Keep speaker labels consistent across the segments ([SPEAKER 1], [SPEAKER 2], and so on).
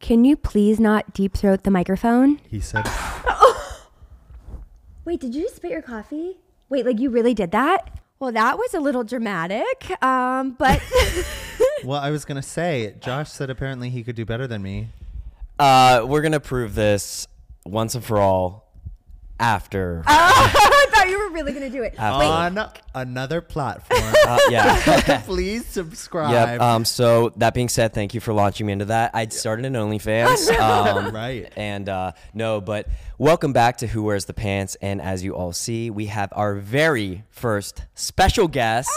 [SPEAKER 1] Can you please not deep throat the microphone?
[SPEAKER 2] He said,
[SPEAKER 1] Wait, did you just spit your coffee? Wait, like you really did that? Well, that was a little dramatic. Um, but
[SPEAKER 2] Well, I was going to say, Josh said apparently he could do better than me.
[SPEAKER 3] Uh, we're gonna prove this once and for all. After,
[SPEAKER 1] Oh, I thought you were really gonna do it.
[SPEAKER 2] On another platform.
[SPEAKER 3] uh, yeah.
[SPEAKER 2] Please subscribe.
[SPEAKER 3] Yep. Um, so that being said, thank you for launching me into that. I started an OnlyFans. Um,
[SPEAKER 2] Right.
[SPEAKER 3] And uh, no, but welcome back to Who Wears the Pants. And as you all see, we have our very first special guest,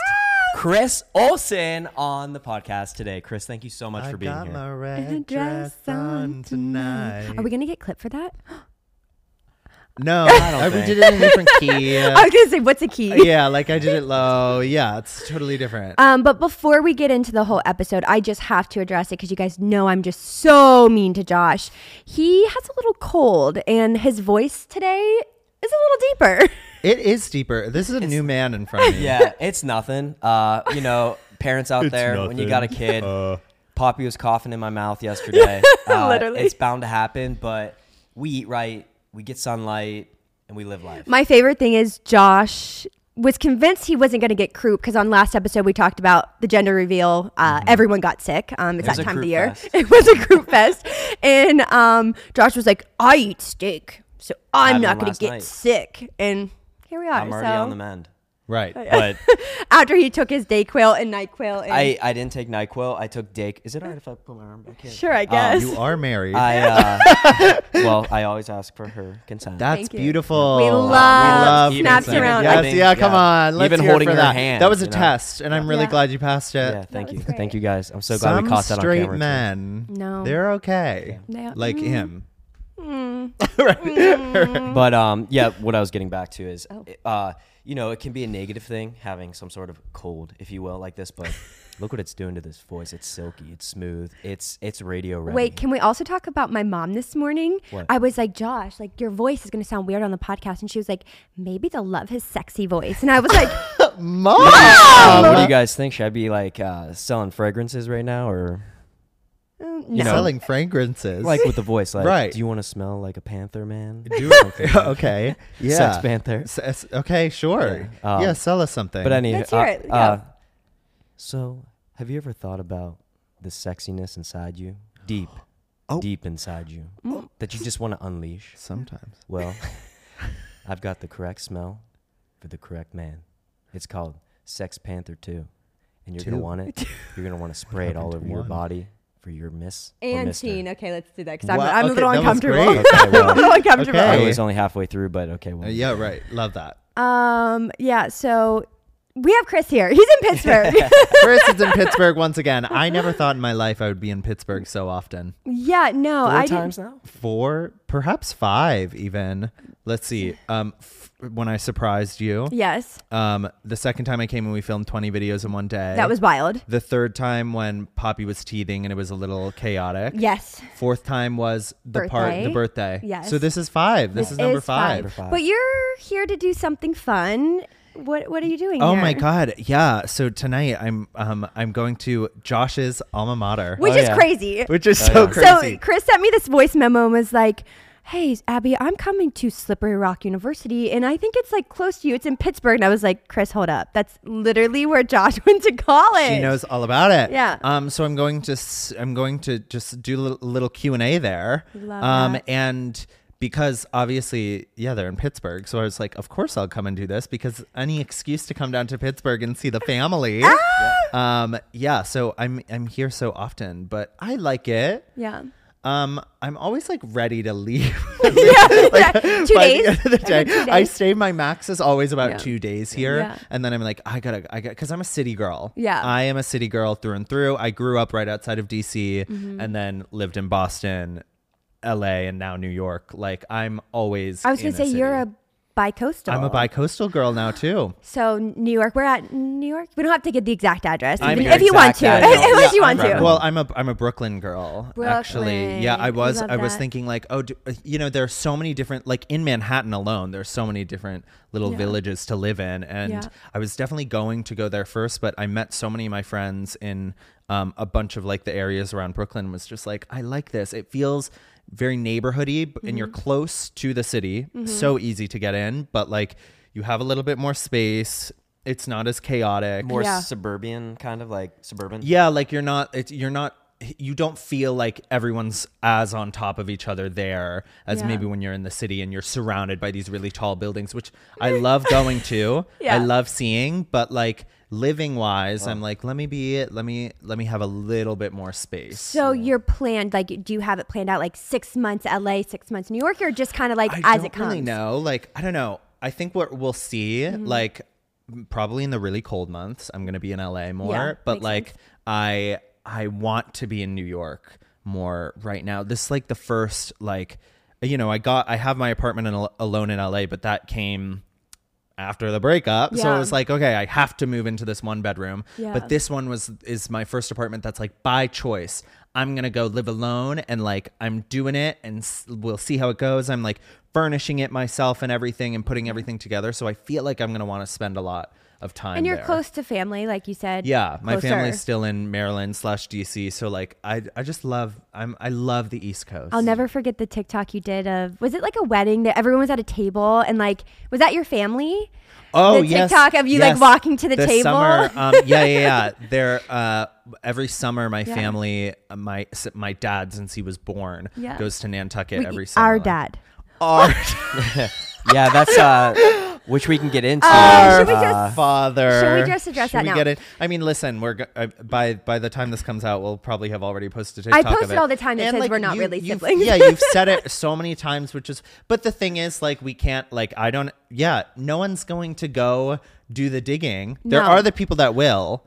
[SPEAKER 3] Chris Olson, on the podcast today. Chris, thank you so much
[SPEAKER 2] I
[SPEAKER 3] for being
[SPEAKER 2] got
[SPEAKER 3] here.
[SPEAKER 2] my red dress on tonight.
[SPEAKER 1] Are we gonna get clip for that?
[SPEAKER 2] No, I we
[SPEAKER 3] think.
[SPEAKER 2] did it in a different key. Uh,
[SPEAKER 1] I was gonna say, what's a key?
[SPEAKER 2] Oh, yeah, like I did it low. Yeah, it's totally different.
[SPEAKER 1] Um, but before we get into the whole episode, I just have to address it because you guys know I'm just so mean to Josh. He has a little cold, and his voice today is a little deeper.
[SPEAKER 2] It is deeper. This is a new man in front of me.
[SPEAKER 3] yeah, it's nothing. Uh, you know, parents out
[SPEAKER 2] It's
[SPEAKER 3] there, when you got a
[SPEAKER 2] nothing.
[SPEAKER 3] kid,
[SPEAKER 2] Uh.
[SPEAKER 3] Poppy was coughing in my mouth yesterday. Uh,
[SPEAKER 1] Literally.
[SPEAKER 3] it's bound to happen. But we eat right, we get sunlight, and we live life.
[SPEAKER 1] My favorite thing is Josh was convinced he wasn't going to get croup because on last episode we talked about the gender reveal. Uh, Everyone got sick. Um, it's that
[SPEAKER 3] Mm-hmm. It was a
[SPEAKER 1] time of the
[SPEAKER 3] croup
[SPEAKER 1] year.
[SPEAKER 3] fest.
[SPEAKER 1] It was a group fest, and um, Josh was like, "I eat steak, so I'm
[SPEAKER 3] Had
[SPEAKER 1] not going
[SPEAKER 3] one
[SPEAKER 1] to
[SPEAKER 3] last
[SPEAKER 1] get
[SPEAKER 3] night.
[SPEAKER 1] sick." And here we are.
[SPEAKER 3] I'm already
[SPEAKER 1] so
[SPEAKER 3] on the mend.
[SPEAKER 2] Right.
[SPEAKER 3] But
[SPEAKER 1] after he took his Dayquil and Nyquil, and
[SPEAKER 3] I, I didn't take NyQuil. I took Dake. Is it all right if I put my arm back in?
[SPEAKER 1] sure, I guess.
[SPEAKER 2] You are married.
[SPEAKER 3] I, uh, well, I always ask for her consent.
[SPEAKER 2] That's
[SPEAKER 1] Thank you.
[SPEAKER 2] beautiful.
[SPEAKER 1] We love snaps
[SPEAKER 2] consent.
[SPEAKER 1] around.
[SPEAKER 2] Yes,
[SPEAKER 3] Even-
[SPEAKER 2] yeah, come
[SPEAKER 3] yeah.
[SPEAKER 2] on. Let's
[SPEAKER 3] Even
[SPEAKER 2] hear
[SPEAKER 3] holding
[SPEAKER 2] for
[SPEAKER 3] her
[SPEAKER 2] that.
[SPEAKER 3] hand,
[SPEAKER 2] That was a
[SPEAKER 3] you know?
[SPEAKER 2] test, and I'm really
[SPEAKER 1] Yeah.
[SPEAKER 2] glad you passed it.
[SPEAKER 3] yeah, thank
[SPEAKER 1] was
[SPEAKER 3] you.
[SPEAKER 1] great.
[SPEAKER 3] Thank you guys. I'm so glad
[SPEAKER 2] Some
[SPEAKER 3] we caught that on
[SPEAKER 2] straight
[SPEAKER 3] camera. too.
[SPEAKER 2] men,
[SPEAKER 1] No.
[SPEAKER 2] they're okay.
[SPEAKER 1] They are- mm-hmm.
[SPEAKER 2] like him.
[SPEAKER 1] Mm.
[SPEAKER 3] But um, yeah, what I was getting back to is,
[SPEAKER 1] Oh.
[SPEAKER 3] uh, you know, it can be a negative thing having some sort of cold, if you will, like this. But look what it's doing to this voice. It's silky. It's smooth. It's it's radio ready.
[SPEAKER 1] Wait, can we also talk about my mom this morning? I was like, Josh, like your voice is gonna sound weird on the podcast, and she was like, maybe they'll love his sexy voice, and I was like,
[SPEAKER 2] Mom!
[SPEAKER 3] Uh, what do you guys think? Should I be like uh, selling fragrances right now, or
[SPEAKER 1] "Mm,
[SPEAKER 3] You know,
[SPEAKER 2] Selling fragrances.
[SPEAKER 3] like with the voice? Like,
[SPEAKER 2] Right.
[SPEAKER 3] Do you want to smell like a panther, man?
[SPEAKER 2] Do it. okay. Yeah.
[SPEAKER 3] Sex Panther.
[SPEAKER 2] S- s- okay, sure. Yeah.
[SPEAKER 3] Yeah. Um,
[SPEAKER 2] sell us something.
[SPEAKER 3] But anyway,
[SPEAKER 1] Let's hear
[SPEAKER 3] uh,
[SPEAKER 1] it,
[SPEAKER 3] uh,
[SPEAKER 1] yeah.
[SPEAKER 3] so have you ever thought about the sexiness inside you, deep,
[SPEAKER 2] Oh.
[SPEAKER 3] deep inside you,
[SPEAKER 1] Mm.
[SPEAKER 3] that you just want to unleash?
[SPEAKER 2] sometimes.
[SPEAKER 3] Well, I've got the correct smell for the correct man. It's called Sex Panther 2. And you're
[SPEAKER 2] Two.
[SPEAKER 3] going to want it. You're going to want to spray it all over your body for your miss. or
[SPEAKER 1] And
[SPEAKER 3] mister.
[SPEAKER 1] teen. Okay, let's do that because
[SPEAKER 2] Wow,
[SPEAKER 1] I'm, I'm
[SPEAKER 2] okay,
[SPEAKER 1] a little
[SPEAKER 2] that was
[SPEAKER 1] uncomfortable.
[SPEAKER 2] great.
[SPEAKER 3] Okay,
[SPEAKER 1] I'm a
[SPEAKER 3] well,
[SPEAKER 1] little uncomfortable.
[SPEAKER 2] Okay.
[SPEAKER 3] I was only halfway through, but okay. Well,
[SPEAKER 2] Uh, yeah, right. Love that.
[SPEAKER 1] Um, yeah. So we have Chris here. He's in Pittsburgh.
[SPEAKER 2] Chris is in Pittsburgh once again. I never thought in my life I would be in Pittsburgh so often.
[SPEAKER 1] yeah. No,
[SPEAKER 3] Four
[SPEAKER 1] Oh, I
[SPEAKER 3] times
[SPEAKER 1] didn't.
[SPEAKER 3] now?
[SPEAKER 2] Four, perhaps five, even. Let's see. Um, f- when I surprised you,
[SPEAKER 1] Yes,
[SPEAKER 2] um, the second time I came and we filmed 20 videos in one day.
[SPEAKER 1] that was wild.
[SPEAKER 2] the third time when Poppy was teething and it was a little chaotic.
[SPEAKER 1] Yes.
[SPEAKER 2] Fourth time was the part the
[SPEAKER 1] Birthday.
[SPEAKER 2] birthday.
[SPEAKER 1] Yes.
[SPEAKER 2] So this is five. This is number five.
[SPEAKER 3] Number five.
[SPEAKER 1] But you're here to do something fun. What What are you doing?
[SPEAKER 2] Oh
[SPEAKER 1] here?
[SPEAKER 2] my god. Yeah. So tonight I'm um I'm going to Josh's alma mater.
[SPEAKER 1] Which
[SPEAKER 3] Oh,
[SPEAKER 1] is
[SPEAKER 3] yeah.
[SPEAKER 1] crazy.
[SPEAKER 2] Which is so
[SPEAKER 1] So
[SPEAKER 2] crazy.
[SPEAKER 1] Chris sent me this voice memo and was like, "Hey Abby, I'm coming to Slippery Rock University, and I think it's like close to you. It's in Pittsburgh." And I was like, "Chris, hold up. That's literally where Josh went to college."
[SPEAKER 2] she knows all about it.
[SPEAKER 1] Yeah.
[SPEAKER 2] Um. So I'm going to s- I'm going to just do a little, little Q and A there.
[SPEAKER 1] Love
[SPEAKER 2] um.
[SPEAKER 1] that.
[SPEAKER 2] And because obviously, yeah, they're in Pittsburgh. So I was like, of course I'll come and do this because any excuse to come down to Pittsburgh and see the family.
[SPEAKER 1] Ah!
[SPEAKER 2] Um. Yeah. So I'm I'm here so often, but I like it.
[SPEAKER 1] Yeah.
[SPEAKER 2] Um, I'm always like ready to leave.
[SPEAKER 1] Two
[SPEAKER 2] by
[SPEAKER 1] days.
[SPEAKER 2] The end of the
[SPEAKER 1] Okay,
[SPEAKER 2] day.
[SPEAKER 1] two
[SPEAKER 2] I
[SPEAKER 1] days.
[SPEAKER 2] stay. My max is always about
[SPEAKER 1] Yeah.
[SPEAKER 2] two days here,
[SPEAKER 1] Yeah.
[SPEAKER 2] and then I'm like, I gotta, I got, because I'm a city girl.
[SPEAKER 1] Yeah.
[SPEAKER 2] I am a city girl through and through. I grew up right outside of DC,
[SPEAKER 1] Mm-hmm.
[SPEAKER 2] and then lived in Boston, L.A., and now New York. Like I'm always.
[SPEAKER 1] I was
[SPEAKER 2] in
[SPEAKER 1] gonna
[SPEAKER 2] a
[SPEAKER 1] say you're
[SPEAKER 2] city.
[SPEAKER 1] a bi-coastal.
[SPEAKER 2] I'm a bi-coastal girl now too.
[SPEAKER 1] So New York, we're at New York. We don't have to get the exact address
[SPEAKER 2] I'm
[SPEAKER 1] even
[SPEAKER 2] your
[SPEAKER 1] if you want to,
[SPEAKER 3] exact address.
[SPEAKER 1] unless you
[SPEAKER 3] Yeah,
[SPEAKER 1] want
[SPEAKER 3] I'm
[SPEAKER 1] to.
[SPEAKER 3] from-
[SPEAKER 2] Well, I'm a I'm a Brooklyn girl actually. Yeah, I
[SPEAKER 1] Brooklyn.
[SPEAKER 2] was
[SPEAKER 1] Love
[SPEAKER 2] I was
[SPEAKER 1] that.
[SPEAKER 2] thinking like, oh, do, you know, there are so many different like in Manhattan alone, there's so many different little
[SPEAKER 1] Yeah.
[SPEAKER 2] villages to live in, and
[SPEAKER 1] Yeah.
[SPEAKER 2] I was definitely going to go there first, but I met so many of my friends in um, a bunch of like the areas around Brooklyn. Was just like, I like this. It feels very neighborhoody, b- and you're
[SPEAKER 1] Mm-hmm.
[SPEAKER 2] close to the city, so easy to get in, but like you have a little bit more space. It's not as chaotic.
[SPEAKER 3] More
[SPEAKER 1] Yeah.
[SPEAKER 3] suburban, kind of like suburban.
[SPEAKER 2] Yeah, like you're not it's, you're not you don't feel like everyone's as on top of each other there as
[SPEAKER 1] Yeah.
[SPEAKER 2] maybe when you're in the city and you're surrounded by these really tall buildings, which I love going to.
[SPEAKER 1] Yeah.
[SPEAKER 2] I love seeing, but like living wise, I'm like, let me be it, let me let me have a little bit more space.
[SPEAKER 1] so you're planned like do you have it planned out like six months LA, six months New York, or just kind of like
[SPEAKER 2] I
[SPEAKER 1] as
[SPEAKER 2] don't
[SPEAKER 1] it comes? Mm-hmm.
[SPEAKER 2] Really know, like I don't know. I think what we'll see, like m- probably in the really cold months, I'm gonna be in LA more.
[SPEAKER 1] Yeah,
[SPEAKER 2] but
[SPEAKER 1] makes
[SPEAKER 2] like I I want to be in New York more right now. This is like the first like you know I got I have my apartment in, Al- alone in LA, but that came after the breakup. So
[SPEAKER 1] Yeah.
[SPEAKER 2] it was like, okay, I have to move into this one bedroom.
[SPEAKER 1] Yeah.
[SPEAKER 2] But this one was is my first apartment that's like by choice. I'm gonna go live alone and like I'm doing it and s- we'll see how it goes. I'm like furnishing it myself and everything and putting everything together. So I feel like I'm gonna want to spend a lot of time.
[SPEAKER 1] And you're
[SPEAKER 2] there.
[SPEAKER 1] close to family, like you said.
[SPEAKER 2] Yeah, my
[SPEAKER 1] Closer.
[SPEAKER 2] family's still in Maryland slash DC. So like I I just love I'm I love the East Coast.
[SPEAKER 1] I'll never forget the TikTok you did of was it like a wedding that everyone was at a table and like was that your family?
[SPEAKER 2] Oh,
[SPEAKER 1] the
[SPEAKER 2] yes,
[SPEAKER 1] TikTok of you
[SPEAKER 2] yes.
[SPEAKER 1] like walking to the
[SPEAKER 2] This
[SPEAKER 1] table.
[SPEAKER 2] Summer, um, yeah, yeah, yeah. There, uh, every summer, my family, uh, my s- my dad, since he was born,
[SPEAKER 1] Yeah.
[SPEAKER 2] goes to Nantucket
[SPEAKER 1] We-
[SPEAKER 2] every summer.
[SPEAKER 1] our dad.
[SPEAKER 2] our,
[SPEAKER 3] Yeah, that's uh, which we can get into.
[SPEAKER 1] Uh, should we
[SPEAKER 3] Uh,
[SPEAKER 1] just-
[SPEAKER 2] father.
[SPEAKER 1] Should we just address
[SPEAKER 2] Should
[SPEAKER 1] that
[SPEAKER 2] we
[SPEAKER 1] now?
[SPEAKER 2] Get it? I mean, listen, we're go- uh, by by the time this comes out, we'll probably have already posted.
[SPEAKER 1] I
[SPEAKER 2] TikTok
[SPEAKER 1] post
[SPEAKER 2] of
[SPEAKER 1] it
[SPEAKER 2] it
[SPEAKER 1] all the time that says we're not really
[SPEAKER 2] you've-
[SPEAKER 1] siblings.
[SPEAKER 2] yeah, you've said it so many times, which is. But the thing is, like, we can't. Like, I don't. Yeah, no one's going to go do the digging. There
[SPEAKER 1] No.
[SPEAKER 2] are the people that will.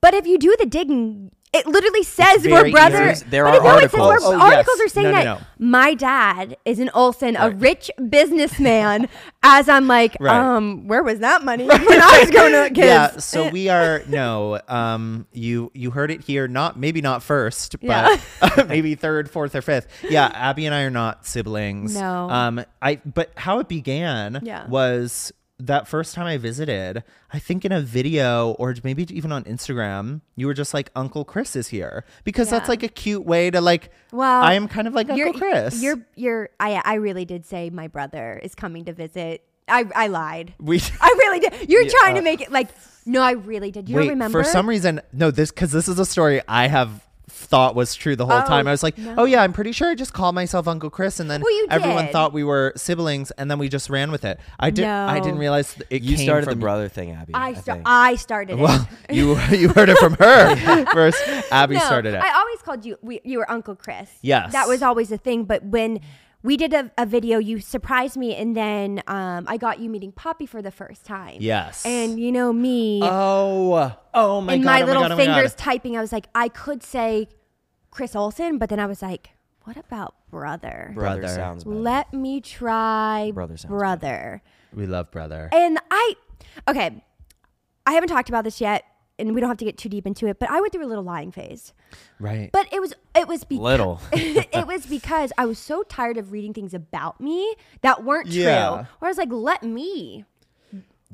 [SPEAKER 1] But if you do the digging, it literally says we're
[SPEAKER 2] very
[SPEAKER 1] brothers.
[SPEAKER 2] easy.
[SPEAKER 3] There
[SPEAKER 1] but
[SPEAKER 3] are
[SPEAKER 1] no, it says
[SPEAKER 3] articles.
[SPEAKER 1] we're-
[SPEAKER 2] Oh, yes.
[SPEAKER 1] articles are saying
[SPEAKER 2] No, no,
[SPEAKER 1] that
[SPEAKER 2] no.
[SPEAKER 1] my dad is an Olsen, a
[SPEAKER 2] Right.
[SPEAKER 1] rich businessman. as I'm like,
[SPEAKER 2] Right.
[SPEAKER 1] um, where was that money when I was growing up, kids?
[SPEAKER 2] Yeah, so we are no. Um, you you heard it here. Not maybe not first, but maybe third, fourth, or fifth. Yeah, Abby and I are not siblings.
[SPEAKER 1] No.
[SPEAKER 2] Um, I but how it began
[SPEAKER 1] Yeah.
[SPEAKER 2] was that first time I visited. I think in a video or maybe even on Instagram, you were just like Uncle Chris is here because that's
[SPEAKER 1] Yeah.
[SPEAKER 2] like a cute way to like.
[SPEAKER 1] Well,
[SPEAKER 2] I am kind of like Uncle
[SPEAKER 1] you're,
[SPEAKER 2] Chris.
[SPEAKER 1] You're, you're, I, I really did say my brother is coming to visit. I, I lied.
[SPEAKER 2] we.
[SPEAKER 1] I really did. You're trying to make it like, no, I really did. You
[SPEAKER 2] Uh, Wait,
[SPEAKER 1] don't remember?
[SPEAKER 2] for some reason, no, this because this is a story I have thought was true the whole
[SPEAKER 1] Oh,
[SPEAKER 2] time. I was like,
[SPEAKER 1] no.
[SPEAKER 2] oh yeah, I'm pretty sure I just called myself Uncle Chris, and then
[SPEAKER 1] Well, you
[SPEAKER 2] everyone
[SPEAKER 1] did.
[SPEAKER 2] thought we were siblings, and then we just ran with it. I did. I
[SPEAKER 1] No.
[SPEAKER 2] didn't realize th- it.
[SPEAKER 3] you
[SPEAKER 2] came
[SPEAKER 3] started the
[SPEAKER 2] from-
[SPEAKER 3] brother thing, Abby. I,
[SPEAKER 1] I, sta-
[SPEAKER 3] think.
[SPEAKER 1] I started
[SPEAKER 2] Well,
[SPEAKER 1] it.
[SPEAKER 2] you you heard it from her first. Abby
[SPEAKER 1] No,
[SPEAKER 2] started it.
[SPEAKER 1] I always called you. We, you were Uncle Chris.
[SPEAKER 2] Yes.
[SPEAKER 1] that was always a thing. But when we did a, a video, you surprised me, and then um, I got you meeting Poppy for the first time.
[SPEAKER 2] Yes.
[SPEAKER 1] and you know me
[SPEAKER 2] oh, oh my
[SPEAKER 1] and
[SPEAKER 2] god!
[SPEAKER 1] my
[SPEAKER 2] oh
[SPEAKER 1] little
[SPEAKER 2] god, oh my god.
[SPEAKER 1] fingers typing. I was like, I could say Chris Olsen, but then I was like, what about brother?
[SPEAKER 3] brother,
[SPEAKER 2] Brother.
[SPEAKER 3] sounds better.
[SPEAKER 1] Let me try
[SPEAKER 3] Brother sounds
[SPEAKER 1] brother.
[SPEAKER 2] We love brother.
[SPEAKER 1] And I, okay, I haven't talked about this yet, and we don't have to get too deep into it. But I went through a little lying phase.
[SPEAKER 2] right.
[SPEAKER 1] But it was it was because
[SPEAKER 3] Little.
[SPEAKER 1] it was because I was so tired of reading things about me that weren't
[SPEAKER 2] Yeah.
[SPEAKER 1] true. Where I was like, let me.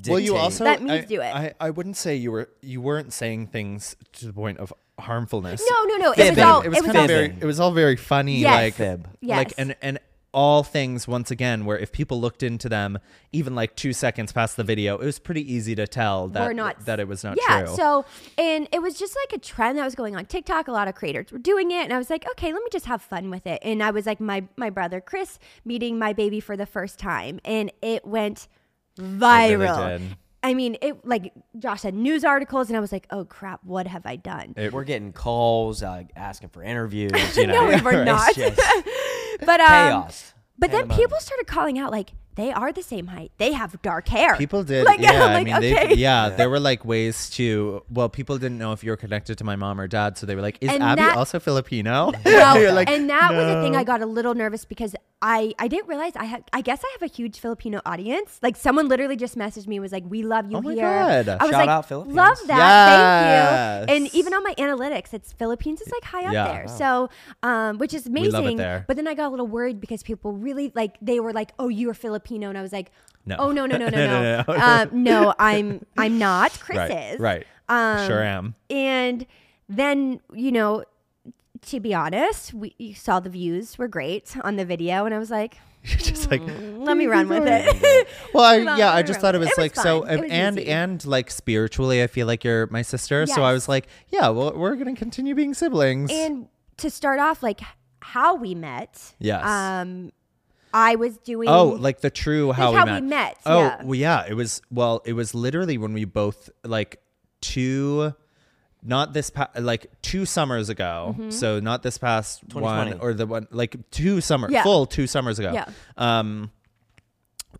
[SPEAKER 2] Well, you
[SPEAKER 3] Dictate.
[SPEAKER 2] also
[SPEAKER 1] Let me
[SPEAKER 2] I-
[SPEAKER 1] do it.
[SPEAKER 2] I, I wouldn't say you were you weren't saying things to the point of harmfulness.
[SPEAKER 1] No, no, no. It was
[SPEAKER 3] Fibbing.
[SPEAKER 1] all.
[SPEAKER 2] it was, kind
[SPEAKER 1] all
[SPEAKER 2] of very
[SPEAKER 3] fibbing.
[SPEAKER 2] it was all very funny
[SPEAKER 1] Yes.
[SPEAKER 2] like
[SPEAKER 3] Fib.
[SPEAKER 2] like
[SPEAKER 1] Yes.
[SPEAKER 2] and and all things once again where if people looked into them even like 2 seconds past the video it was pretty easy to tell
[SPEAKER 1] We're
[SPEAKER 2] that
[SPEAKER 1] not-
[SPEAKER 2] that it was not
[SPEAKER 1] yeah.
[SPEAKER 2] true.
[SPEAKER 1] So, and it was just like a trend that was going on TikTok. A lot of creators were doing it, and I was like, okay, let me just have fun with it. And I was like, my my brother Chris meeting my baby for the first time, and it went
[SPEAKER 2] really
[SPEAKER 1] viral.
[SPEAKER 2] did.
[SPEAKER 1] I mean, it like Josh said, news articles, and I was like, oh crap, what have I done?
[SPEAKER 3] we're getting calls, uh, asking for interviews. You know,
[SPEAKER 1] No, we were
[SPEAKER 3] It's
[SPEAKER 1] not.
[SPEAKER 3] just
[SPEAKER 1] but um,
[SPEAKER 3] chaos.
[SPEAKER 1] But then
[SPEAKER 3] Pandemonium.
[SPEAKER 1] people started calling out like they are the same height. They have dark hair.
[SPEAKER 2] People did,
[SPEAKER 1] Like,
[SPEAKER 2] yeah.
[SPEAKER 1] I'm
[SPEAKER 2] I
[SPEAKER 1] like,
[SPEAKER 2] mean,
[SPEAKER 1] okay.
[SPEAKER 2] they, yeah, there were like ways to. Well, people didn't know if you were connected to my mom or dad, so they were like, "Is
[SPEAKER 1] And
[SPEAKER 2] Abby
[SPEAKER 1] that-
[SPEAKER 2] also Filipino?"
[SPEAKER 1] No,
[SPEAKER 2] You're like,
[SPEAKER 1] and that was the thing I got a little nervous because I, I didn't realize I had I guess I have a huge Filipino audience. Like someone literally just messaged me was like, "We love you
[SPEAKER 2] Oh my
[SPEAKER 1] here."
[SPEAKER 2] God.
[SPEAKER 1] I was
[SPEAKER 3] Shout
[SPEAKER 1] like,
[SPEAKER 3] out Philippines.
[SPEAKER 1] "Love that, thank you."
[SPEAKER 2] Yes.
[SPEAKER 1] And even on my analytics, it's Philippines is like high up
[SPEAKER 2] Yeah.
[SPEAKER 1] there. So, um, which is amazing.
[SPEAKER 2] love it there.
[SPEAKER 1] But then I got a little worried because people really like they were like, "Oh, you're Filipino," and I was like,
[SPEAKER 2] No.
[SPEAKER 1] Oh no no no no
[SPEAKER 2] No,
[SPEAKER 1] no
[SPEAKER 2] no,
[SPEAKER 1] no.
[SPEAKER 2] no.
[SPEAKER 1] um, no, I'm I'm not. Chris
[SPEAKER 2] right,
[SPEAKER 1] is
[SPEAKER 2] right.
[SPEAKER 1] Um,
[SPEAKER 2] sure am.
[SPEAKER 1] and then you know to be honest we you saw the views were great on the video and i was like
[SPEAKER 2] You're just like,
[SPEAKER 1] let me run with it
[SPEAKER 2] well,
[SPEAKER 1] Well,
[SPEAKER 2] I, yeah,
[SPEAKER 1] we
[SPEAKER 2] I just
[SPEAKER 1] were
[SPEAKER 2] thought it
[SPEAKER 1] with
[SPEAKER 2] was
[SPEAKER 1] it. It
[SPEAKER 2] like
[SPEAKER 1] was
[SPEAKER 2] so,
[SPEAKER 1] fine. It was
[SPEAKER 2] and
[SPEAKER 1] easy.
[SPEAKER 2] and like spiritually, I feel like you're my sister, so I
[SPEAKER 1] Yes.
[SPEAKER 2] was like, yeah, well, we're gonna continue being siblings.
[SPEAKER 1] and to start off like how we met
[SPEAKER 2] Yes.
[SPEAKER 1] um i was doing
[SPEAKER 2] Oh, like the true how,
[SPEAKER 1] how
[SPEAKER 2] we,
[SPEAKER 1] we
[SPEAKER 2] met.
[SPEAKER 1] met,
[SPEAKER 2] Oh,
[SPEAKER 1] yeah.
[SPEAKER 2] well, yeah. It was well, it was literally when we both like two, not this pa- like two summers ago.
[SPEAKER 1] Mm-hmm.
[SPEAKER 2] So not this past one
[SPEAKER 3] 2020.
[SPEAKER 2] or the one like two summer
[SPEAKER 1] Yeah.
[SPEAKER 2] full two summers ago.
[SPEAKER 1] Yeah.
[SPEAKER 2] Um,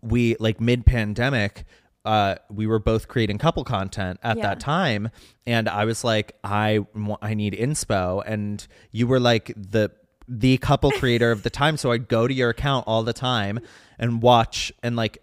[SPEAKER 2] we like mid pandemic. Uh, we were both creating couple content at
[SPEAKER 1] Yeah.
[SPEAKER 2] that time, and I was like, I wa- I need inspo, and you were like the the couple creator of the time, so I'd go to your account all the time and watch and like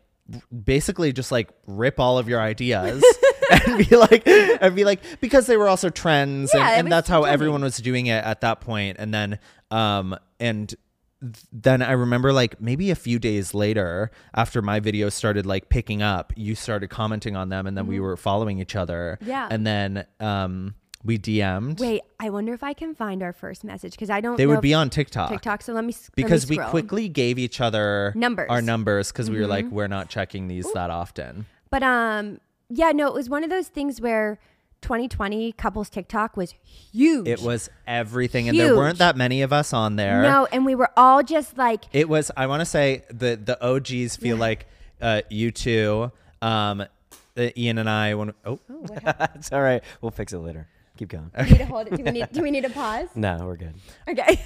[SPEAKER 2] basically just like rip all of your ideas and be like and be like because they were also trends
[SPEAKER 1] Yeah, it
[SPEAKER 2] and, and
[SPEAKER 1] was
[SPEAKER 2] that's how
[SPEAKER 1] trending.
[SPEAKER 2] everyone was doing it at that point and then um and th- then I remember like maybe a few days later after my videos started like picking up, you started commenting on them and then we were following each other.
[SPEAKER 1] Mm-hmm. Yeah.
[SPEAKER 2] And then um we DM'd.
[SPEAKER 1] wait i wonder if i can find our first message because i don't
[SPEAKER 2] they
[SPEAKER 1] know if
[SPEAKER 2] would be on TikTok.
[SPEAKER 1] tiktok so let me s- let me
[SPEAKER 2] Because we
[SPEAKER 1] scroll.
[SPEAKER 2] quickly gave each other
[SPEAKER 1] Numbers. Mm-hmm.
[SPEAKER 2] our numbers because we were like, we're not checking these that often.
[SPEAKER 1] But um, yeah, no, it was one of those things where 2020 couples TikTok was huge.
[SPEAKER 2] It was everything, and there
[SPEAKER 1] Huge.
[SPEAKER 2] weren't that many of us on there.
[SPEAKER 1] no, and we were all just like,
[SPEAKER 2] It was. I want to say the the OGs feel like uh, you two, um, uh, Ian and I. When oh,
[SPEAKER 3] That's all right. We'll fix it later. Keep going.
[SPEAKER 1] do we need to hold it? Do we need? Do we need to pause?
[SPEAKER 3] No, we're good.
[SPEAKER 1] Okay.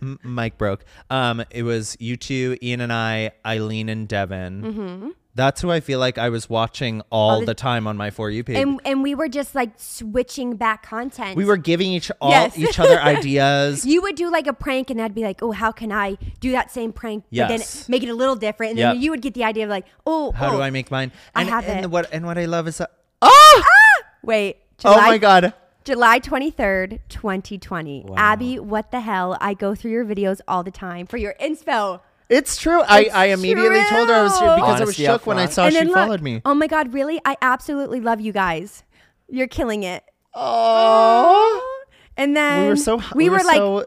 [SPEAKER 2] m- mic broke. Um, it was you two, Ian and I, Eileen and Devin. That's who I feel like I was watching all,
[SPEAKER 1] Mm-hmm. the-
[SPEAKER 2] the, time on my for you page.
[SPEAKER 1] and and we were just like switching back content.
[SPEAKER 2] we were giving each all
[SPEAKER 1] Yes.
[SPEAKER 2] each other ideas.
[SPEAKER 1] You would do like a prank, and that'd be like, "Oh, how can I do that same prank, but then
[SPEAKER 2] Yes.
[SPEAKER 1] make it a little different?" And
[SPEAKER 2] Yep.
[SPEAKER 1] then you would get the idea of like, "Oh,
[SPEAKER 2] How
[SPEAKER 1] oh,
[SPEAKER 2] do I make mine?
[SPEAKER 1] I
[SPEAKER 2] And,
[SPEAKER 1] have
[SPEAKER 2] and
[SPEAKER 1] it.
[SPEAKER 2] what and what I love is that,
[SPEAKER 1] Oh, wait!
[SPEAKER 2] oh
[SPEAKER 1] July-
[SPEAKER 2] my god.
[SPEAKER 1] July 23rd, 2020. Abby, what the hell? I go through your videos all the time for your inspo.
[SPEAKER 2] It's true. I,
[SPEAKER 1] It's
[SPEAKER 2] I immediately told her I was
[SPEAKER 1] true.
[SPEAKER 2] because I was
[SPEAKER 3] Honesty up
[SPEAKER 2] shook when I
[SPEAKER 3] front.
[SPEAKER 2] saw she
[SPEAKER 1] look-
[SPEAKER 2] followed me.
[SPEAKER 1] Oh my God, really? I absolutely love you guys. You're killing it.
[SPEAKER 2] Oh,
[SPEAKER 1] And then
[SPEAKER 2] we were so
[SPEAKER 1] we, were, like,
[SPEAKER 2] so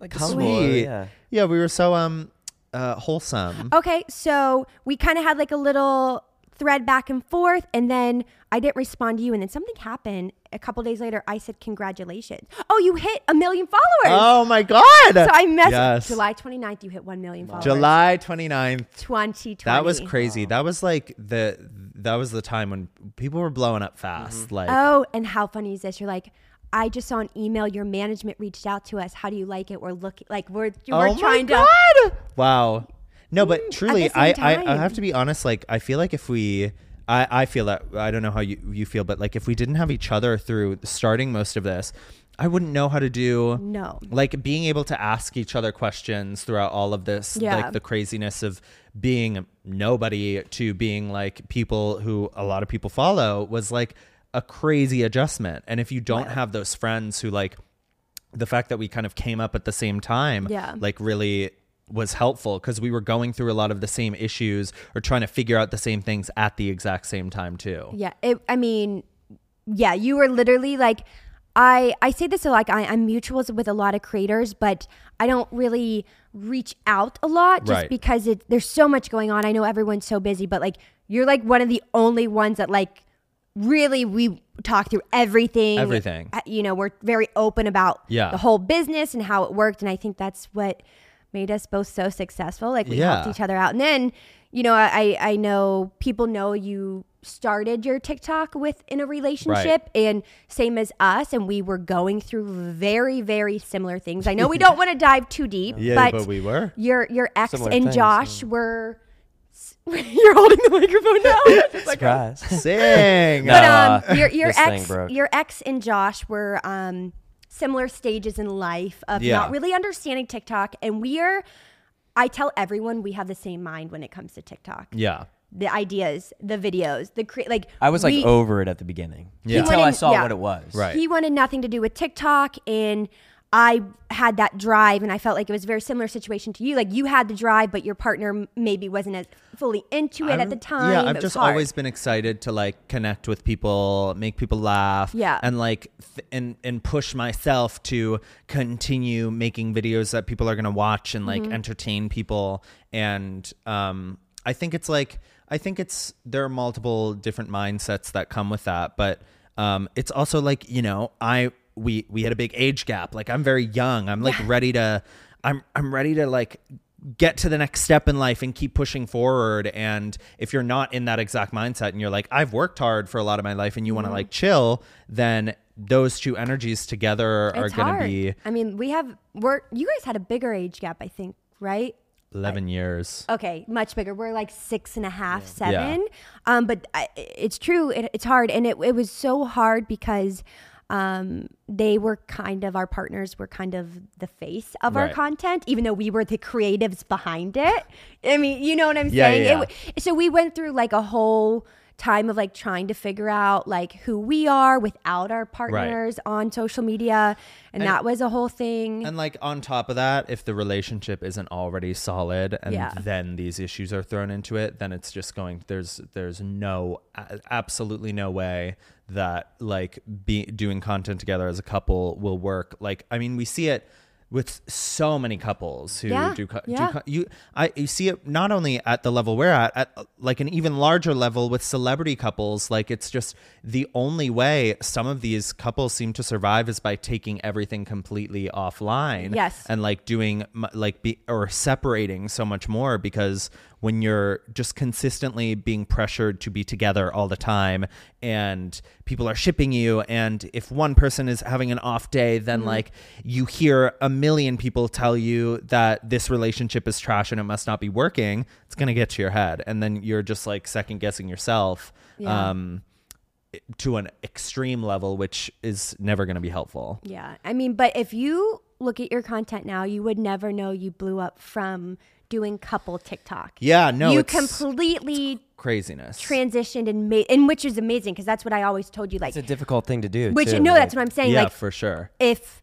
[SPEAKER 3] Like
[SPEAKER 2] humble. Yeah. we were so um uh, wholesome.
[SPEAKER 1] okay, so we kind of had like a little thread back and forth. And then I didn't respond to you. And then something happened a couple days later. I said, Congratulations. Oh, you hit a million followers.
[SPEAKER 2] Oh my god!
[SPEAKER 1] so I messaged
[SPEAKER 2] yes.
[SPEAKER 1] July 29th, you hit 1 million followers.
[SPEAKER 2] July 29th.
[SPEAKER 1] 2020.
[SPEAKER 2] That was crazy. That was like the that was the time when people were blowing up fast. Like
[SPEAKER 1] Oh, and how funny is this? You're like, I just saw an email. Your management reached out to us. How do you like it? We're looking like we're we're
[SPEAKER 2] Oh my
[SPEAKER 1] trying to.
[SPEAKER 2] Wow. No, but truly,
[SPEAKER 1] the
[SPEAKER 2] I,
[SPEAKER 1] same
[SPEAKER 2] I I
[SPEAKER 1] Mm, time.
[SPEAKER 2] have to be honest. Like, I feel like if we, I I feel that I don't know how you you feel, but like if we didn't have each other through starting most of this, I wouldn't know how to do.
[SPEAKER 1] No.
[SPEAKER 2] Like being able to ask each other questions throughout all of this,
[SPEAKER 1] Yeah.
[SPEAKER 2] like the craziness of being nobody to being like people who a lot of people follow was like a crazy adjustment. And if you don't have those friends who like the fact that we kind of came up at the same time
[SPEAKER 1] Yeah.
[SPEAKER 2] like really was helpful because we were going through a lot of the same issues or trying to figure out the same things at the exact same time too
[SPEAKER 1] Yeah, it, I mean, yeah, you were literally like, I I say this a lot. Like I, I'm mutuals with a lot of creators, but I don't really reach out a lot just
[SPEAKER 2] Right.
[SPEAKER 1] because it there's so much going on. I know everyone's so busy, but like you're like one of the only ones that like really we talk through everything.
[SPEAKER 2] Everything.
[SPEAKER 1] Uh, You know, we're very open about
[SPEAKER 2] Yeah.
[SPEAKER 1] the whole business and how it worked, and I think that's what made us both so successful. Like we
[SPEAKER 2] Yeah.
[SPEAKER 1] helped each other out, and then you know, I I know people know you started your TikTok within a relationship and same as us and we were going through very very similar things. I know we don't want to dive too deep, but,
[SPEAKER 2] were
[SPEAKER 1] your your ex
[SPEAKER 3] Similar
[SPEAKER 1] and
[SPEAKER 3] things,
[SPEAKER 1] Josh were you're holding the microphone now.
[SPEAKER 3] Surprise.
[SPEAKER 2] sing
[SPEAKER 3] No.
[SPEAKER 1] But
[SPEAKER 3] Uh,
[SPEAKER 1] um, your your
[SPEAKER 3] this thing
[SPEAKER 1] ex
[SPEAKER 3] broke.
[SPEAKER 1] your ex and Josh were um similar stages in life of
[SPEAKER 2] Yeah.
[SPEAKER 1] not really understanding TikTok, and we are. I tell everyone we have the same mind when it comes to TikTok.
[SPEAKER 2] Yeah.
[SPEAKER 1] The ideas, the videos, the cre- like.
[SPEAKER 3] I was like
[SPEAKER 1] we-
[SPEAKER 3] over it at the beginning
[SPEAKER 2] Yeah.
[SPEAKER 3] until I
[SPEAKER 1] Wanted-
[SPEAKER 3] saw
[SPEAKER 1] yeah.
[SPEAKER 3] what it was.
[SPEAKER 2] oh, Right.
[SPEAKER 1] He wanted nothing to do with TikTok and I had that drive and I felt like it was a very similar situation to you. Like you had the drive but your partner m- maybe wasn't as fully into it at
[SPEAKER 2] I'm-
[SPEAKER 1] the time.
[SPEAKER 2] Yeah,
[SPEAKER 1] It
[SPEAKER 2] I've
[SPEAKER 1] was
[SPEAKER 2] just
[SPEAKER 1] hard.
[SPEAKER 2] always been excited to like connect with people, make people laugh,
[SPEAKER 1] Yeah.
[SPEAKER 2] and like th- and and push myself to continue making videos that people are gonna watch and like
[SPEAKER 1] Mm-hmm.
[SPEAKER 2] entertain people. And um, I think it's like I think it's there are multiple different mindsets that come with that, but um, it's also like you know I we we had a big age gap. Like I'm very young. I'm like ready to. I'm I'm ready to like get to the next step in life and keep pushing forward and if you're not in that exact mindset and you're like I've worked hard for a lot of my life and you
[SPEAKER 1] Mm-hmm.
[SPEAKER 2] want to like chill then those two energies together are
[SPEAKER 1] It's
[SPEAKER 2] going to
[SPEAKER 1] hard.
[SPEAKER 2] be
[SPEAKER 1] I mean, we have we're you guys had a bigger age gap, I think, right?
[SPEAKER 2] 11 years
[SPEAKER 1] Okay, much bigger. We're like six and a half,
[SPEAKER 2] Yeah.
[SPEAKER 1] seven. Um, but I, it's true. It, it's hard, and it it was so hard because um, they were kind of our partners were kind of the face of our
[SPEAKER 2] Right.
[SPEAKER 1] content, even though we were the creatives behind it. I mean, you know what I'm
[SPEAKER 2] Yeah,
[SPEAKER 1] saying?
[SPEAKER 2] yeah,
[SPEAKER 1] It w- so we went through like a whole time of like trying to figure out like who we are without our partners on social media and, that was a whole thing
[SPEAKER 2] and like on top of that if the relationship isn't already solid and
[SPEAKER 1] Yeah.
[SPEAKER 2] then these issues are thrown into it then it's just going there's there's no a- absolutely no way that like be doing content together as a couple will work like i mean we see it with so many couples who
[SPEAKER 1] Yeah,
[SPEAKER 2] do, co-
[SPEAKER 1] yeah.
[SPEAKER 2] do co- you I you see it not only at the level we're at at uh, like an even larger level with celebrity couples like it's just the only way some of these couples seem to survive is by taking everything completely offline
[SPEAKER 1] Yes.
[SPEAKER 2] and like doing mu- like be or separating so much more because when you're just consistently being pressured to be together all the time and people are shipping you and if one person is having an off day then
[SPEAKER 1] Mm-hmm.
[SPEAKER 2] like you hear a million people tell you that this relationship is trash and it must not be working it's going to get to your head and then you're just like second guessing yourself
[SPEAKER 1] Yeah.
[SPEAKER 2] um to an extreme level which is never going to be helpful
[SPEAKER 1] Yeah. I mean, but if you look at your content now, you would never know you blew up from doing couple TikTok.
[SPEAKER 2] yeah no
[SPEAKER 1] you
[SPEAKER 2] it's
[SPEAKER 1] completely
[SPEAKER 2] craziness
[SPEAKER 1] transitioned and made, and which is amazing because that's what I always told you. Like,
[SPEAKER 3] It's a difficult thing to do.
[SPEAKER 1] which,
[SPEAKER 3] too,
[SPEAKER 1] no,
[SPEAKER 3] like,
[SPEAKER 1] that's what I'm saying.
[SPEAKER 2] yeah,
[SPEAKER 1] like,
[SPEAKER 2] for sure.
[SPEAKER 1] if,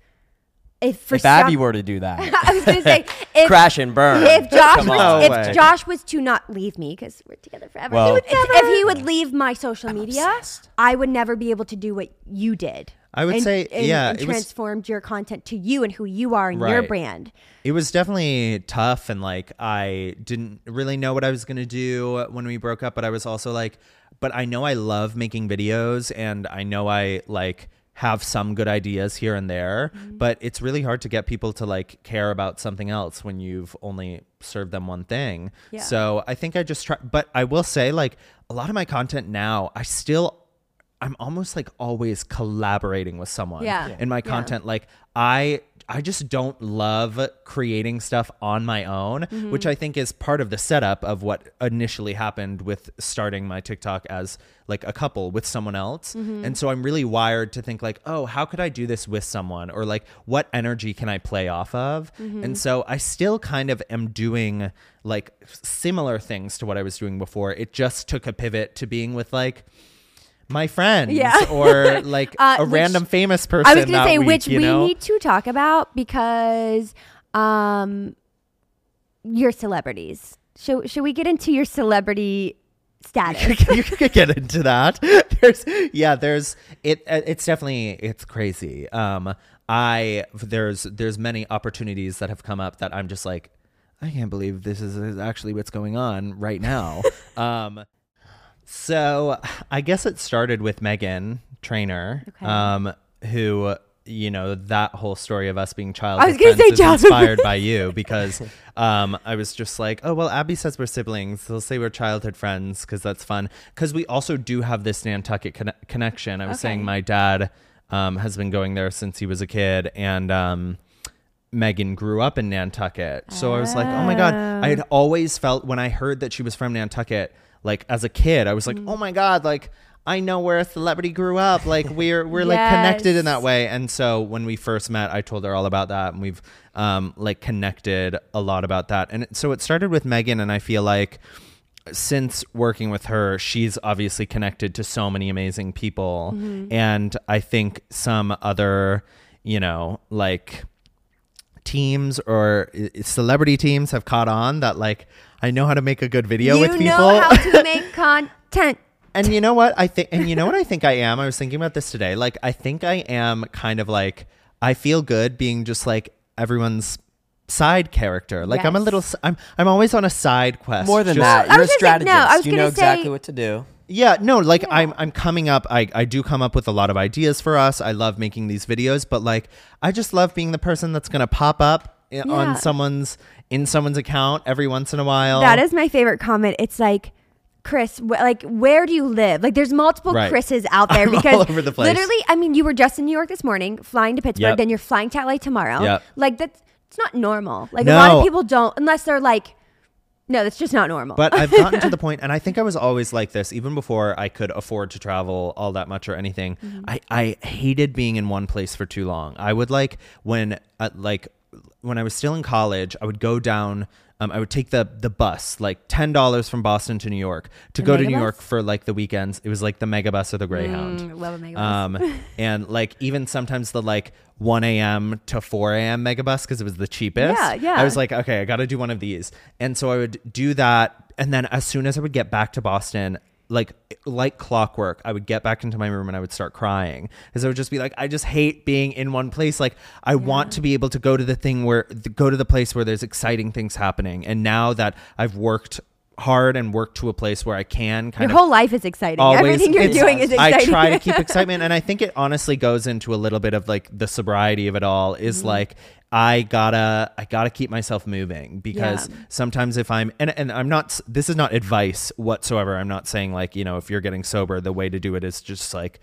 [SPEAKER 1] if for
[SPEAKER 3] If Abby
[SPEAKER 1] some-
[SPEAKER 3] were to do that,
[SPEAKER 1] I was going to say, if,
[SPEAKER 3] crash and burn.
[SPEAKER 1] if Josh,
[SPEAKER 3] Come
[SPEAKER 1] was,
[SPEAKER 2] on. No way.
[SPEAKER 1] if Josh was to not leave me because we're together forever,
[SPEAKER 3] Well-
[SPEAKER 1] he would- if, if he would leave my social media,
[SPEAKER 3] obsessed.
[SPEAKER 1] I would never be able to do what you did.
[SPEAKER 2] I would
[SPEAKER 1] and-
[SPEAKER 2] say,
[SPEAKER 1] and-
[SPEAKER 2] yeah,
[SPEAKER 1] and
[SPEAKER 2] it was-
[SPEAKER 1] transformed your content to you and who you are and your
[SPEAKER 2] Right.
[SPEAKER 1] brand.
[SPEAKER 2] It was definitely tough, and like I didn't really know what I was gonna do when we broke up, but I was also like, but I know I love making videos, and I know I like have some good ideas here and there,
[SPEAKER 1] Mm-hmm.
[SPEAKER 2] but it's really hard to get people to like care about something else when you've only served them one thing.
[SPEAKER 1] Yeah.
[SPEAKER 2] So I think I just try, but I will say, like, a lot of my content now, I still. I'm almost like always collaborating with someone
[SPEAKER 1] Yeah. Yeah.
[SPEAKER 2] in my content like i i just don't love creating stuff on my own
[SPEAKER 1] Mm-hmm.
[SPEAKER 2] which i think is part of the setup of what initially happened with starting my tiktok as like a couple with someone else
[SPEAKER 1] Mm-hmm.
[SPEAKER 2] and so i'm really wired to think like oh how could i do this with someone or like what energy can i play off of
[SPEAKER 1] Mm-hmm.
[SPEAKER 2] and so i still kind of am doing like similar things to what i was doing before it just took a pivot to being with like my friends
[SPEAKER 1] Yeah.
[SPEAKER 2] or like
[SPEAKER 1] Uh,
[SPEAKER 2] a
[SPEAKER 1] which-
[SPEAKER 2] random famous person
[SPEAKER 1] I was going
[SPEAKER 2] that
[SPEAKER 1] to say,
[SPEAKER 2] week,
[SPEAKER 1] which
[SPEAKER 2] you
[SPEAKER 1] we
[SPEAKER 2] know?
[SPEAKER 1] need to talk about because um, your celebrities. Should, should we get into your celebrity status?
[SPEAKER 2] you could get into that. There's yeah, there's it uh, it's definitely it's crazy. Um I there's there's many opportunities that have come up that I'm just like I can't believe this is- is actually what's going on right now. um so I guess it started with Megan Trainer
[SPEAKER 1] Okay.
[SPEAKER 2] um who you know that whole story of us being child
[SPEAKER 1] I was gonna
[SPEAKER 2] friends
[SPEAKER 1] say
[SPEAKER 2] is
[SPEAKER 1] child-
[SPEAKER 2] inspired by you because um, I was just like, oh well, Abby says we're siblings. They'll say we're childhood friends because that's fun. Because we also do have this Nantucket conne- connection. I was saying
[SPEAKER 1] Okay.
[SPEAKER 2] my dad um, has been going there since he was a kid, and um, Megan grew up in Nantucket. So I was like, oh my god, I had always felt when I heard that she was from Nantucket, like as a kid, I was like, oh my god, like I know where a celebrity grew up. Like we're we're like connected in that
[SPEAKER 1] Yes.
[SPEAKER 2] way. And so when we first met, I told her all about that, and we've um, like connected a lot about that. And it- so it started with Megan, and I feel like since working with her, she's obviously connected to so many amazing people,
[SPEAKER 1] Mm-hmm.
[SPEAKER 2] and I think some other, you know, like teams or uh, celebrity teams have caught on that like I know how to make a good video
[SPEAKER 1] you
[SPEAKER 2] with people.
[SPEAKER 1] know how to make content.
[SPEAKER 2] And you know what I think and you know what I think I am? I was thinking about this today. Like I think I am kind of like I feel good being just like everyone's side character. Like I'm a
[SPEAKER 1] Yes.
[SPEAKER 2] little s- I'm I'm always on a side quest.
[SPEAKER 3] More than
[SPEAKER 2] just-
[SPEAKER 3] that,
[SPEAKER 1] I
[SPEAKER 3] you're a
[SPEAKER 1] was gonna say-
[SPEAKER 3] strategist.
[SPEAKER 1] no, I was
[SPEAKER 3] you know
[SPEAKER 1] gonna say-
[SPEAKER 3] exactly what to do.
[SPEAKER 2] Yeah, no, like I'm I'm coming up I I do come up with a lot of ideas for us. I love making these videos, but like I just love being the person that's going to pop up i-
[SPEAKER 1] Yeah.
[SPEAKER 2] on someone's in someone's account every once in a while.
[SPEAKER 1] That is my favorite comment. It's like, Chris, wh- like, where do you live? Like, there's multiple
[SPEAKER 2] Right.
[SPEAKER 1] Chris's out there
[SPEAKER 2] I'm all
[SPEAKER 1] because
[SPEAKER 2] over the place.
[SPEAKER 1] literally, I mean, you were just in New York this morning, flying to Pittsburgh,
[SPEAKER 2] Yep.
[SPEAKER 1] then you're flying to LA tomorrow.
[SPEAKER 2] Yep.
[SPEAKER 1] Like, that's it's not normal. Like, a lot
[SPEAKER 2] No.
[SPEAKER 1] of people don't, unless they're like, no, that's just not normal. Mm,
[SPEAKER 2] But I've gotten to the point, and I think I was always like this, even before I could afford to travel all that much or anything.
[SPEAKER 1] Mm-hmm.
[SPEAKER 2] I, I hated being in one place for too long. I would like when uh, like when I was still in college, I would go down. Um, I would take the the bus, like ten dollars from Boston to New York, to go to New
[SPEAKER 1] megabus?
[SPEAKER 2] York for like the weekends. It was like the megabus or the Greyhound.
[SPEAKER 1] Mm, love a megabus.
[SPEAKER 2] Um, and like even sometimes the like 1 a.m. to 4 a.m. megabus because it was the cheapest.
[SPEAKER 1] Yeah, yeah.
[SPEAKER 2] I was like, okay, I got to do one of these, and so I would do that, and then as soon as I would get back to Boston. Like like clockwork, I would get back into my room and I would start crying because I would just be like, I just hate being in one place. Like I want to be able to go to the thing where th- go to the place where there's exciting things happening. And now that I've worked hard and worked to a place where I can kind
[SPEAKER 1] Your
[SPEAKER 2] of
[SPEAKER 1] whole life is exciting. Everything you're
[SPEAKER 2] it's-
[SPEAKER 1] doing is exciting.
[SPEAKER 2] I try to keep excitement, and I think it honestly goes into a little bit of like the sobriety of it all. Is
[SPEAKER 1] Mm-hmm.
[SPEAKER 2] like I gotta I gotta keep myself moving because
[SPEAKER 1] Yeah.
[SPEAKER 2] sometimes if I'm and and I'm not s- this is not advice whatsoever. I'm not saying like you know if you're getting sober, the way to do it is just like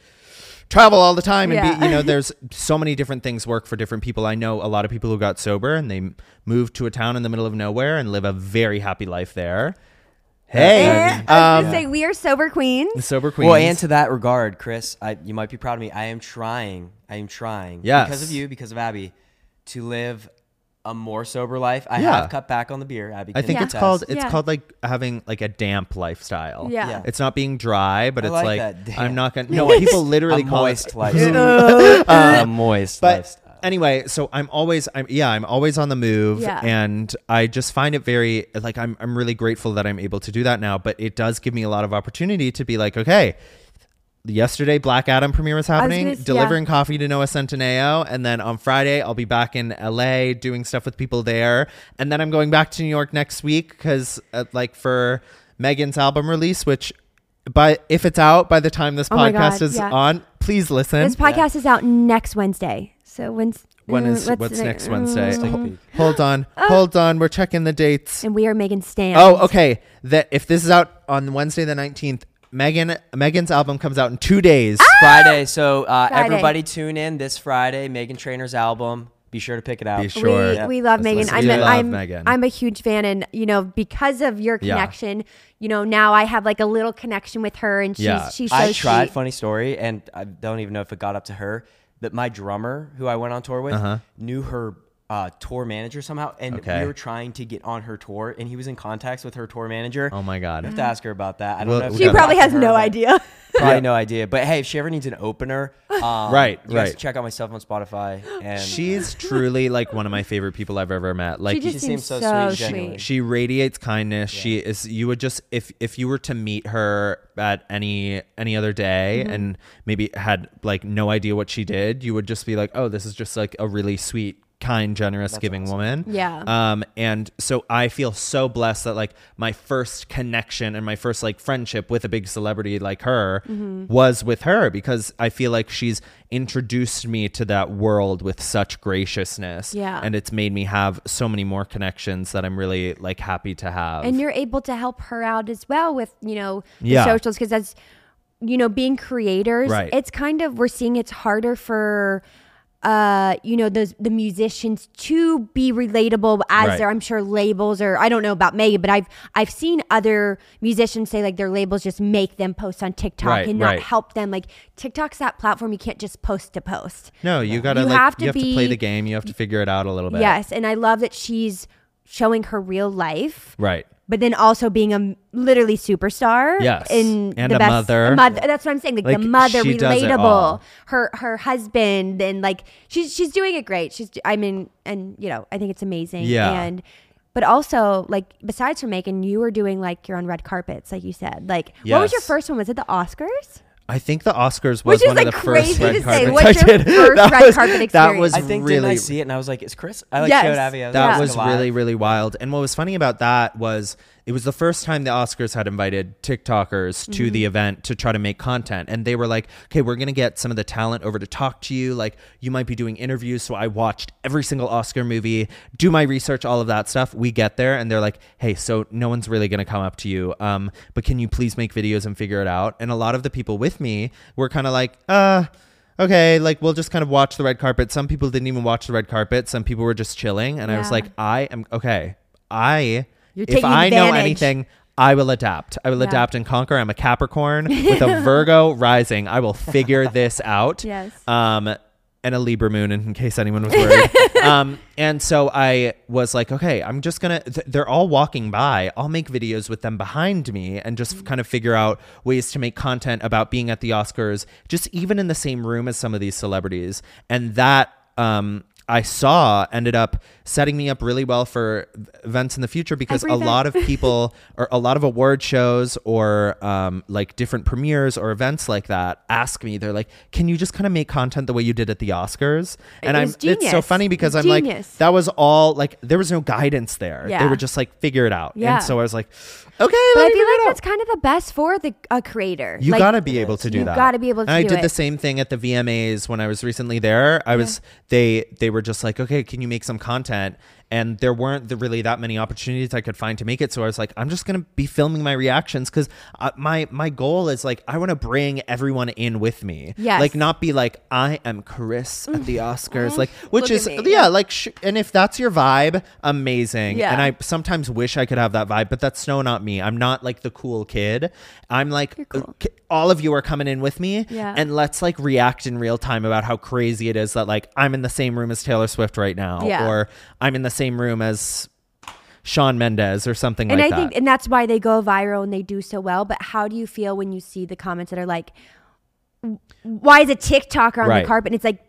[SPEAKER 2] travel all the time and be
[SPEAKER 1] Yeah.
[SPEAKER 2] you know there's so many different things work for different people i know a lot of people who got sober and they m- moved to a town in the middle of nowhere and live a very happy life there hey um,
[SPEAKER 1] Eh, I was gonna say we are sober
[SPEAKER 2] the
[SPEAKER 1] queens.
[SPEAKER 2] sober queen
[SPEAKER 3] Well, and to that regard, Chris, I, you might be proud of me. I am trying. I am trying.
[SPEAKER 2] Yes.
[SPEAKER 3] Because of you, because of Abby, to live a more sober life. I
[SPEAKER 2] Yeah.
[SPEAKER 3] have cut back on the beer. Abby,
[SPEAKER 2] I
[SPEAKER 3] can
[SPEAKER 2] think
[SPEAKER 1] Yeah.
[SPEAKER 2] it's
[SPEAKER 3] attest.
[SPEAKER 2] called it's
[SPEAKER 1] Yeah.
[SPEAKER 2] called like having like a damp lifestyle.
[SPEAKER 1] Yeah.
[SPEAKER 3] Yeah.
[SPEAKER 2] It's not being dry, but
[SPEAKER 3] I
[SPEAKER 2] it's
[SPEAKER 3] like
[SPEAKER 2] like,
[SPEAKER 3] that. Damp.
[SPEAKER 2] I'm not gonna No, people literally
[SPEAKER 3] a
[SPEAKER 2] call it-
[SPEAKER 3] moist lifestyle. a moist
[SPEAKER 2] But
[SPEAKER 1] Ah!
[SPEAKER 3] lifestyle.
[SPEAKER 2] anyway, so I'm always I'm yeah, I'm always on the move
[SPEAKER 1] Yeah.
[SPEAKER 2] and I just find it very like I'm I'm really grateful that I'm able to do that now, but it does give me a lot of opportunity to be like, okay, Yesterday, Black Adam premiere was
[SPEAKER 1] gonna
[SPEAKER 2] happening.
[SPEAKER 1] s- yeah.
[SPEAKER 2] delivering coffee to Noah Centineo, and then on Friday I'll be back in LA doing stuff with people there, and then I'm going back to New York next week because uh, like for Megan's album release, which by if it's out by the time this
[SPEAKER 1] Oh my
[SPEAKER 2] podcast
[SPEAKER 1] God,
[SPEAKER 2] is
[SPEAKER 1] yeah.
[SPEAKER 2] on, please listen.
[SPEAKER 1] This podcast is out next Wednesday. So when's
[SPEAKER 2] When
[SPEAKER 1] uh,
[SPEAKER 2] is what's,
[SPEAKER 1] the-
[SPEAKER 2] next
[SPEAKER 1] uh,
[SPEAKER 2] Wednesday?
[SPEAKER 3] Let's take a
[SPEAKER 2] Oh,
[SPEAKER 3] peek.
[SPEAKER 2] hold on, hold on. We're checking the dates.
[SPEAKER 1] mm, And we are Megan Stan.
[SPEAKER 2] Oh, okay. That if this is out on Wednesday the nineteenth, Megan Megan's album comes out in two days.
[SPEAKER 1] Ah!
[SPEAKER 3] Friday. So uh,
[SPEAKER 1] Friday.
[SPEAKER 3] everybody tune in this Friday. Megan Trainor's album. Be sure to pick it out.
[SPEAKER 2] Be sure.
[SPEAKER 1] We, we love
[SPEAKER 2] Let's
[SPEAKER 1] Megan.
[SPEAKER 2] listen.
[SPEAKER 1] I'm,
[SPEAKER 2] We
[SPEAKER 1] a,
[SPEAKER 2] love
[SPEAKER 1] I'm,
[SPEAKER 2] Megan.
[SPEAKER 1] I'm a huge fan, and you know, because of your
[SPEAKER 2] Yeah.
[SPEAKER 1] connection, you know, now I have like a little connection with her, and she's
[SPEAKER 2] Yeah.
[SPEAKER 1] she's so
[SPEAKER 3] I tried.
[SPEAKER 1] sweet.
[SPEAKER 3] Funny story, and I don't even know if it got up to her. That my drummer, who I went on tour with, knew her uh, tour manager somehow, and
[SPEAKER 2] Uh-huh. Okay.
[SPEAKER 3] we were trying to get on her tour, and he was in contacts with her tour manager.
[SPEAKER 2] Oh my
[SPEAKER 3] I have
[SPEAKER 2] god.
[SPEAKER 3] to ask her about that. I don't
[SPEAKER 2] Well,
[SPEAKER 3] know. If
[SPEAKER 2] we
[SPEAKER 3] it
[SPEAKER 1] She
[SPEAKER 2] Yeah.
[SPEAKER 3] got
[SPEAKER 1] probably
[SPEAKER 3] to
[SPEAKER 1] has
[SPEAKER 3] her,
[SPEAKER 1] no
[SPEAKER 3] but-
[SPEAKER 1] idea.
[SPEAKER 3] Probably
[SPEAKER 2] Yeah.
[SPEAKER 3] no idea. But hey, if she ever needs an opener, um,
[SPEAKER 2] Right,
[SPEAKER 3] you guys
[SPEAKER 2] right.
[SPEAKER 3] Check out my stuff on Spotify. And
[SPEAKER 2] She's truly like one of my favorite people I've ever met. Like
[SPEAKER 1] she just seems
[SPEAKER 3] seems so
[SPEAKER 1] so,
[SPEAKER 3] sweet,
[SPEAKER 1] sweet.
[SPEAKER 3] genuinely.
[SPEAKER 2] she radiates kindness. She is you would just if if you were to meet her at any any other day
[SPEAKER 1] Mm-hmm.
[SPEAKER 2] and maybe had like no idea what she did, you would just be like, "Oh, this is just like a really sweet kind generous giving woman
[SPEAKER 1] Yeah.
[SPEAKER 2] um and so i feel so blessed that like my first connection and my first like friendship with a big celebrity like her
[SPEAKER 1] Mm-hmm.
[SPEAKER 2] was with her because i feel like she's introduced me to that world with such graciousness
[SPEAKER 1] Yeah.
[SPEAKER 2] and it's made me have so many more connections that I'm really like happy to have.
[SPEAKER 1] and you're able to help her out as well with you know the
[SPEAKER 2] Yeah.
[SPEAKER 1] socials because as you know being creators
[SPEAKER 2] Right.
[SPEAKER 1] it's kind of we're seeing it's harder for uh, you know, those the musicians to be relatable as
[SPEAKER 2] Right.
[SPEAKER 1] their I'm sure labels or I don't know about Megan, but I've I've seen other musicians say like their labels just make them post on TikTok
[SPEAKER 2] Right,
[SPEAKER 1] and not
[SPEAKER 2] right.
[SPEAKER 1] help them. Like TikTok's that platform you can't just post to post.
[SPEAKER 2] No, you gotta
[SPEAKER 1] You
[SPEAKER 2] like
[SPEAKER 1] have to
[SPEAKER 2] you have to play
[SPEAKER 1] be-
[SPEAKER 2] the game. You have to figure it out a little bit.
[SPEAKER 1] Yes, and I love that she's showing her real life.
[SPEAKER 2] Right.
[SPEAKER 1] But then also being a m- literally superstar,
[SPEAKER 2] Yes.
[SPEAKER 1] in
[SPEAKER 2] And
[SPEAKER 1] the
[SPEAKER 2] a
[SPEAKER 1] best,
[SPEAKER 2] mother.
[SPEAKER 1] moth- That's what I'm saying. Like,
[SPEAKER 2] Like,
[SPEAKER 1] the mother,
[SPEAKER 2] she does it
[SPEAKER 1] relatable.
[SPEAKER 2] all.
[SPEAKER 1] Her her husband, and like she's she's doing it great. She's I mean, and you know, I think it's amazing.
[SPEAKER 2] Yeah.
[SPEAKER 1] And but also like besides from Megan, you were doing like you're on red carpets, like you said. Like what was your
[SPEAKER 2] Yes.
[SPEAKER 1] first one? Was it the Oscars?
[SPEAKER 2] I think the Oscars
[SPEAKER 1] Which
[SPEAKER 2] was
[SPEAKER 1] is
[SPEAKER 2] one
[SPEAKER 1] like
[SPEAKER 2] of the first
[SPEAKER 1] crazy
[SPEAKER 2] red
[SPEAKER 1] to say.
[SPEAKER 2] carpets
[SPEAKER 1] What's
[SPEAKER 2] I
[SPEAKER 1] your
[SPEAKER 2] did.
[SPEAKER 1] first
[SPEAKER 2] That
[SPEAKER 1] red
[SPEAKER 2] was-
[SPEAKER 1] carpet experience?
[SPEAKER 2] That was
[SPEAKER 3] I think
[SPEAKER 2] really
[SPEAKER 3] didn't I see it and I was like, "Is Chris?" I like
[SPEAKER 1] Yes.
[SPEAKER 3] showed Abby. I was
[SPEAKER 2] that
[SPEAKER 3] like,
[SPEAKER 2] was
[SPEAKER 3] alive.
[SPEAKER 2] really really wild and what was funny about that was it was the first time the oscars had invited tiktokers to the event to try to make content and they were like okay we're gonna get some of the talent over to talk to you like you might be doing interviews so i watched every single oscar movie do my research all of that stuff we get there and they're like hey so no one's really gonna come up to you um, but can you please make videos and figure it out and a lot of the people with me were kind of like uh okay, like we'll just kind of watch the red carpet. Some people didn't even watch the red carpet. Some people were just chilling, and I was
[SPEAKER 1] Yeah.
[SPEAKER 2] like, I am okay. I
[SPEAKER 1] You're
[SPEAKER 2] if
[SPEAKER 1] taking
[SPEAKER 2] I know
[SPEAKER 1] advantage.
[SPEAKER 2] anything, I will adapt. I will
[SPEAKER 1] Yeah.
[SPEAKER 2] adapt and conquer. I'm a Capricorn with a Virgo rising. I will figure this out.
[SPEAKER 1] Yes.
[SPEAKER 2] Um, and a Libra moon, in case anyone was worried. um, and so I was like, okay, I'm just gonna. Th- they're all walking by. I'll make videos with them behind me
[SPEAKER 1] Mm-hmm.
[SPEAKER 2] and just kind of figure out ways to make content about being at the Oscars, just even in the same room as some of these celebrities. And that um, I saw ended up setting me up really well for events in the future because
[SPEAKER 1] Every
[SPEAKER 2] a
[SPEAKER 1] event.
[SPEAKER 2] lot of people or a lot of award shows or um, like different premieres or events like that ask me they're like can you just kind of make content the way you did at the oscars and
[SPEAKER 1] It
[SPEAKER 2] i'm
[SPEAKER 1] was
[SPEAKER 2] it's so
[SPEAKER 1] genius.
[SPEAKER 2] funny because i'm
[SPEAKER 1] Genius.
[SPEAKER 2] like that was all like there was no guidance there they
[SPEAKER 1] Yeah.
[SPEAKER 2] were just like figure it out
[SPEAKER 1] Yeah.
[SPEAKER 2] and so i was like okay
[SPEAKER 1] But
[SPEAKER 2] let
[SPEAKER 1] I feel
[SPEAKER 2] me figure
[SPEAKER 1] like
[SPEAKER 2] it out.
[SPEAKER 1] that's kind of the best for the a creator.
[SPEAKER 2] You
[SPEAKER 1] Like,
[SPEAKER 2] gotta be able to do
[SPEAKER 1] You
[SPEAKER 2] that.
[SPEAKER 1] gotta be able to
[SPEAKER 2] And I
[SPEAKER 1] do
[SPEAKER 2] did
[SPEAKER 1] it.
[SPEAKER 2] the same thing at the VMAs when I was recently there. I was they they were just like, okay, can you make some content? And there weren't the, really that many opportunities I could find to make it. So I was like, I'm just gonna be filming my reactions because my my goal is like I want to bring everyone in with me.
[SPEAKER 1] Yes. Mm-hmm.
[SPEAKER 2] Like not be like I am Chris at the Oscars. Like
[SPEAKER 1] Look
[SPEAKER 2] which
[SPEAKER 1] at
[SPEAKER 2] is
[SPEAKER 1] me.
[SPEAKER 2] yeah like sh- and if that's your vibe, amazing.
[SPEAKER 1] Yeah.
[SPEAKER 2] And I sometimes wish I could have that vibe, but that's no not me. I'm not like the cool kid. I'm like uh,
[SPEAKER 1] cool.
[SPEAKER 2] k- all of you are coming in with me
[SPEAKER 1] Yeah.
[SPEAKER 2] and let's like react in real time about how crazy it is that like I'm in the same room as Taylor Swift right now
[SPEAKER 1] Yeah.
[SPEAKER 2] or I'm in the same room as Sean Mendez or something
[SPEAKER 1] and
[SPEAKER 2] like
[SPEAKER 1] I
[SPEAKER 2] that.
[SPEAKER 1] think, and that's why they go viral and they do so well. But how do you feel when you see the comments that are like, "W- "Why is a TikToker on
[SPEAKER 2] Right.
[SPEAKER 1] the carpet?" And it's like,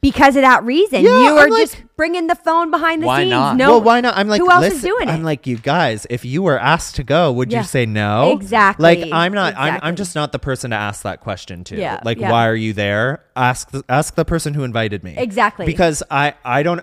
[SPEAKER 1] because of that reason,
[SPEAKER 2] Yeah,
[SPEAKER 1] you are
[SPEAKER 2] I'm like-
[SPEAKER 1] just bringing the phone behind the
[SPEAKER 3] Why
[SPEAKER 1] scenes.
[SPEAKER 3] not?
[SPEAKER 1] No,
[SPEAKER 2] well, why not? I'm like,
[SPEAKER 1] who else is
[SPEAKER 2] listen-
[SPEAKER 1] doing it?
[SPEAKER 2] I'm like, you guys, if you were asked to go, would
[SPEAKER 1] Yeah.
[SPEAKER 2] you say no?
[SPEAKER 1] Exactly.
[SPEAKER 2] Like, I'm not. I'm,
[SPEAKER 1] Exactly.
[SPEAKER 2] I'm just not the person to ask that question to.
[SPEAKER 1] Yeah.
[SPEAKER 2] Like,
[SPEAKER 1] Yeah.
[SPEAKER 2] why are you there? Ask the, ask the person who invited me.
[SPEAKER 1] Exactly.
[SPEAKER 2] Because I I don't.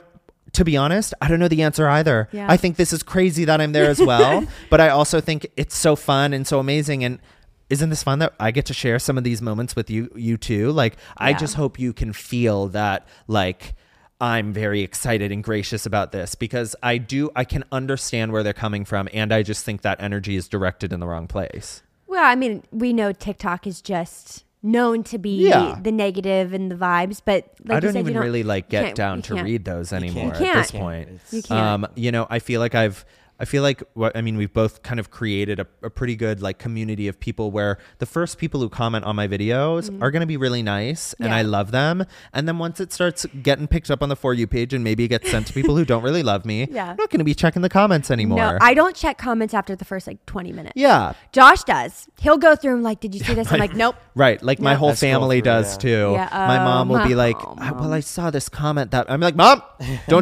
[SPEAKER 2] To be honest, I don't know the answer either.
[SPEAKER 1] Yeah.
[SPEAKER 2] I think this is crazy that I'm there as well, but I also think it's so fun and so amazing and. Isn't this fun that I get to share some of these moments with you you too? Like I
[SPEAKER 1] Yeah.
[SPEAKER 2] just hope you can feel that like I'm very excited and gracious about this because I do I can understand where they're coming from and I just think that energy is directed in the wrong place.
[SPEAKER 1] Well, I mean, we know TikTok is just known to be
[SPEAKER 2] Yeah.
[SPEAKER 1] the negative and the vibes, but like
[SPEAKER 2] I
[SPEAKER 1] you
[SPEAKER 2] don't
[SPEAKER 1] said,
[SPEAKER 2] even
[SPEAKER 1] you
[SPEAKER 2] really like
[SPEAKER 1] you
[SPEAKER 2] get
[SPEAKER 1] can't-
[SPEAKER 2] down
[SPEAKER 1] you
[SPEAKER 2] to
[SPEAKER 1] can't.
[SPEAKER 2] read those anymore at
[SPEAKER 1] can't.
[SPEAKER 2] this
[SPEAKER 1] You
[SPEAKER 2] point.
[SPEAKER 1] You can't.
[SPEAKER 2] Um, you know, I feel like I've I feel like what I mean, we've both kind of created a, a pretty good like community of people where the first people who comment on my videos are gonna be really nice and I
[SPEAKER 1] Mm-hmm. Yeah.
[SPEAKER 2] love them. And then once it starts getting picked up on the for you page and maybe it gets sent to people who don't really love me,
[SPEAKER 1] Yeah.
[SPEAKER 2] I'm not gonna be checking the comments anymore.
[SPEAKER 1] no, I don't check comments after the first like 20 minutes.
[SPEAKER 2] yeah.
[SPEAKER 1] Josh does. He'll go through and like, did you see this? I'm like, nope.
[SPEAKER 2] Right, like my
[SPEAKER 1] Yeah.
[SPEAKER 2] whole
[SPEAKER 3] I scroll
[SPEAKER 2] family
[SPEAKER 3] through,
[SPEAKER 2] does
[SPEAKER 3] yeah.
[SPEAKER 2] too.
[SPEAKER 1] Yeah,
[SPEAKER 2] my mom
[SPEAKER 1] oh,
[SPEAKER 2] will be like,
[SPEAKER 1] mom.
[SPEAKER 2] "Ah, "Well, I saw this comment that I'm like, Mom, don't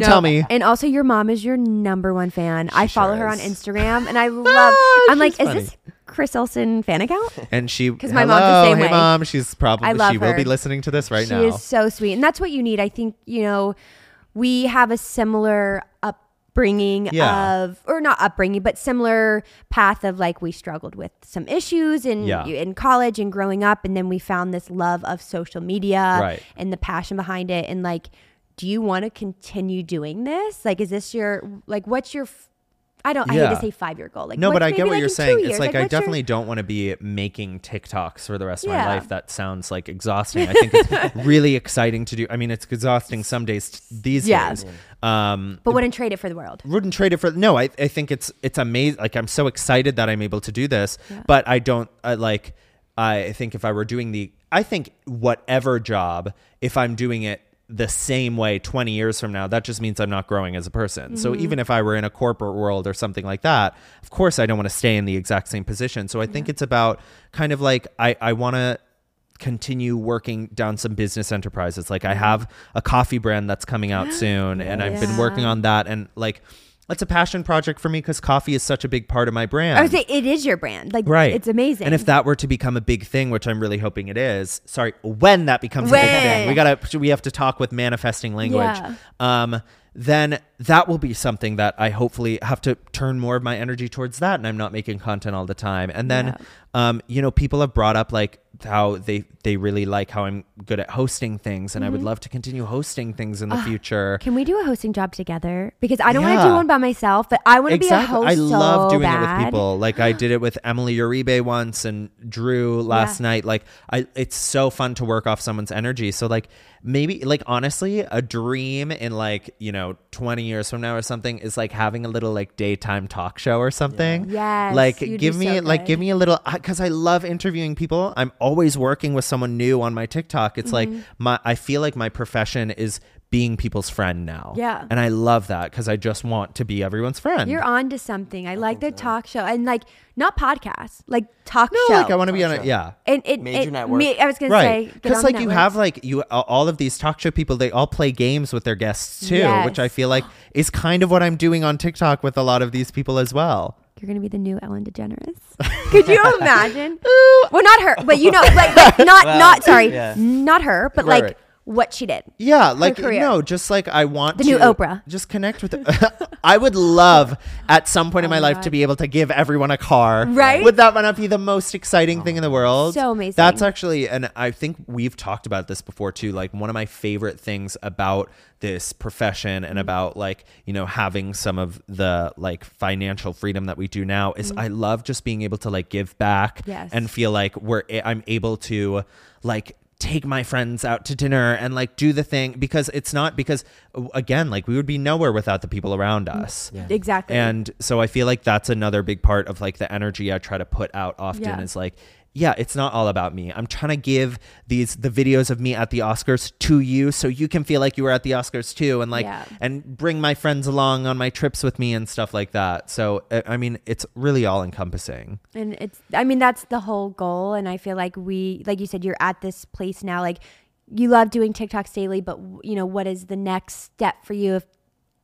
[SPEAKER 1] No.
[SPEAKER 2] tell me."
[SPEAKER 1] And also, your mom is your number one fan. I follow
[SPEAKER 2] sure
[SPEAKER 1] her on
[SPEAKER 2] is.
[SPEAKER 1] Instagram, and I love. I'm like,
[SPEAKER 2] she's
[SPEAKER 1] is this Chris Olsen fan account?
[SPEAKER 2] And she, because
[SPEAKER 1] my mom's the same
[SPEAKER 2] hey
[SPEAKER 1] way.
[SPEAKER 2] mom, she's probably
[SPEAKER 1] I love
[SPEAKER 2] she will
[SPEAKER 1] her.
[SPEAKER 2] be listening to this right
[SPEAKER 1] she
[SPEAKER 2] now.
[SPEAKER 1] is so sweet, and that's what you need. I think you know, we have a similar upbringing
[SPEAKER 2] Yeah.
[SPEAKER 1] of, or not upbringing, but similar path of like we struggled with some issues in
[SPEAKER 2] Yeah.
[SPEAKER 1] in college and growing up, and then we found this love of social media
[SPEAKER 2] Right.
[SPEAKER 1] and the passion behind it, and like. Do you want to continue doing this? Like, is this your like? What's your f- I don't. I hate
[SPEAKER 2] Yeah.
[SPEAKER 1] to say five year goal. Like
[SPEAKER 2] No,
[SPEAKER 1] what's
[SPEAKER 2] but I
[SPEAKER 1] maybe
[SPEAKER 2] get what
[SPEAKER 1] like
[SPEAKER 2] you're
[SPEAKER 1] in two
[SPEAKER 2] saying. It's
[SPEAKER 1] years?
[SPEAKER 2] like, I
[SPEAKER 1] what's your-
[SPEAKER 2] definitely don't want to be making TikToks for the rest of
[SPEAKER 1] Yeah.
[SPEAKER 2] my life. That sounds like exhausting. I think it's really exciting to do. I mean, it's exhausting some days t- these
[SPEAKER 1] Yeah.
[SPEAKER 2] days. Um,
[SPEAKER 1] but wouldn't trade it for the world.
[SPEAKER 2] wouldn't trade it for no. I, I think it's it's amazing. Like I'm so excited that I'm able to do this, but I don't I, like. I think if I were doing the, I think whatever job, if I'm doing it the same way 20 years from now, that just means I'm not growing as a person. So even if I were in a corporate world or something like that, of course I don't want to stay in the exact same position. So I think it's about kind of like I I want to continue working down some business enterprises. Like I have a coffee brand that's coming out soon and I've been
[SPEAKER 1] Yeah.
[SPEAKER 2] working on that and like that's a passion project for me cuz coffee is such a big part of my brand.
[SPEAKER 1] I would say it is your brand. Like
[SPEAKER 2] right.
[SPEAKER 1] it's amazing.
[SPEAKER 2] And if that were to become a big thing, which I'm really hoping it is, sorry, when that becomes a big
[SPEAKER 1] When.
[SPEAKER 2] thing. We got to we have to talk with manifesting language.
[SPEAKER 1] Yeah.
[SPEAKER 2] Um then that will be something that I hopefully have to turn more of my energy towards that and I'm not making content all the time. And then
[SPEAKER 1] Yeah.
[SPEAKER 2] um, you know, people have brought up like how they they really like how I'm good at hosting things, and I would
[SPEAKER 1] Mm-hmm.
[SPEAKER 2] love to continue hosting things in the
[SPEAKER 1] Ah,
[SPEAKER 2] future.
[SPEAKER 1] Can we do a hosting job together? Because I don't want to do
[SPEAKER 2] Yeah.
[SPEAKER 1] one by myself, but I want to be a host.
[SPEAKER 2] I love
[SPEAKER 1] so
[SPEAKER 2] doing it with
[SPEAKER 1] bad.
[SPEAKER 2] people. Like I did it with Emily Uribe once and Drew last night. Like I, it's so fun to work off someone's energy. So like maybe like honestly, a dream in like you know twenty years from now or something is like having a little like daytime talk show or something.
[SPEAKER 1] Yes,
[SPEAKER 2] like
[SPEAKER 1] you'd
[SPEAKER 2] give
[SPEAKER 1] be
[SPEAKER 2] me
[SPEAKER 1] so
[SPEAKER 2] like give
[SPEAKER 1] good.
[SPEAKER 2] me a little because I love interviewing people. I'm always working with someone new on my TikTok. It's
[SPEAKER 1] Mm-hmm.
[SPEAKER 2] like my I feel like my profession is being people's friend now.
[SPEAKER 1] Yeah.
[SPEAKER 2] And I love that because I just want to be everyone's friend.
[SPEAKER 1] You're on to something.
[SPEAKER 2] Oh,
[SPEAKER 1] I like the talk show and like not podcasts, like talk
[SPEAKER 2] No,
[SPEAKER 1] show.
[SPEAKER 2] like I want to be on a yeah.
[SPEAKER 1] and it,
[SPEAKER 3] Major
[SPEAKER 1] it-
[SPEAKER 3] network.
[SPEAKER 1] Me, I was gonna
[SPEAKER 2] Right,
[SPEAKER 1] say
[SPEAKER 2] because like you have like you all of these talk show people, they all play games with their guests too, which I
[SPEAKER 1] Yes.
[SPEAKER 2] feel like is kind of what I'm doing on TikTok with a lot of these people as well.
[SPEAKER 1] you're gonna be the new Ellen DeGeneres. Could you imagine? well, not her, but you know, like, like, not
[SPEAKER 3] Well,
[SPEAKER 1] not sorry,
[SPEAKER 3] yeah.
[SPEAKER 1] not her, but
[SPEAKER 2] Right,
[SPEAKER 1] like
[SPEAKER 2] right.
[SPEAKER 1] what she did.
[SPEAKER 2] Yeah, like
[SPEAKER 1] career.
[SPEAKER 2] no, just like I want
[SPEAKER 1] The
[SPEAKER 2] to
[SPEAKER 1] new Oprah.
[SPEAKER 2] Just connect with. I would love at some point in my
[SPEAKER 1] Oh my
[SPEAKER 2] life
[SPEAKER 1] God.
[SPEAKER 2] to be able to give everyone a car.
[SPEAKER 1] Right?
[SPEAKER 2] Would that not be the most exciting thing in the world?
[SPEAKER 1] So amazing.
[SPEAKER 2] That's actually, and I think we've talked about this before too. Like one of my favorite things about this profession
[SPEAKER 1] Mm-hmm.
[SPEAKER 2] and about like you know having some of the like financial freedom that we do now is I love just being able to like give back
[SPEAKER 1] Mm-hmm. Yes.
[SPEAKER 2] and feel like we're I'm able to like take my friends out to dinner and like do the thing because it's not because again like we would be nowhere without the people around
[SPEAKER 1] Mm.
[SPEAKER 2] us.
[SPEAKER 1] Exactly.
[SPEAKER 2] And so I feel like that's another big part of like the energy I try to put out often
[SPEAKER 1] Yeah.
[SPEAKER 2] is like yeah, it's not all about me. I'm trying to give these the videos of me at the Oscars to you so you can feel like you were at the Oscars too and like
[SPEAKER 1] Yeah.
[SPEAKER 2] and bring my friends along on my trips with me and stuff like that. So I I mean, it's really all encompassing.
[SPEAKER 1] And it's, I mean, that's the whole goal. And I feel like we, like you said, you're at this place now. Like you love doing TikToks daily, but you know, what is the next step for you if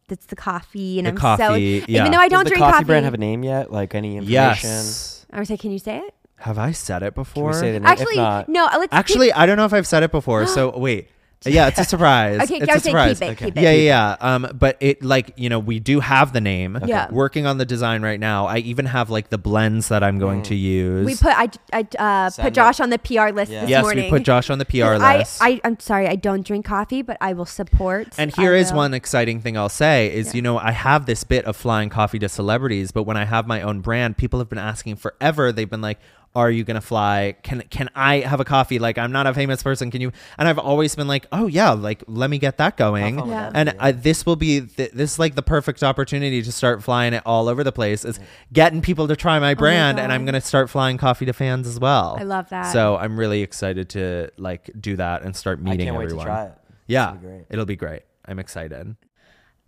[SPEAKER 1] that's the coffee? And
[SPEAKER 2] The
[SPEAKER 1] I'm
[SPEAKER 2] coffee,
[SPEAKER 1] so,
[SPEAKER 2] yeah.
[SPEAKER 1] even though I
[SPEAKER 3] Does
[SPEAKER 1] don't
[SPEAKER 3] the
[SPEAKER 1] drink
[SPEAKER 3] coffee,
[SPEAKER 1] coffee.
[SPEAKER 3] brand have a name yet? Like any information?
[SPEAKER 2] Yes.
[SPEAKER 1] I would say, can you say it?
[SPEAKER 2] Have I said it
[SPEAKER 3] Can
[SPEAKER 2] before?
[SPEAKER 3] we say the name?
[SPEAKER 1] Actually,
[SPEAKER 3] if not,
[SPEAKER 1] no, let's keep-
[SPEAKER 2] Actually, I don't know if I've said it before. So wait. Yeah, it's a surprise.
[SPEAKER 1] Okay, I
[SPEAKER 2] it's
[SPEAKER 1] would
[SPEAKER 2] a
[SPEAKER 1] say
[SPEAKER 2] surprise.
[SPEAKER 1] keep it, keep it.
[SPEAKER 2] Yeah, yeah, yeah. Um, but it like you know we do have the name.
[SPEAKER 1] Yeah.
[SPEAKER 2] Working on the design right now. I even have like the blends that I'm
[SPEAKER 1] Mm.
[SPEAKER 2] going to use.
[SPEAKER 1] we put, I, I uh,
[SPEAKER 3] Send
[SPEAKER 1] put
[SPEAKER 3] it.
[SPEAKER 1] Josh on the PR list
[SPEAKER 3] Yeah.
[SPEAKER 1] this
[SPEAKER 2] yes,
[SPEAKER 1] morning.
[SPEAKER 2] we put Josh on the PR
[SPEAKER 1] I,
[SPEAKER 2] list.
[SPEAKER 1] I, I'm sorry, I don't drink coffee, but I will support.
[SPEAKER 2] And
[SPEAKER 1] I
[SPEAKER 2] here is
[SPEAKER 1] will.
[SPEAKER 2] one exciting thing I'll say is, you know, I have this bit of flying coffee to celebrities, but when I have my own brand, people have been asking forever. They've been like, are you gonna fly? Can can I have a coffee? Like I'm not a famous person. Can you? And I've always been like, oh yeah, like let me get that going.
[SPEAKER 3] follow
[SPEAKER 1] Yeah. that,
[SPEAKER 2] And I, this will be th- this is like the perfect opportunity to start flying it all over the place. Is getting people to try my brand, and I'm
[SPEAKER 1] Oh God.
[SPEAKER 2] gonna start flying coffee to fans as well.
[SPEAKER 1] I love that.
[SPEAKER 2] So I'm really excited to like do that and start
[SPEAKER 3] I
[SPEAKER 2] meeting
[SPEAKER 3] can't wait
[SPEAKER 2] everyone.
[SPEAKER 3] to try it.
[SPEAKER 2] Yeah,
[SPEAKER 3] It'll be great.
[SPEAKER 2] it'll be great. I'm excited.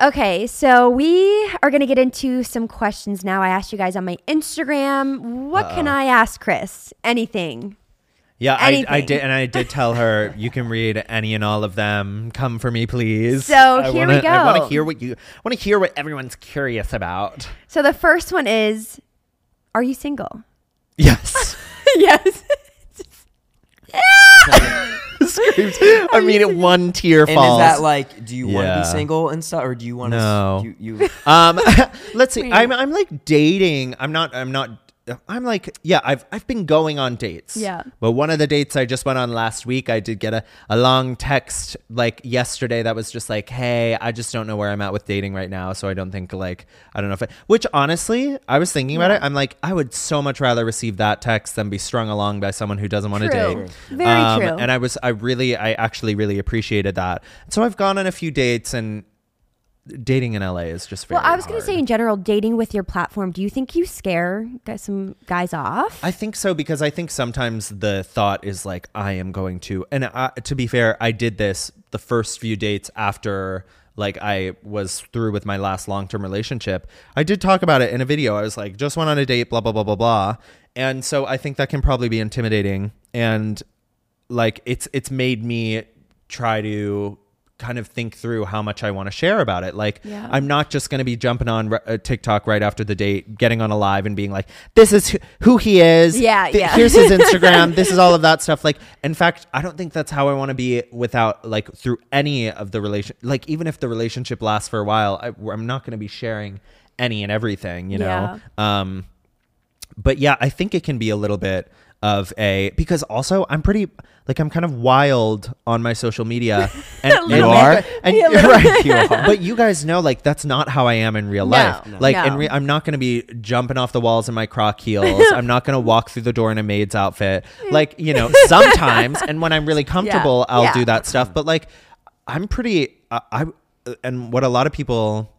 [SPEAKER 1] Okay, so we are going to get into some questions now. I asked you guys on my Instagram. What can I ask Chris? Anything.
[SPEAKER 2] Yeah, I, I
[SPEAKER 1] Anything.
[SPEAKER 2] did, and I did tell her you can read any and all of them. Come for me, please.
[SPEAKER 1] So,
[SPEAKER 2] I
[SPEAKER 1] here
[SPEAKER 2] wanna-
[SPEAKER 1] we
[SPEAKER 2] I want to
[SPEAKER 1] go.
[SPEAKER 2] hear what you want to hear what everyone's curious about.
[SPEAKER 1] So the first one is Are you single?
[SPEAKER 2] Yes,
[SPEAKER 1] yes.
[SPEAKER 2] Screams. I mean, it one tear
[SPEAKER 3] And
[SPEAKER 2] falls.
[SPEAKER 3] is that like, do you want to
[SPEAKER 2] Yeah.
[SPEAKER 3] be single and stuff, or do you want to?
[SPEAKER 2] No.
[SPEAKER 3] You, you,
[SPEAKER 2] um, let's see. I'm I'm like dating. I'm not. I'm not I'm like, yeah, I've I've been going on dates.
[SPEAKER 1] Yeah.
[SPEAKER 2] But one of the dates I just went on last week, I did get a, a long text like yesterday that was just like, hey, I just don't know where I'm at with dating right now. So I don't think like I don't know if I which honestly, I was thinking about it. I'm like, I would so much rather receive that text than be strung along by someone who doesn't want to
[SPEAKER 1] True.
[SPEAKER 2] date. Um,
[SPEAKER 1] Very true.
[SPEAKER 2] And I was I really I actually really appreciated that. So I've gone on a few dates and dating in LA is just very
[SPEAKER 1] Well, I was going
[SPEAKER 2] hard.
[SPEAKER 1] to say in general, dating with your platform. Do you think you scare guys, some guys off?
[SPEAKER 2] I think so because I think sometimes the thought is like I am going to and I, to be fair, I did this the first few dates after like I was through with my last long-term relationship. I did talk about it in a video. I was like just went on a date blah blah blah blah blah. And so I think that can probably be intimidating and like it's it's made me try to kind of think through how much I want to share about it. Like
[SPEAKER 1] Yeah.
[SPEAKER 2] I'm not just going to be jumping on uh, TikTok right after the date, getting on a live and being like, "This is who, who he is.
[SPEAKER 1] Yeah,
[SPEAKER 2] Th-
[SPEAKER 1] yeah.
[SPEAKER 2] Here's his Instagram. this is all of that stuff." Like, in fact, I don't think that's how I want to be without like through any of the relation. Like, even if the relationship lasts for a while, I, I'm not going to be sharing any and everything. You know. Um but yeah, I think it can be a little bit of a because also I'm pretty like I'm kind of wild on my social media. And
[SPEAKER 1] little You bit.
[SPEAKER 3] are?
[SPEAKER 2] and
[SPEAKER 1] Yeah, a little
[SPEAKER 2] right, you are. But you guys know like that's not how I am in real
[SPEAKER 1] No,
[SPEAKER 2] life.
[SPEAKER 1] no.
[SPEAKER 2] Like in
[SPEAKER 1] No.
[SPEAKER 2] re- I'm not going to be jumping off the walls in my croc heels. I'm not going to walk through the door in a maid's outfit. Like you know, sometimes and when I'm really comfortable, I'll
[SPEAKER 1] yeah.
[SPEAKER 2] do that stuff. But like I'm pretty. I, I and what a lot of people,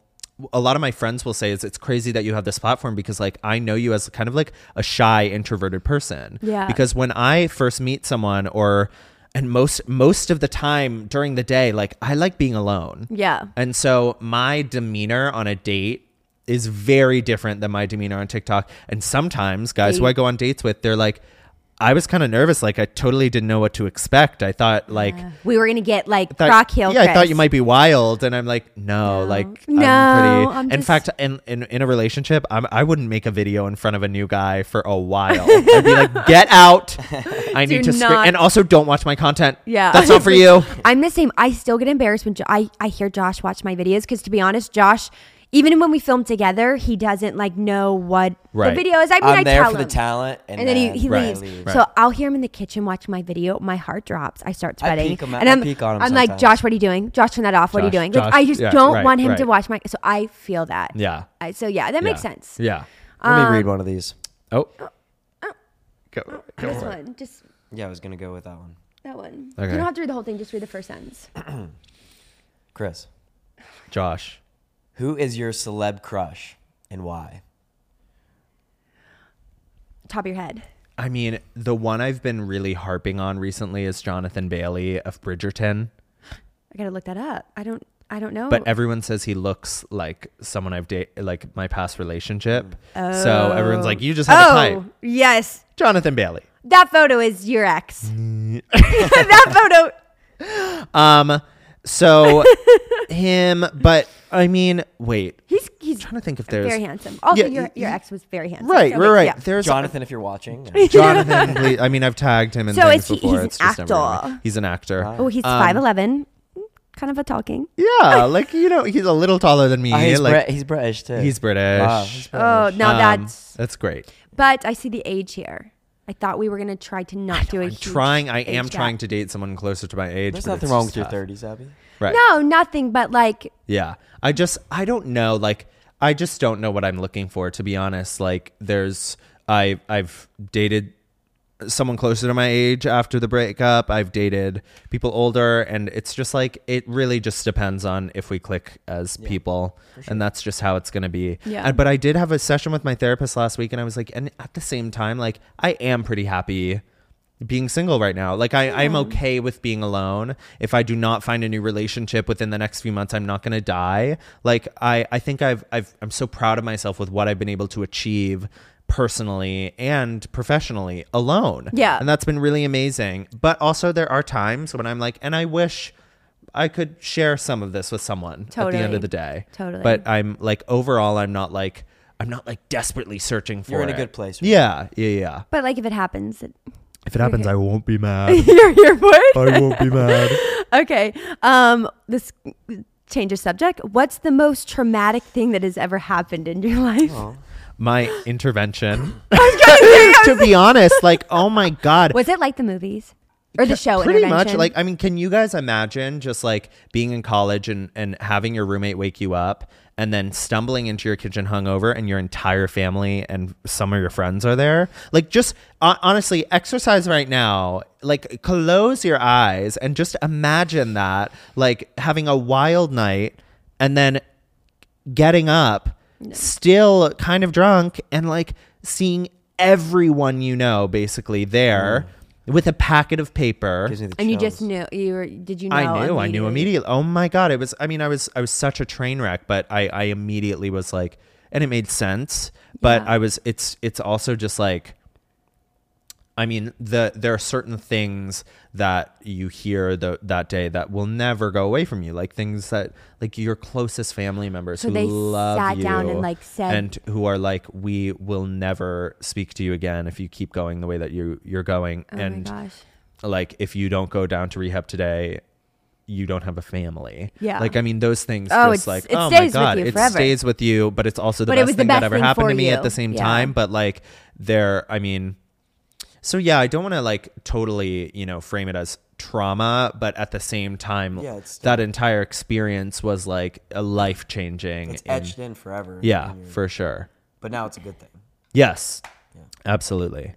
[SPEAKER 2] a lot of my friends will say is it's crazy that you have this platform because like I know you as kind of like a shy introverted person.
[SPEAKER 1] Yeah.
[SPEAKER 2] Because when I first meet someone or and most most of the time during the day, like I like being alone.
[SPEAKER 1] yeah.
[SPEAKER 2] And so my demeanor on a date is very different than my demeanor on TikTok. And sometimes guys who I go on dates with, they're like, I was kind of nervous. Like I totally didn't know what to expect. I thought like
[SPEAKER 1] We were going to get like
[SPEAKER 2] thought-
[SPEAKER 1] rock heel.
[SPEAKER 2] Yeah, I thought
[SPEAKER 1] Chris.
[SPEAKER 2] you might be wild, and I'm like, no, like I'm
[SPEAKER 1] No,
[SPEAKER 2] pretty.
[SPEAKER 1] I'm
[SPEAKER 2] in
[SPEAKER 1] just-
[SPEAKER 2] fact, in, in in a relationship, I'm, I wouldn't make a video in front of a new guy for a while. I'd be like, get out. I
[SPEAKER 1] Do
[SPEAKER 2] need to, scre-
[SPEAKER 1] not-
[SPEAKER 2] and also don't watch my content.
[SPEAKER 1] Yeah.
[SPEAKER 2] that's not for you.
[SPEAKER 1] I'm the same. I still get embarrassed when jo- I, I hear Josh watch my videos because, to be honest, Josh, even when we film together, he doesn't like know what
[SPEAKER 2] Right.
[SPEAKER 1] the video is. I mean,
[SPEAKER 3] I'm
[SPEAKER 1] I
[SPEAKER 3] there
[SPEAKER 1] tell
[SPEAKER 3] for
[SPEAKER 1] him.
[SPEAKER 3] the talent, and,
[SPEAKER 1] and then he, he
[SPEAKER 2] Right.
[SPEAKER 1] leaves.
[SPEAKER 2] leaves.
[SPEAKER 1] So I'll hear him in the kitchen watching my video. My heart drops. I start
[SPEAKER 3] I
[SPEAKER 1] sweating.
[SPEAKER 3] peek him out-
[SPEAKER 1] and
[SPEAKER 3] I
[SPEAKER 1] I'm,
[SPEAKER 3] peek on him
[SPEAKER 1] I'm like,
[SPEAKER 3] sometimes.
[SPEAKER 1] Josh, what are you doing? Josh, turn that off. What are you
[SPEAKER 2] Josh,
[SPEAKER 1] doing? Like,
[SPEAKER 2] Josh,
[SPEAKER 1] I just
[SPEAKER 2] yeah,
[SPEAKER 1] don't
[SPEAKER 2] right,
[SPEAKER 1] want him to
[SPEAKER 2] right.
[SPEAKER 1] watch my. So I feel that.
[SPEAKER 2] Yeah,
[SPEAKER 1] I, so yeah, that makes
[SPEAKER 2] Yeah.
[SPEAKER 1] sense.
[SPEAKER 2] Yeah.
[SPEAKER 3] Let
[SPEAKER 1] um,
[SPEAKER 3] me read one of these.
[SPEAKER 2] Oh. Go, go
[SPEAKER 1] This
[SPEAKER 2] for it.
[SPEAKER 1] one, just
[SPEAKER 3] Yeah, I was gonna go with that one.
[SPEAKER 1] that one.
[SPEAKER 2] Okay.
[SPEAKER 1] You don't have to read the whole thing. Just read the first sentence.
[SPEAKER 3] Chris,
[SPEAKER 2] Josh.
[SPEAKER 3] who is your celeb crush and why?
[SPEAKER 1] Top of your head.
[SPEAKER 2] I mean, the one I've been really harping on recently is Jonathan Bailey of Bridgerton.
[SPEAKER 1] I gotta look that up. I don't. I don't know.
[SPEAKER 2] but everyone says he looks like someone I've dated, like my past relationship. So everyone's like, you just have
[SPEAKER 1] oh,
[SPEAKER 2] a type.
[SPEAKER 1] yes.
[SPEAKER 2] Jonathan Bailey.
[SPEAKER 1] That photo is your ex. that photo.
[SPEAKER 2] Um, so him, but I mean, wait,
[SPEAKER 1] He's he's
[SPEAKER 2] I'm trying to think if there's
[SPEAKER 1] very handsome. Also,
[SPEAKER 2] Yeah,
[SPEAKER 1] your, your
[SPEAKER 2] y-
[SPEAKER 1] ex was very handsome.
[SPEAKER 2] right,
[SPEAKER 1] So
[SPEAKER 2] right,
[SPEAKER 1] it's-
[SPEAKER 2] right.
[SPEAKER 1] yeah.
[SPEAKER 2] There's
[SPEAKER 3] Jonathan, if you're watching.
[SPEAKER 2] Jonathan. Lee- I mean, I've tagged him in
[SPEAKER 1] So
[SPEAKER 2] things
[SPEAKER 1] it's- he-
[SPEAKER 2] before.
[SPEAKER 1] he's an
[SPEAKER 2] it's just never gonna-
[SPEAKER 1] actor.
[SPEAKER 2] He's an actor.
[SPEAKER 1] Oh, he's five eleven. Kind of a talking.
[SPEAKER 2] Yeah, like you know, he's a little taller than me.
[SPEAKER 3] Oh, he's,
[SPEAKER 2] like
[SPEAKER 3] Brit- he's British too.
[SPEAKER 2] he's British.
[SPEAKER 3] Wow, he's British.
[SPEAKER 1] Oh, now
[SPEAKER 2] Um,
[SPEAKER 1] that's.
[SPEAKER 2] that's great.
[SPEAKER 1] But I see the age here. I thought we were gonna try to not do a.
[SPEAKER 2] I'm
[SPEAKER 1] huge
[SPEAKER 2] trying. I
[SPEAKER 1] age
[SPEAKER 2] am
[SPEAKER 1] gap.
[SPEAKER 2] trying to date someone closer to my age.
[SPEAKER 3] There's
[SPEAKER 2] but
[SPEAKER 3] nothing
[SPEAKER 2] it's
[SPEAKER 3] wrong
[SPEAKER 2] just
[SPEAKER 3] with your
[SPEAKER 2] tough.
[SPEAKER 3] 30s, Abby.
[SPEAKER 2] Right.
[SPEAKER 1] No, nothing. But like,
[SPEAKER 2] Yeah. I just I don't know like I just don't know what I'm looking for to be honest. Like there's I I've dated someone closer to my age after the breakup. I've dated people older and it's just like it really just depends on if we click as people and that's just how it's going to be.
[SPEAKER 1] Yeah.
[SPEAKER 2] And, but I did have a session with my therapist last week and I was like and at the same time like I am pretty happy being single right now. Like I, I'm okay with being alone. If I do not find a new relationship within the next few months, I'm not gonna die. Like I, I think I've I've I'm so proud of myself with what I've been able to achieve personally and professionally alone.
[SPEAKER 1] Yeah.
[SPEAKER 2] And that's been really amazing. But also there are times when I'm like, and I wish I could share some of this with someone at the end
[SPEAKER 1] Totally.
[SPEAKER 2] of the day.
[SPEAKER 1] Totally.
[SPEAKER 2] But I'm like overall I'm not like I'm not like desperately searching for
[SPEAKER 3] You're in a
[SPEAKER 2] it.
[SPEAKER 3] good place right
[SPEAKER 2] Yeah, yeah, yeah.
[SPEAKER 1] but like if it happens, it,
[SPEAKER 2] If it happens, I won't be mad.
[SPEAKER 1] you're here for it.
[SPEAKER 2] I won't be mad.
[SPEAKER 1] Okay. Um, this changes subject. What's the most traumatic thing that has ever happened in your life?
[SPEAKER 3] Oh.
[SPEAKER 2] my intervention. to be honest, like, oh my God.
[SPEAKER 1] Was it like the movies or the show?
[SPEAKER 2] Pretty much.
[SPEAKER 1] Intervention?
[SPEAKER 2] Like, I mean, can you guys imagine just like being in college and, and having your roommate wake you up and then stumbling into your kitchen hungover and your entire family and some of your friends are there? Like, just uh, honestly, exercise right now. Like, close your eyes and just imagine that, like, having a wild night and then getting up, still kind of drunk, and like seeing everyone you know basically there with a packet of paper.
[SPEAKER 3] Gives me the
[SPEAKER 1] and you just
[SPEAKER 3] chills.
[SPEAKER 1] knew you were. Did you know?
[SPEAKER 2] I knew, I knew immediately. Oh my god, it was. I mean, I was, I was such a train wreck, but I, I immediately was like, and it made sense. But
[SPEAKER 1] Yeah.
[SPEAKER 2] I was, it's, it's also just like, I mean, the there are certain things that you hear the, that day that will never go away from you, like things that like your closest family members
[SPEAKER 1] So
[SPEAKER 2] who
[SPEAKER 1] they
[SPEAKER 2] love
[SPEAKER 1] sat
[SPEAKER 2] you
[SPEAKER 1] down and, like, said-
[SPEAKER 2] and who are like, we will never speak to you again if you keep going the way that you you're going,
[SPEAKER 1] Oh
[SPEAKER 2] and
[SPEAKER 1] my gosh.
[SPEAKER 2] like if you don't go down to rehab today you don't have a family
[SPEAKER 1] Yeah.
[SPEAKER 2] like i mean those things
[SPEAKER 1] Oh,
[SPEAKER 2] just
[SPEAKER 1] it's-
[SPEAKER 2] like
[SPEAKER 1] it
[SPEAKER 2] oh
[SPEAKER 1] stays with
[SPEAKER 2] my god
[SPEAKER 1] you
[SPEAKER 2] it
[SPEAKER 1] forever.
[SPEAKER 2] stays with you but it's also the
[SPEAKER 1] But it
[SPEAKER 2] best
[SPEAKER 1] was the
[SPEAKER 2] thing
[SPEAKER 1] best
[SPEAKER 2] that ever
[SPEAKER 1] thing
[SPEAKER 2] happened to
[SPEAKER 1] for
[SPEAKER 2] me at
[SPEAKER 1] you.
[SPEAKER 2] the same
[SPEAKER 1] Yeah.
[SPEAKER 2] time but like there i mean so yeah i don't want to like totally you know frame it as trauma but at the same time
[SPEAKER 3] Yeah, it's still-
[SPEAKER 2] that entire experience was like a life changing
[SPEAKER 3] It's etched in forever.
[SPEAKER 2] yeah
[SPEAKER 3] in your-
[SPEAKER 2] for sure
[SPEAKER 3] But now it's a good thing.
[SPEAKER 2] yes absolutely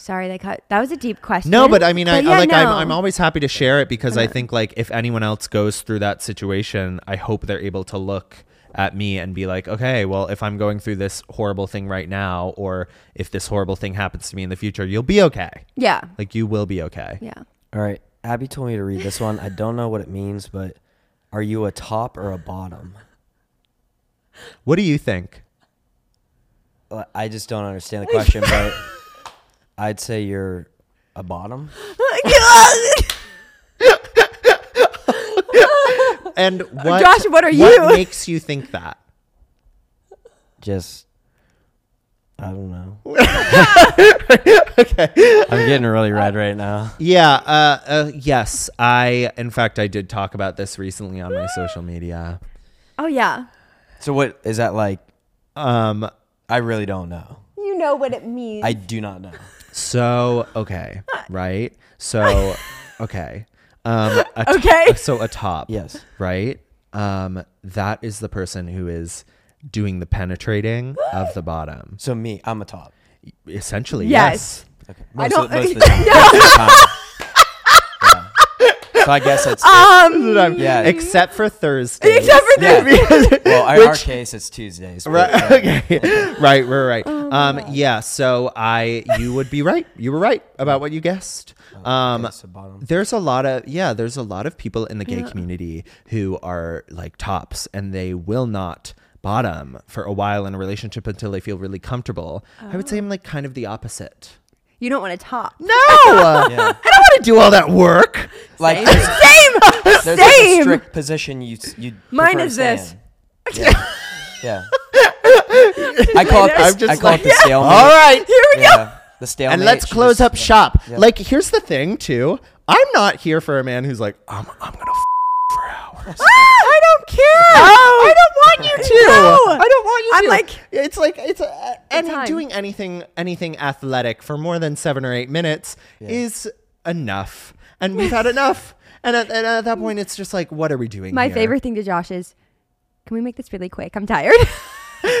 [SPEAKER 1] Sorry, they cut. That was a deep question.
[SPEAKER 2] No, but I mean, I, I-
[SPEAKER 1] yeah,
[SPEAKER 2] like I'm,
[SPEAKER 1] no. Uh-huh.
[SPEAKER 2] I'm always happy to share it because I think like if anyone else goes through that situation, I hope they're able to look at me and be like, okay, well, if I'm going through this horrible thing right now, or if this horrible thing happens to me in the future, you'll be okay.
[SPEAKER 1] Yeah.
[SPEAKER 2] Like you will be okay.
[SPEAKER 1] Yeah.
[SPEAKER 3] All right. Abby told me to read this one. I don't know what it means, but are you a top or a bottom?
[SPEAKER 2] What do you think?
[SPEAKER 3] Uh, I just don't understand the question, but I'd say you're a bottom.
[SPEAKER 2] And what,
[SPEAKER 1] Josh, what are
[SPEAKER 2] What
[SPEAKER 1] you?
[SPEAKER 2] makes you think that?
[SPEAKER 3] Just I don't know. I'm getting really red right now.
[SPEAKER 2] Yeah. Uh, uh, yes. I, in fact, I did talk about this recently on my social media.
[SPEAKER 1] Oh yeah.
[SPEAKER 3] So what is that like?
[SPEAKER 2] Um,
[SPEAKER 3] I really don't know.
[SPEAKER 1] You know what it means.
[SPEAKER 3] I do not know.
[SPEAKER 2] So okay, right? So okay, um, a to-
[SPEAKER 1] Okay.
[SPEAKER 2] So a top,
[SPEAKER 3] Yes.
[SPEAKER 2] right? Um, that is the person who is doing the penetrating of the bottom,
[SPEAKER 3] So me, I'm a top.
[SPEAKER 2] essentially.
[SPEAKER 1] Yes.
[SPEAKER 2] Yes.
[SPEAKER 3] Okay.
[SPEAKER 1] I
[SPEAKER 3] Most
[SPEAKER 1] don't-
[SPEAKER 3] of- most of the time. Most of the time. Yeah. Uh, So I guess it's
[SPEAKER 1] um.
[SPEAKER 3] yeah.
[SPEAKER 2] Except for Thursday.
[SPEAKER 1] Except for
[SPEAKER 3] Yeah.
[SPEAKER 1] this.
[SPEAKER 3] well, in our case, it's Tuesdays. but,
[SPEAKER 2] Right.
[SPEAKER 3] uh,
[SPEAKER 2] Okay. right. Right. Right.
[SPEAKER 1] Oh
[SPEAKER 2] Um. Yeah. So I, you would be right. You were right about what you guessed.
[SPEAKER 3] Oh,
[SPEAKER 2] Um.
[SPEAKER 3] it's a bottom.
[SPEAKER 2] There's a lot of yeah. There's a lot of people in the gay
[SPEAKER 1] Yeah.
[SPEAKER 2] community who are like tops, and they will not bottom for a while in a relationship until they feel really comfortable. I would say I'm like kind of the opposite.
[SPEAKER 1] You don't want to top.
[SPEAKER 2] No, I don't want to do all that work.
[SPEAKER 3] Like there's,
[SPEAKER 1] Same.
[SPEAKER 3] there's like a
[SPEAKER 1] Same.
[SPEAKER 3] strict position you you.
[SPEAKER 1] Mine
[SPEAKER 3] prefer
[SPEAKER 1] is this.
[SPEAKER 3] staying. Yeah. yeah. I call it.
[SPEAKER 2] I'm
[SPEAKER 3] The,
[SPEAKER 2] just
[SPEAKER 3] I call
[SPEAKER 2] like-
[SPEAKER 3] it the stalemate.
[SPEAKER 2] All right, here we
[SPEAKER 3] Yeah. The stalemate.
[SPEAKER 2] and let's
[SPEAKER 3] She
[SPEAKER 2] close
[SPEAKER 3] just-
[SPEAKER 2] up shop.
[SPEAKER 3] Yeah.
[SPEAKER 2] Like, here's the thing, too. I'm not here for a man who's like, I'm, I'm gonna f- for hours. I don't care. I don't want you to. I don't want you
[SPEAKER 1] I'm
[SPEAKER 2] to.
[SPEAKER 1] like-
[SPEAKER 2] it's like it's uh, any
[SPEAKER 1] time.
[SPEAKER 2] doing anything anything athletic for more than seven or eight minutes is enough, and we've had enough. And at, and at that point, it's just like, what are we doing?
[SPEAKER 1] My
[SPEAKER 2] here?
[SPEAKER 1] favorite thing to Josh is, can we make this really quick? I'm tired.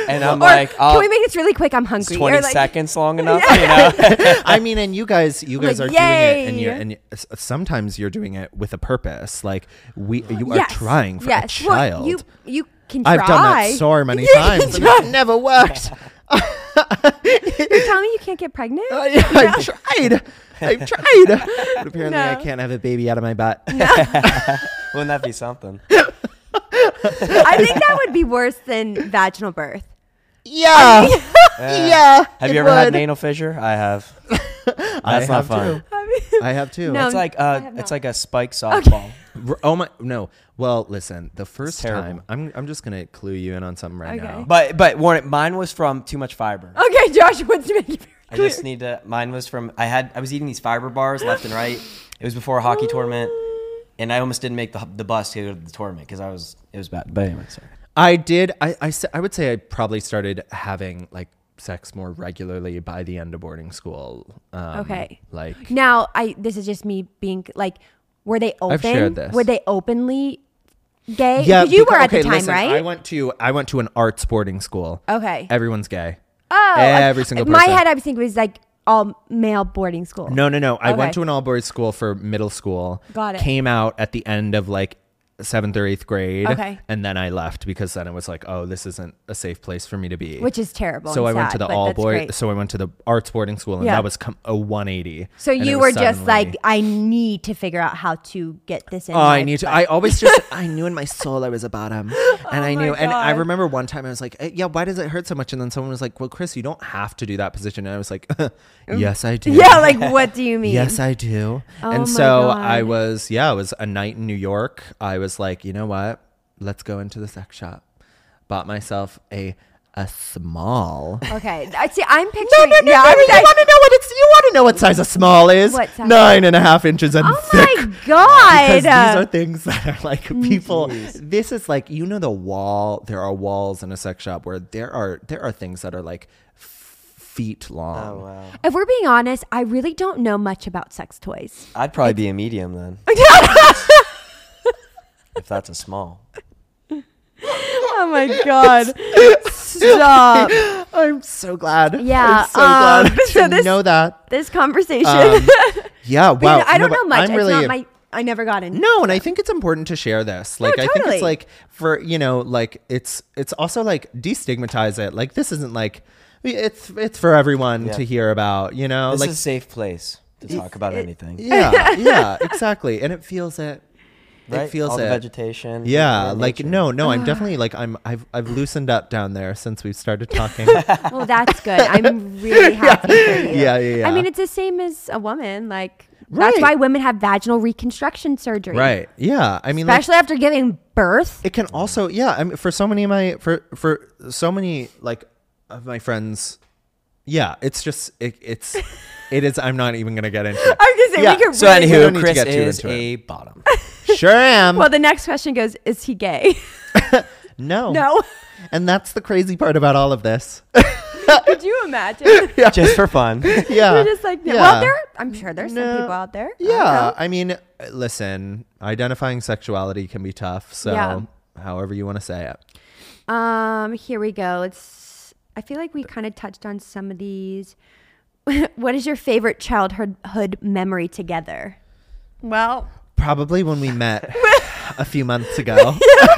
[SPEAKER 3] And I'm
[SPEAKER 1] or
[SPEAKER 3] like,
[SPEAKER 1] can
[SPEAKER 2] uh,
[SPEAKER 3] oh,
[SPEAKER 1] we make this really quick? I'm hungry.
[SPEAKER 3] it's 20
[SPEAKER 1] or like,
[SPEAKER 3] seconds long enough. You know?
[SPEAKER 2] I mean, and you guys, you guys
[SPEAKER 1] Like,
[SPEAKER 2] are doing it, and
[SPEAKER 1] yay.
[SPEAKER 2] you and s- sometimes you're doing it with a purpose. Like we, you are
[SPEAKER 1] Yes,
[SPEAKER 2] trying for a
[SPEAKER 1] yes. Well,
[SPEAKER 2] child.
[SPEAKER 1] you you can try.
[SPEAKER 2] I've done that so many
[SPEAKER 1] You can
[SPEAKER 2] times. and
[SPEAKER 1] try.
[SPEAKER 2] It never worked.
[SPEAKER 1] You tell me you can't get pregnant.
[SPEAKER 2] I, I've tried. I've tried. But apparently, I
[SPEAKER 1] No.
[SPEAKER 2] can't have a baby out of my butt.
[SPEAKER 3] Wouldn't that be something?
[SPEAKER 1] I think that would be worse than vaginal birth.
[SPEAKER 2] Yeah. yeah.
[SPEAKER 3] Have
[SPEAKER 2] it
[SPEAKER 3] you ever had
[SPEAKER 2] would.
[SPEAKER 3] an anal fissure? I have.
[SPEAKER 1] Um,
[SPEAKER 2] I
[SPEAKER 3] That's not
[SPEAKER 2] have
[SPEAKER 3] fun.
[SPEAKER 2] too. I have too.
[SPEAKER 1] No.
[SPEAKER 3] It's like uh,
[SPEAKER 1] have not.
[SPEAKER 3] it's like a spike softball.
[SPEAKER 2] R- Oh my no. Well, listen. The first
[SPEAKER 3] terrible.
[SPEAKER 2] time, I'm I'm just gonna clue you in on something right
[SPEAKER 1] Okay.
[SPEAKER 2] now.
[SPEAKER 3] But but warn it, mine was from too much fiber.
[SPEAKER 1] Okay, Josh, what's making it
[SPEAKER 3] I
[SPEAKER 1] very
[SPEAKER 3] just need to. Mine was from. I had. I was eating these fiber bars left and right. It was before a hockey tournament, and I almost didn't make the the bus to go to the tournament because I was. It was bad. But anyway, sorry.
[SPEAKER 2] I did. I, I, s- I would say I probably started having like sex more regularly by the end of boarding school. Um,
[SPEAKER 1] Okay.
[SPEAKER 2] Like,
[SPEAKER 1] Now, I this is just me being like, were they open?
[SPEAKER 2] shared this.
[SPEAKER 1] Were they openly gay?
[SPEAKER 2] yeah,
[SPEAKER 1] because you
[SPEAKER 2] beca-
[SPEAKER 1] were at
[SPEAKER 2] okay,
[SPEAKER 1] the time,
[SPEAKER 2] listen, I
[SPEAKER 1] right?
[SPEAKER 2] went to I went to an arts boarding school.
[SPEAKER 1] Okay.
[SPEAKER 2] Everyone's gay.
[SPEAKER 1] oh,
[SPEAKER 2] every
[SPEAKER 1] I-
[SPEAKER 2] single
[SPEAKER 1] My
[SPEAKER 2] person.
[SPEAKER 1] head, I was thinking was like all male boarding school.
[SPEAKER 2] No, no, no. I
[SPEAKER 1] Okay.
[SPEAKER 2] went to an all boys school for middle school.
[SPEAKER 1] Got it.
[SPEAKER 2] Came out at the end of like seventh or eighth grade.
[SPEAKER 1] Okay.
[SPEAKER 2] And then I left because then it was like, oh, this isn't a safe place for me to be.
[SPEAKER 1] which is terrible.
[SPEAKER 2] so
[SPEAKER 1] and
[SPEAKER 2] I went
[SPEAKER 1] sad,
[SPEAKER 2] to the
[SPEAKER 1] but
[SPEAKER 2] all
[SPEAKER 1] that's
[SPEAKER 2] boy.
[SPEAKER 1] great.
[SPEAKER 2] So I went to the arts boarding school, and
[SPEAKER 1] Yeah.
[SPEAKER 2] that was com- a one eighty.
[SPEAKER 1] So you were just like, I need to figure out how to get this in.
[SPEAKER 2] Oh, I
[SPEAKER 1] my
[SPEAKER 2] need to.
[SPEAKER 1] butt."
[SPEAKER 2] I always just, I knew in my soul I was a bottom. And I
[SPEAKER 1] Oh my
[SPEAKER 2] knew. And I
[SPEAKER 1] God.
[SPEAKER 2] remember one time I was like, eh, yeah, why does it hurt so much? And then someone was like, well, Chris, you don't have to do that position. And I was like, yes, I do.
[SPEAKER 1] yeah, like what do you mean?
[SPEAKER 2] Yes, I do.
[SPEAKER 1] Oh my
[SPEAKER 2] and so I
[SPEAKER 1] God.
[SPEAKER 2] was, yeah, it was a night in New York. I was like, you know what? Let's go into the sex shop. Bought myself a a small.
[SPEAKER 1] Okay. I see. I'm picturing. yeah, I was
[SPEAKER 2] you
[SPEAKER 1] like,
[SPEAKER 2] want to know what it's? You want to know what size a small is?
[SPEAKER 1] What size?
[SPEAKER 2] Nine and a half inches and
[SPEAKER 1] oh
[SPEAKER 2] thick.
[SPEAKER 1] my god. Mm-hmm.
[SPEAKER 2] Because these are things that are like people. This is like you know the wall. There are walls in a sex shop where there are there are things that are like f- feet long.
[SPEAKER 3] wow.
[SPEAKER 1] if we're being honest, I really don't know much about sex toys.
[SPEAKER 3] I'd probably be a medium then. if that's a small.
[SPEAKER 1] Oh my god. Stop.
[SPEAKER 2] I'm so glad.
[SPEAKER 1] Yeah,
[SPEAKER 2] I'm so
[SPEAKER 1] um,
[SPEAKER 2] glad
[SPEAKER 1] so
[SPEAKER 2] to
[SPEAKER 1] this-
[SPEAKER 2] know that.
[SPEAKER 1] This conversation.
[SPEAKER 2] Um, yeah,
[SPEAKER 1] But
[SPEAKER 2] wow.
[SPEAKER 1] I don't
[SPEAKER 2] No,
[SPEAKER 1] know
[SPEAKER 2] but
[SPEAKER 1] much.
[SPEAKER 2] I'm really
[SPEAKER 1] it's not my I never got in.
[SPEAKER 2] no, and I think it's important to share this. Like, I think
[SPEAKER 1] totally.
[SPEAKER 2] it's like for you know, like it's it's also like destigmatize it. Like, this isn't like it's it's for everyone
[SPEAKER 3] Yeah.
[SPEAKER 2] to hear about. You know,
[SPEAKER 3] This
[SPEAKER 2] like
[SPEAKER 3] is a safe place to talk about anything.
[SPEAKER 2] yeah, yeah, exactly. And it feels it.
[SPEAKER 3] right?
[SPEAKER 2] It feels
[SPEAKER 3] All
[SPEAKER 2] it.
[SPEAKER 3] the vegetation.
[SPEAKER 2] yeah,
[SPEAKER 3] the
[SPEAKER 2] like
[SPEAKER 3] nature.
[SPEAKER 2] no, no. I'm definitely like I'm. I've I've loosened up down there since we've started talking.
[SPEAKER 1] Well, that's good. I'm really happy for you.
[SPEAKER 2] yeah, yeah, yeah.
[SPEAKER 1] I mean, it's the same as a woman. Like
[SPEAKER 2] Right.
[SPEAKER 1] that's why women have vaginal reconstruction surgery.
[SPEAKER 2] right. Yeah, I mean, like,
[SPEAKER 1] Especially after giving birth.
[SPEAKER 2] it can also yeah i mean for so many of my for for so many like of my friends yeah it's just it, it's it is i'm not even gonna get into
[SPEAKER 1] I was gonna say
[SPEAKER 2] Yeah.
[SPEAKER 1] we could
[SPEAKER 3] So
[SPEAKER 1] really
[SPEAKER 2] don't
[SPEAKER 3] anywho,
[SPEAKER 2] need to
[SPEAKER 3] Chris
[SPEAKER 2] get too
[SPEAKER 3] is
[SPEAKER 2] into it.
[SPEAKER 3] a bottom.
[SPEAKER 2] it sure am
[SPEAKER 1] Well, the next question goes, is he gay?
[SPEAKER 2] no
[SPEAKER 1] no.
[SPEAKER 2] and that's the crazy part about all of this
[SPEAKER 1] Could you imagine?
[SPEAKER 3] Just for fun.
[SPEAKER 2] yeah
[SPEAKER 1] You're just like, no. well, there. I'm sure there's
[SPEAKER 2] No.
[SPEAKER 1] some people out there. I don't
[SPEAKER 2] yeah
[SPEAKER 1] know.
[SPEAKER 2] i mean listen identifying sexuality can be tough so
[SPEAKER 1] Yeah.
[SPEAKER 2] however you want to say it
[SPEAKER 1] Um, here we go. It's I feel like we kind of touched on some of these. what is your favorite childhood hood memory together? Well,
[SPEAKER 2] probably when we met a few months ago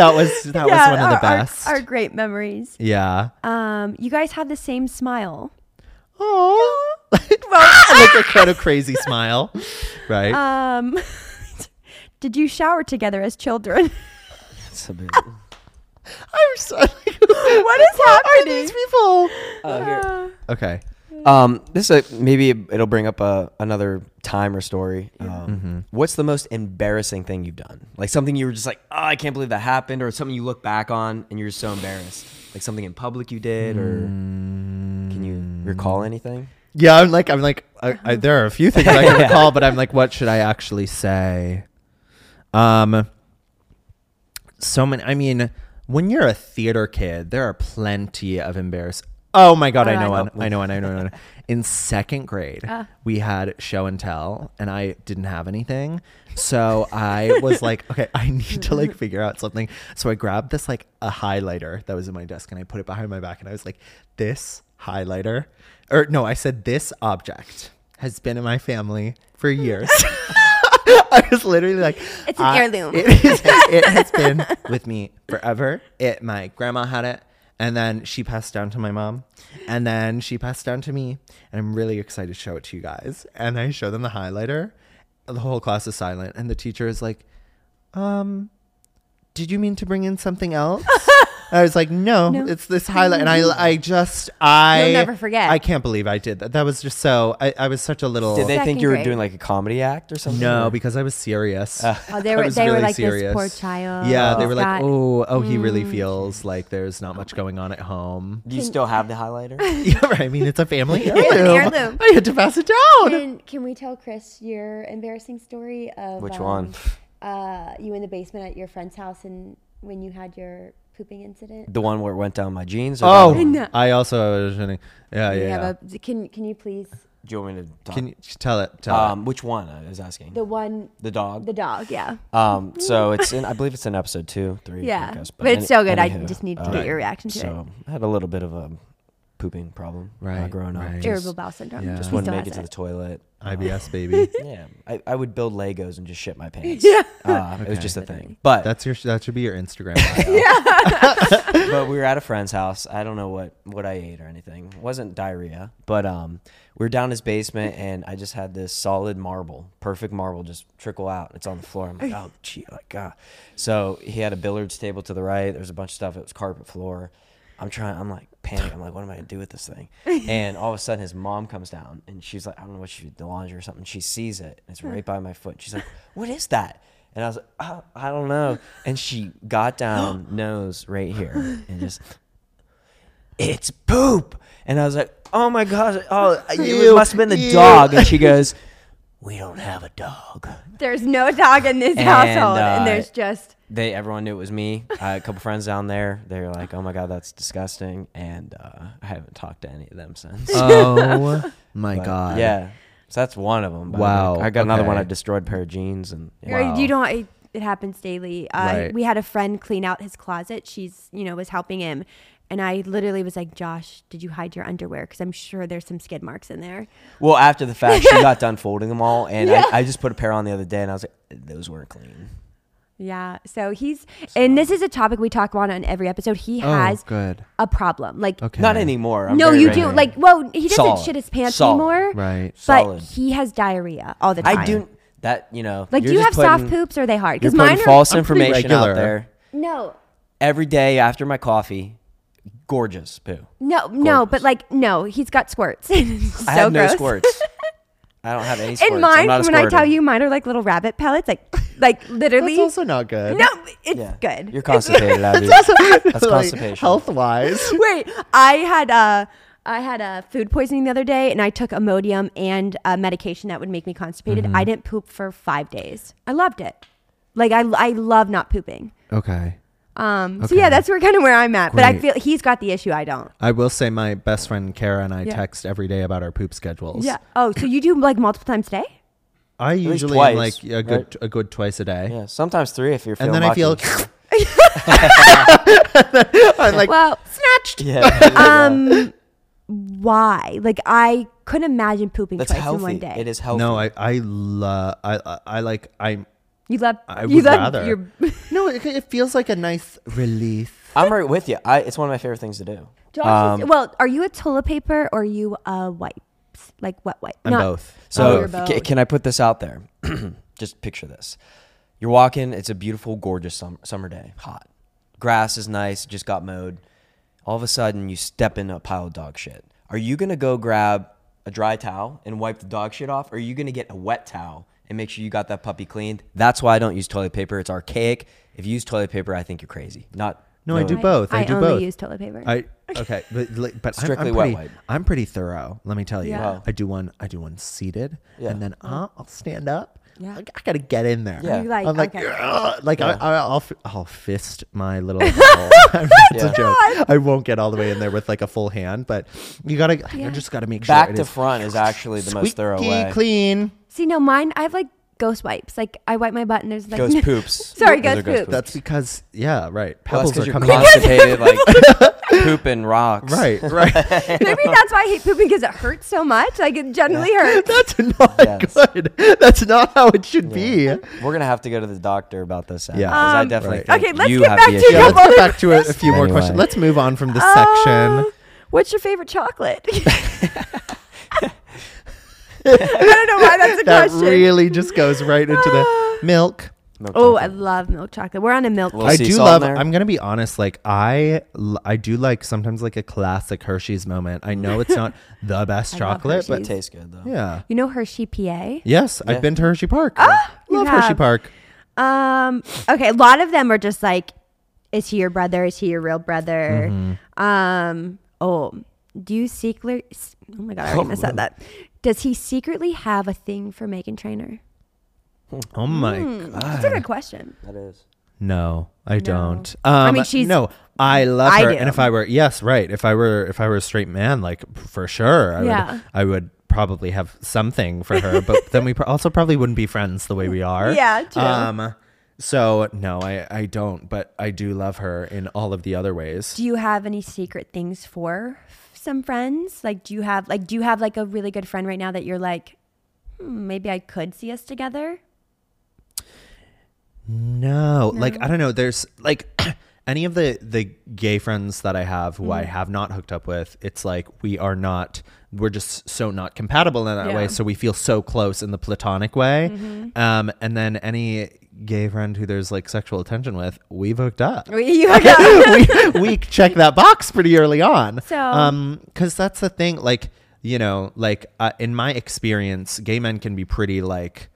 [SPEAKER 2] that was that was one of the
[SPEAKER 1] our- our-
[SPEAKER 2] best
[SPEAKER 1] Our, great memories.
[SPEAKER 2] yeah
[SPEAKER 1] Um, you guys had the same smile.
[SPEAKER 2] Oh, like a kind of crazy smile, right?
[SPEAKER 1] Um, did you shower together as children?
[SPEAKER 3] It's a bit-
[SPEAKER 2] I'm sorry.
[SPEAKER 1] what is
[SPEAKER 2] Are
[SPEAKER 1] happening?
[SPEAKER 2] these people?
[SPEAKER 3] Uh, here.
[SPEAKER 2] Okay.
[SPEAKER 3] Um, this is a, maybe it'll bring up a, another time or story. Um,
[SPEAKER 2] Mm-hmm.
[SPEAKER 3] What's the most embarrassing thing you've done? Like something you were just like, oh, I can't believe that happened, or something you look back on and you're just so embarrassed. Like something in public you did, or can
[SPEAKER 2] Mm.
[SPEAKER 3] you recall anything?
[SPEAKER 2] Yeah, I'm like, I'm like, I, I, there are a few things I can recall, but I'm like, what should I actually say? Um, so many. I mean, when you're a theater kid, there are plenty of embarrass. Oh my god,
[SPEAKER 1] Oh,
[SPEAKER 2] I
[SPEAKER 1] I
[SPEAKER 2] know one.
[SPEAKER 3] know.
[SPEAKER 2] I know one. I know one. In second grade,
[SPEAKER 1] Ah.
[SPEAKER 2] we had show and tell, and I didn't have anything, so I was like, okay, I need to like figure out something. So I grabbed this like a highlighter that was in my desk, and I put it behind my back, and I was like, this highlighter, or no, I said this object has been in my family for years. I was literally like,
[SPEAKER 1] It's an
[SPEAKER 2] I-
[SPEAKER 1] heirloom.
[SPEAKER 2] It, is, it has been with me forever. It my grandma had it, and then she passed down to my mom, and then she passed down to me. And I'm really excited to show it to you guys. And I show them the highlighter. The whole class is silent, and the teacher is like, "Um, did you mean to bring in something else?" I was like, no,
[SPEAKER 1] No.
[SPEAKER 2] it's this highlight. And I, I just, I.
[SPEAKER 1] You'll never forget.
[SPEAKER 2] I can't believe I did that. That was just so, I, I was such a little.
[SPEAKER 3] Did they
[SPEAKER 1] Second
[SPEAKER 3] think you were
[SPEAKER 1] grade.
[SPEAKER 3] doing like a comedy act or something?
[SPEAKER 2] No,
[SPEAKER 3] or-
[SPEAKER 2] because I was serious.
[SPEAKER 3] Uh,
[SPEAKER 1] Oh, they
[SPEAKER 2] I
[SPEAKER 1] were
[SPEAKER 2] was
[SPEAKER 1] they were
[SPEAKER 2] really
[SPEAKER 1] like this
[SPEAKER 2] serious.
[SPEAKER 1] poor child. Mm.
[SPEAKER 2] Yeah, they
[SPEAKER 1] He's
[SPEAKER 2] were like,
[SPEAKER 1] got-
[SPEAKER 2] oh, oh, he really feels like there's not much going on at home.
[SPEAKER 3] do you still have the highlighter?
[SPEAKER 2] yeah, right. I mean, it's a family heirloom.
[SPEAKER 1] an heirloom.
[SPEAKER 2] I had to pass it down.
[SPEAKER 1] Can, can we tell Chris your embarrassing story of
[SPEAKER 3] Which
[SPEAKER 1] um,
[SPEAKER 3] one?
[SPEAKER 1] Uh, you in the basement at your friend's house and when you had your pooping incident?
[SPEAKER 3] The one where it went down my jeans. Or
[SPEAKER 2] Oh,
[SPEAKER 3] the-
[SPEAKER 1] No.
[SPEAKER 2] I also was wondering- Yeah, yeah.
[SPEAKER 1] You
[SPEAKER 2] Uh, yeah.
[SPEAKER 1] have a- can can you please
[SPEAKER 3] do you want me to talk?
[SPEAKER 2] Can you tell it? Tell
[SPEAKER 3] um, which one? I was asking.
[SPEAKER 1] the one
[SPEAKER 3] The dog.
[SPEAKER 1] the dog? Yeah,
[SPEAKER 3] um, so it's in. I believe it's in episode two, three.
[SPEAKER 1] yeah.
[SPEAKER 3] I guess,
[SPEAKER 1] but it's
[SPEAKER 3] any-
[SPEAKER 1] so good. I
[SPEAKER 3] anywho,
[SPEAKER 1] just need to
[SPEAKER 3] uh,
[SPEAKER 1] get your reaction to
[SPEAKER 3] So I had a little bit of a pooping problem uh,
[SPEAKER 2] Right,
[SPEAKER 3] growing up.
[SPEAKER 2] right.
[SPEAKER 1] it.
[SPEAKER 3] Just,
[SPEAKER 1] Irritable bowel syndrome.
[SPEAKER 2] Yeah.
[SPEAKER 1] He
[SPEAKER 3] just
[SPEAKER 2] He
[SPEAKER 3] wouldn't
[SPEAKER 1] still
[SPEAKER 3] make it
[SPEAKER 1] has
[SPEAKER 3] to the toilet. Uh,
[SPEAKER 2] it. IBS baby.
[SPEAKER 3] Yeah, I, I would build Legos and just shit my pants.
[SPEAKER 1] Yeah.
[SPEAKER 3] Uh, It was
[SPEAKER 2] Okay.
[SPEAKER 3] just a thing. But
[SPEAKER 2] That's your. That should be your Instagram. bio.
[SPEAKER 3] but we were at a friend's house. I don't know what what I ate or anything. It wasn't diarrhea, but um, we were down his basement, and I just had this solid marble, perfect marble, just trickle out. It's on the floor. I'm like, oh, gee, like God. So he had a billiards table to the right. There's a bunch of stuff. It was carpet floor. I'm trying. I'm like panicking. I'm like, what am I gonna do with this thing? And all of a sudden, his mom comes down, and she's like, I don't know what she did, the laundry or something. She sees it. And it's right by my foot. She's like, what is that? And I was like, oh, I don't know. And she got down, nose right here, and just, it's poop. And I was like, oh my gosh, oh, it
[SPEAKER 2] Ew,
[SPEAKER 3] must have been the
[SPEAKER 2] ew.
[SPEAKER 3] dog. And she goes, we don't have a dog.
[SPEAKER 1] There's no dog in this
[SPEAKER 3] And,
[SPEAKER 1] household,
[SPEAKER 3] uh,
[SPEAKER 1] and there's just
[SPEAKER 3] They everyone knew it was me. Uh, a couple friends down there, they were like, oh my god, that's disgusting. And uh, I haven't talked to any of them since.
[SPEAKER 2] oh my
[SPEAKER 3] But,
[SPEAKER 2] god.
[SPEAKER 3] yeah. So that's one of them. But,
[SPEAKER 2] Wow,
[SPEAKER 3] like, I got another one.
[SPEAKER 2] okay.
[SPEAKER 3] I destroyed a pair of jeans and.
[SPEAKER 1] Or You don't. It, it happens daily. Uh,
[SPEAKER 2] Right.
[SPEAKER 1] We had a friend clean out his closet. She's, you know, was helping him, and I literally was like, "Josh, did you hide your underwear? Because I'm sure there's some skid marks in there."
[SPEAKER 3] Well, after the fact, she got done folding them all, and I, I just put a pair on the other day, and I was like, those weren't clean.
[SPEAKER 1] Yeah. So he's, and this is a topic we talk about on every episode. He
[SPEAKER 2] Oh,
[SPEAKER 1] has
[SPEAKER 2] good.
[SPEAKER 1] a problem. Like,
[SPEAKER 2] Okay.
[SPEAKER 3] Not anymore. I'm
[SPEAKER 1] no,
[SPEAKER 3] very
[SPEAKER 1] you
[SPEAKER 3] regular.
[SPEAKER 1] do. Like, well, he doesn't
[SPEAKER 3] Solid.
[SPEAKER 1] shit his pants
[SPEAKER 3] Solid.
[SPEAKER 1] anymore.
[SPEAKER 2] Right.
[SPEAKER 1] But
[SPEAKER 3] Solid.
[SPEAKER 1] he has diarrhea all the time.
[SPEAKER 3] I do that. You know,
[SPEAKER 1] Like,
[SPEAKER 3] you're
[SPEAKER 1] do you have
[SPEAKER 3] just
[SPEAKER 1] soft
[SPEAKER 3] putting-
[SPEAKER 1] poops? Or are they hard?
[SPEAKER 3] You're
[SPEAKER 1] Because mine
[SPEAKER 3] putting
[SPEAKER 1] are
[SPEAKER 3] false
[SPEAKER 2] I'm pretty
[SPEAKER 3] information out
[SPEAKER 2] regular.
[SPEAKER 3] there
[SPEAKER 1] no.
[SPEAKER 3] every day after my coffee. Gorgeous poo.
[SPEAKER 1] No, no,
[SPEAKER 3] Gorgeous.
[SPEAKER 1] but like no, he's got squirts. It's
[SPEAKER 3] I
[SPEAKER 1] so
[SPEAKER 3] have no
[SPEAKER 1] gross.
[SPEAKER 3] squirts. I don't have any squirts.
[SPEAKER 1] And
[SPEAKER 3] I'm
[SPEAKER 1] mine,
[SPEAKER 3] not a
[SPEAKER 1] when I tell
[SPEAKER 3] squirter.
[SPEAKER 1] you, mine are like little rabbit pellets, like like literally.
[SPEAKER 2] That's also not good.
[SPEAKER 1] no, it's
[SPEAKER 3] Yeah.
[SPEAKER 1] good.
[SPEAKER 3] You're constipated. Abby. That's constipation.
[SPEAKER 2] Health wise.
[SPEAKER 1] Wait, I had uh, I had a food poisoning the other day, and I took Imodium and a medication that would make me constipated.
[SPEAKER 3] Mm-hmm.
[SPEAKER 1] I didn't poop for five days. I loved it. Like I, I love not pooping.
[SPEAKER 2] Okay.
[SPEAKER 1] Um, so yeah,
[SPEAKER 2] Okay.
[SPEAKER 1] that's where kind of where I'm at. But I
[SPEAKER 2] Great.
[SPEAKER 1] feel he's got the issue. I don't.
[SPEAKER 2] I will say my best friend Kara and I
[SPEAKER 1] Yeah.
[SPEAKER 2] text every day about our poop schedules.
[SPEAKER 1] Yeah. Oh, so you do like multiple times a day?
[SPEAKER 2] I
[SPEAKER 3] least
[SPEAKER 2] usually am
[SPEAKER 3] twice,
[SPEAKER 2] like a good
[SPEAKER 3] right?
[SPEAKER 2] a good twice a day.
[SPEAKER 3] Yeah, sometimes three if you're
[SPEAKER 2] And
[SPEAKER 3] feeling
[SPEAKER 2] then I
[SPEAKER 3] lucky.
[SPEAKER 2] feel I'm like
[SPEAKER 1] Well, snatched.
[SPEAKER 3] yeah,
[SPEAKER 1] Um, why? Like I couldn't imagine pooping
[SPEAKER 3] that's
[SPEAKER 1] twice
[SPEAKER 3] healthy.
[SPEAKER 1] in one day.
[SPEAKER 3] It is healthy.
[SPEAKER 2] no, I I love I, I I like I
[SPEAKER 1] You love.
[SPEAKER 2] I
[SPEAKER 1] you
[SPEAKER 2] would
[SPEAKER 1] love
[SPEAKER 2] rather.
[SPEAKER 1] your.
[SPEAKER 2] no it, it feels like a nice release.
[SPEAKER 3] I'm right with you. I, it's one of my favorite things to do.
[SPEAKER 1] Josh
[SPEAKER 3] Um,
[SPEAKER 1] is, well, are you a toilet paper or are you a wipes? Like wet wipe?
[SPEAKER 2] I'm
[SPEAKER 1] Not-
[SPEAKER 2] both.
[SPEAKER 1] Oh,
[SPEAKER 3] So
[SPEAKER 1] you're
[SPEAKER 3] ca-
[SPEAKER 1] both.
[SPEAKER 3] can I put this out there? Just picture this. You're walking, it's a beautiful, gorgeous summer, summer day, hot. Grass is nice, just got mowed. All of a sudden, you step in a pile of dog shit. Are you going to go grab a dry towel and wipe the dog shit off? Or are you going to get a wet towel and make sure you got that puppy cleaned? That's why I don't use toilet paper. It's archaic. If you use toilet paper, I think you're crazy. Not
[SPEAKER 2] No, I do
[SPEAKER 1] I-
[SPEAKER 2] both. I, do
[SPEAKER 1] only
[SPEAKER 2] both.
[SPEAKER 1] use toilet paper.
[SPEAKER 2] I okay, but like, but I'm,
[SPEAKER 3] Strictly
[SPEAKER 2] I'm
[SPEAKER 3] wet
[SPEAKER 2] pretty,
[SPEAKER 3] wipe.
[SPEAKER 2] I'm pretty thorough. Let me tell you,
[SPEAKER 1] Yeah. Wow.
[SPEAKER 2] I do one. I do one seated,
[SPEAKER 3] Yeah.
[SPEAKER 2] and then uh, I'll stand up.
[SPEAKER 1] Yeah.
[SPEAKER 2] I, I gotta get in there.
[SPEAKER 3] Yeah. You
[SPEAKER 1] like-
[SPEAKER 2] I'm like,
[SPEAKER 1] okay.
[SPEAKER 2] "Ugh," like
[SPEAKER 3] Yeah.
[SPEAKER 2] I, I'll, f- I'll fist my little.
[SPEAKER 1] Oh
[SPEAKER 2] it's
[SPEAKER 3] Yeah.
[SPEAKER 2] a joke. I won't get all the way in there with like a full hand, but you gotta. I just gotta make sure
[SPEAKER 3] back
[SPEAKER 2] it
[SPEAKER 3] to
[SPEAKER 2] is
[SPEAKER 3] front is actually the most thorough
[SPEAKER 2] squeaky
[SPEAKER 3] way.
[SPEAKER 2] clean.
[SPEAKER 1] See, no, mine. I have like ghost wipes. Like I wipe my butt and there's like
[SPEAKER 3] Ghost poops.
[SPEAKER 1] Sorry,
[SPEAKER 3] Those are
[SPEAKER 1] ghost poops.
[SPEAKER 3] poops.
[SPEAKER 2] That's because yeah, right.
[SPEAKER 3] Well,
[SPEAKER 2] Pebbles
[SPEAKER 3] that's 'cause
[SPEAKER 2] are
[SPEAKER 3] you're
[SPEAKER 2] coming.
[SPEAKER 3] constipated, like pooping rocks.
[SPEAKER 2] Right, right.
[SPEAKER 1] Maybe that's why I hate pooping because it hurts so much. Like it generally hurts.
[SPEAKER 2] That's not
[SPEAKER 3] Yes.
[SPEAKER 2] good. That's not how it should be.
[SPEAKER 3] We're gonna have to go to the doctor about this. Yeah,
[SPEAKER 2] Yeah.
[SPEAKER 3] I
[SPEAKER 1] Um,
[SPEAKER 3] definitely.
[SPEAKER 2] Right.
[SPEAKER 3] think
[SPEAKER 1] Okay, let's
[SPEAKER 3] you
[SPEAKER 1] get
[SPEAKER 3] have
[SPEAKER 1] back
[SPEAKER 3] the
[SPEAKER 1] to
[SPEAKER 3] issue.
[SPEAKER 2] yeah,
[SPEAKER 1] Couple
[SPEAKER 2] let's
[SPEAKER 1] other
[SPEAKER 2] get back to a, a few more
[SPEAKER 3] Anyway.
[SPEAKER 2] questions. Let's move on from this
[SPEAKER 1] Uh,
[SPEAKER 2] section.
[SPEAKER 1] What's your favorite chocolate? I don't know why that's a
[SPEAKER 2] That
[SPEAKER 1] question.
[SPEAKER 2] really just goes right into the milk.
[SPEAKER 3] Milk
[SPEAKER 1] oh, I
[SPEAKER 3] chocolate.
[SPEAKER 1] love milk chocolate. We're on a milk.
[SPEAKER 3] Well,
[SPEAKER 2] I
[SPEAKER 3] sea
[SPEAKER 2] do
[SPEAKER 3] salt in
[SPEAKER 2] love.
[SPEAKER 3] there?
[SPEAKER 2] I'm gonna be honest. Like I, l- I do like sometimes like a classic Hershey's moment. I know it's not the best
[SPEAKER 1] I love
[SPEAKER 2] chocolate,
[SPEAKER 3] it
[SPEAKER 2] but
[SPEAKER 1] Hershey's.
[SPEAKER 3] tastes good though.
[SPEAKER 2] yeah,
[SPEAKER 1] You know Hershey, PA.
[SPEAKER 2] yes,
[SPEAKER 3] Yeah.
[SPEAKER 2] I've been to Hershey Park.
[SPEAKER 1] Ah, you
[SPEAKER 2] Love
[SPEAKER 1] have.
[SPEAKER 2] Hershey Park.
[SPEAKER 1] Um. Okay. A lot of them are just like, is he your brother? Is he your real brother?
[SPEAKER 2] Mm-hmm.
[SPEAKER 1] Um. Oh, do you secretly? s- Oh my god, I already missed out that. Does he secretly have a thing for Megan Trainer?
[SPEAKER 2] Oh my god,
[SPEAKER 1] Mm. That's a good question.
[SPEAKER 3] that is.
[SPEAKER 2] No, I don't. Um,
[SPEAKER 1] I mean, she's-
[SPEAKER 2] no. I love
[SPEAKER 1] I
[SPEAKER 2] her,
[SPEAKER 1] do.
[SPEAKER 2] and if I were yes, right. If I were if I were a straight man, like for sure, I
[SPEAKER 1] Yeah.
[SPEAKER 2] would I would probably have something for her. But then we pro- also probably wouldn't be friends the way we are.
[SPEAKER 1] Yeah, true.
[SPEAKER 2] Um, so no, I I don't, but I do love her in all of the other ways.
[SPEAKER 1] Do you have any secret things for some friends? Like, do you have like do you have like a really good friend right now that you're like, hmm, maybe I could see us together?
[SPEAKER 2] No, like I don't know. There's like any of the the gay friends that I have who I have not hooked up with. It's like we are not. We're just so not compatible in that
[SPEAKER 1] Yeah.
[SPEAKER 2] way. So we feel so close in the platonic way. Um, and then any gay friend who there's like sexual attention with, we've hooked up.
[SPEAKER 1] Oh, You have-
[SPEAKER 2] we, we check that box pretty early on.
[SPEAKER 1] So-
[SPEAKER 2] um, because that's the thing, like you know, like uh, in my experience, gay men can be pretty like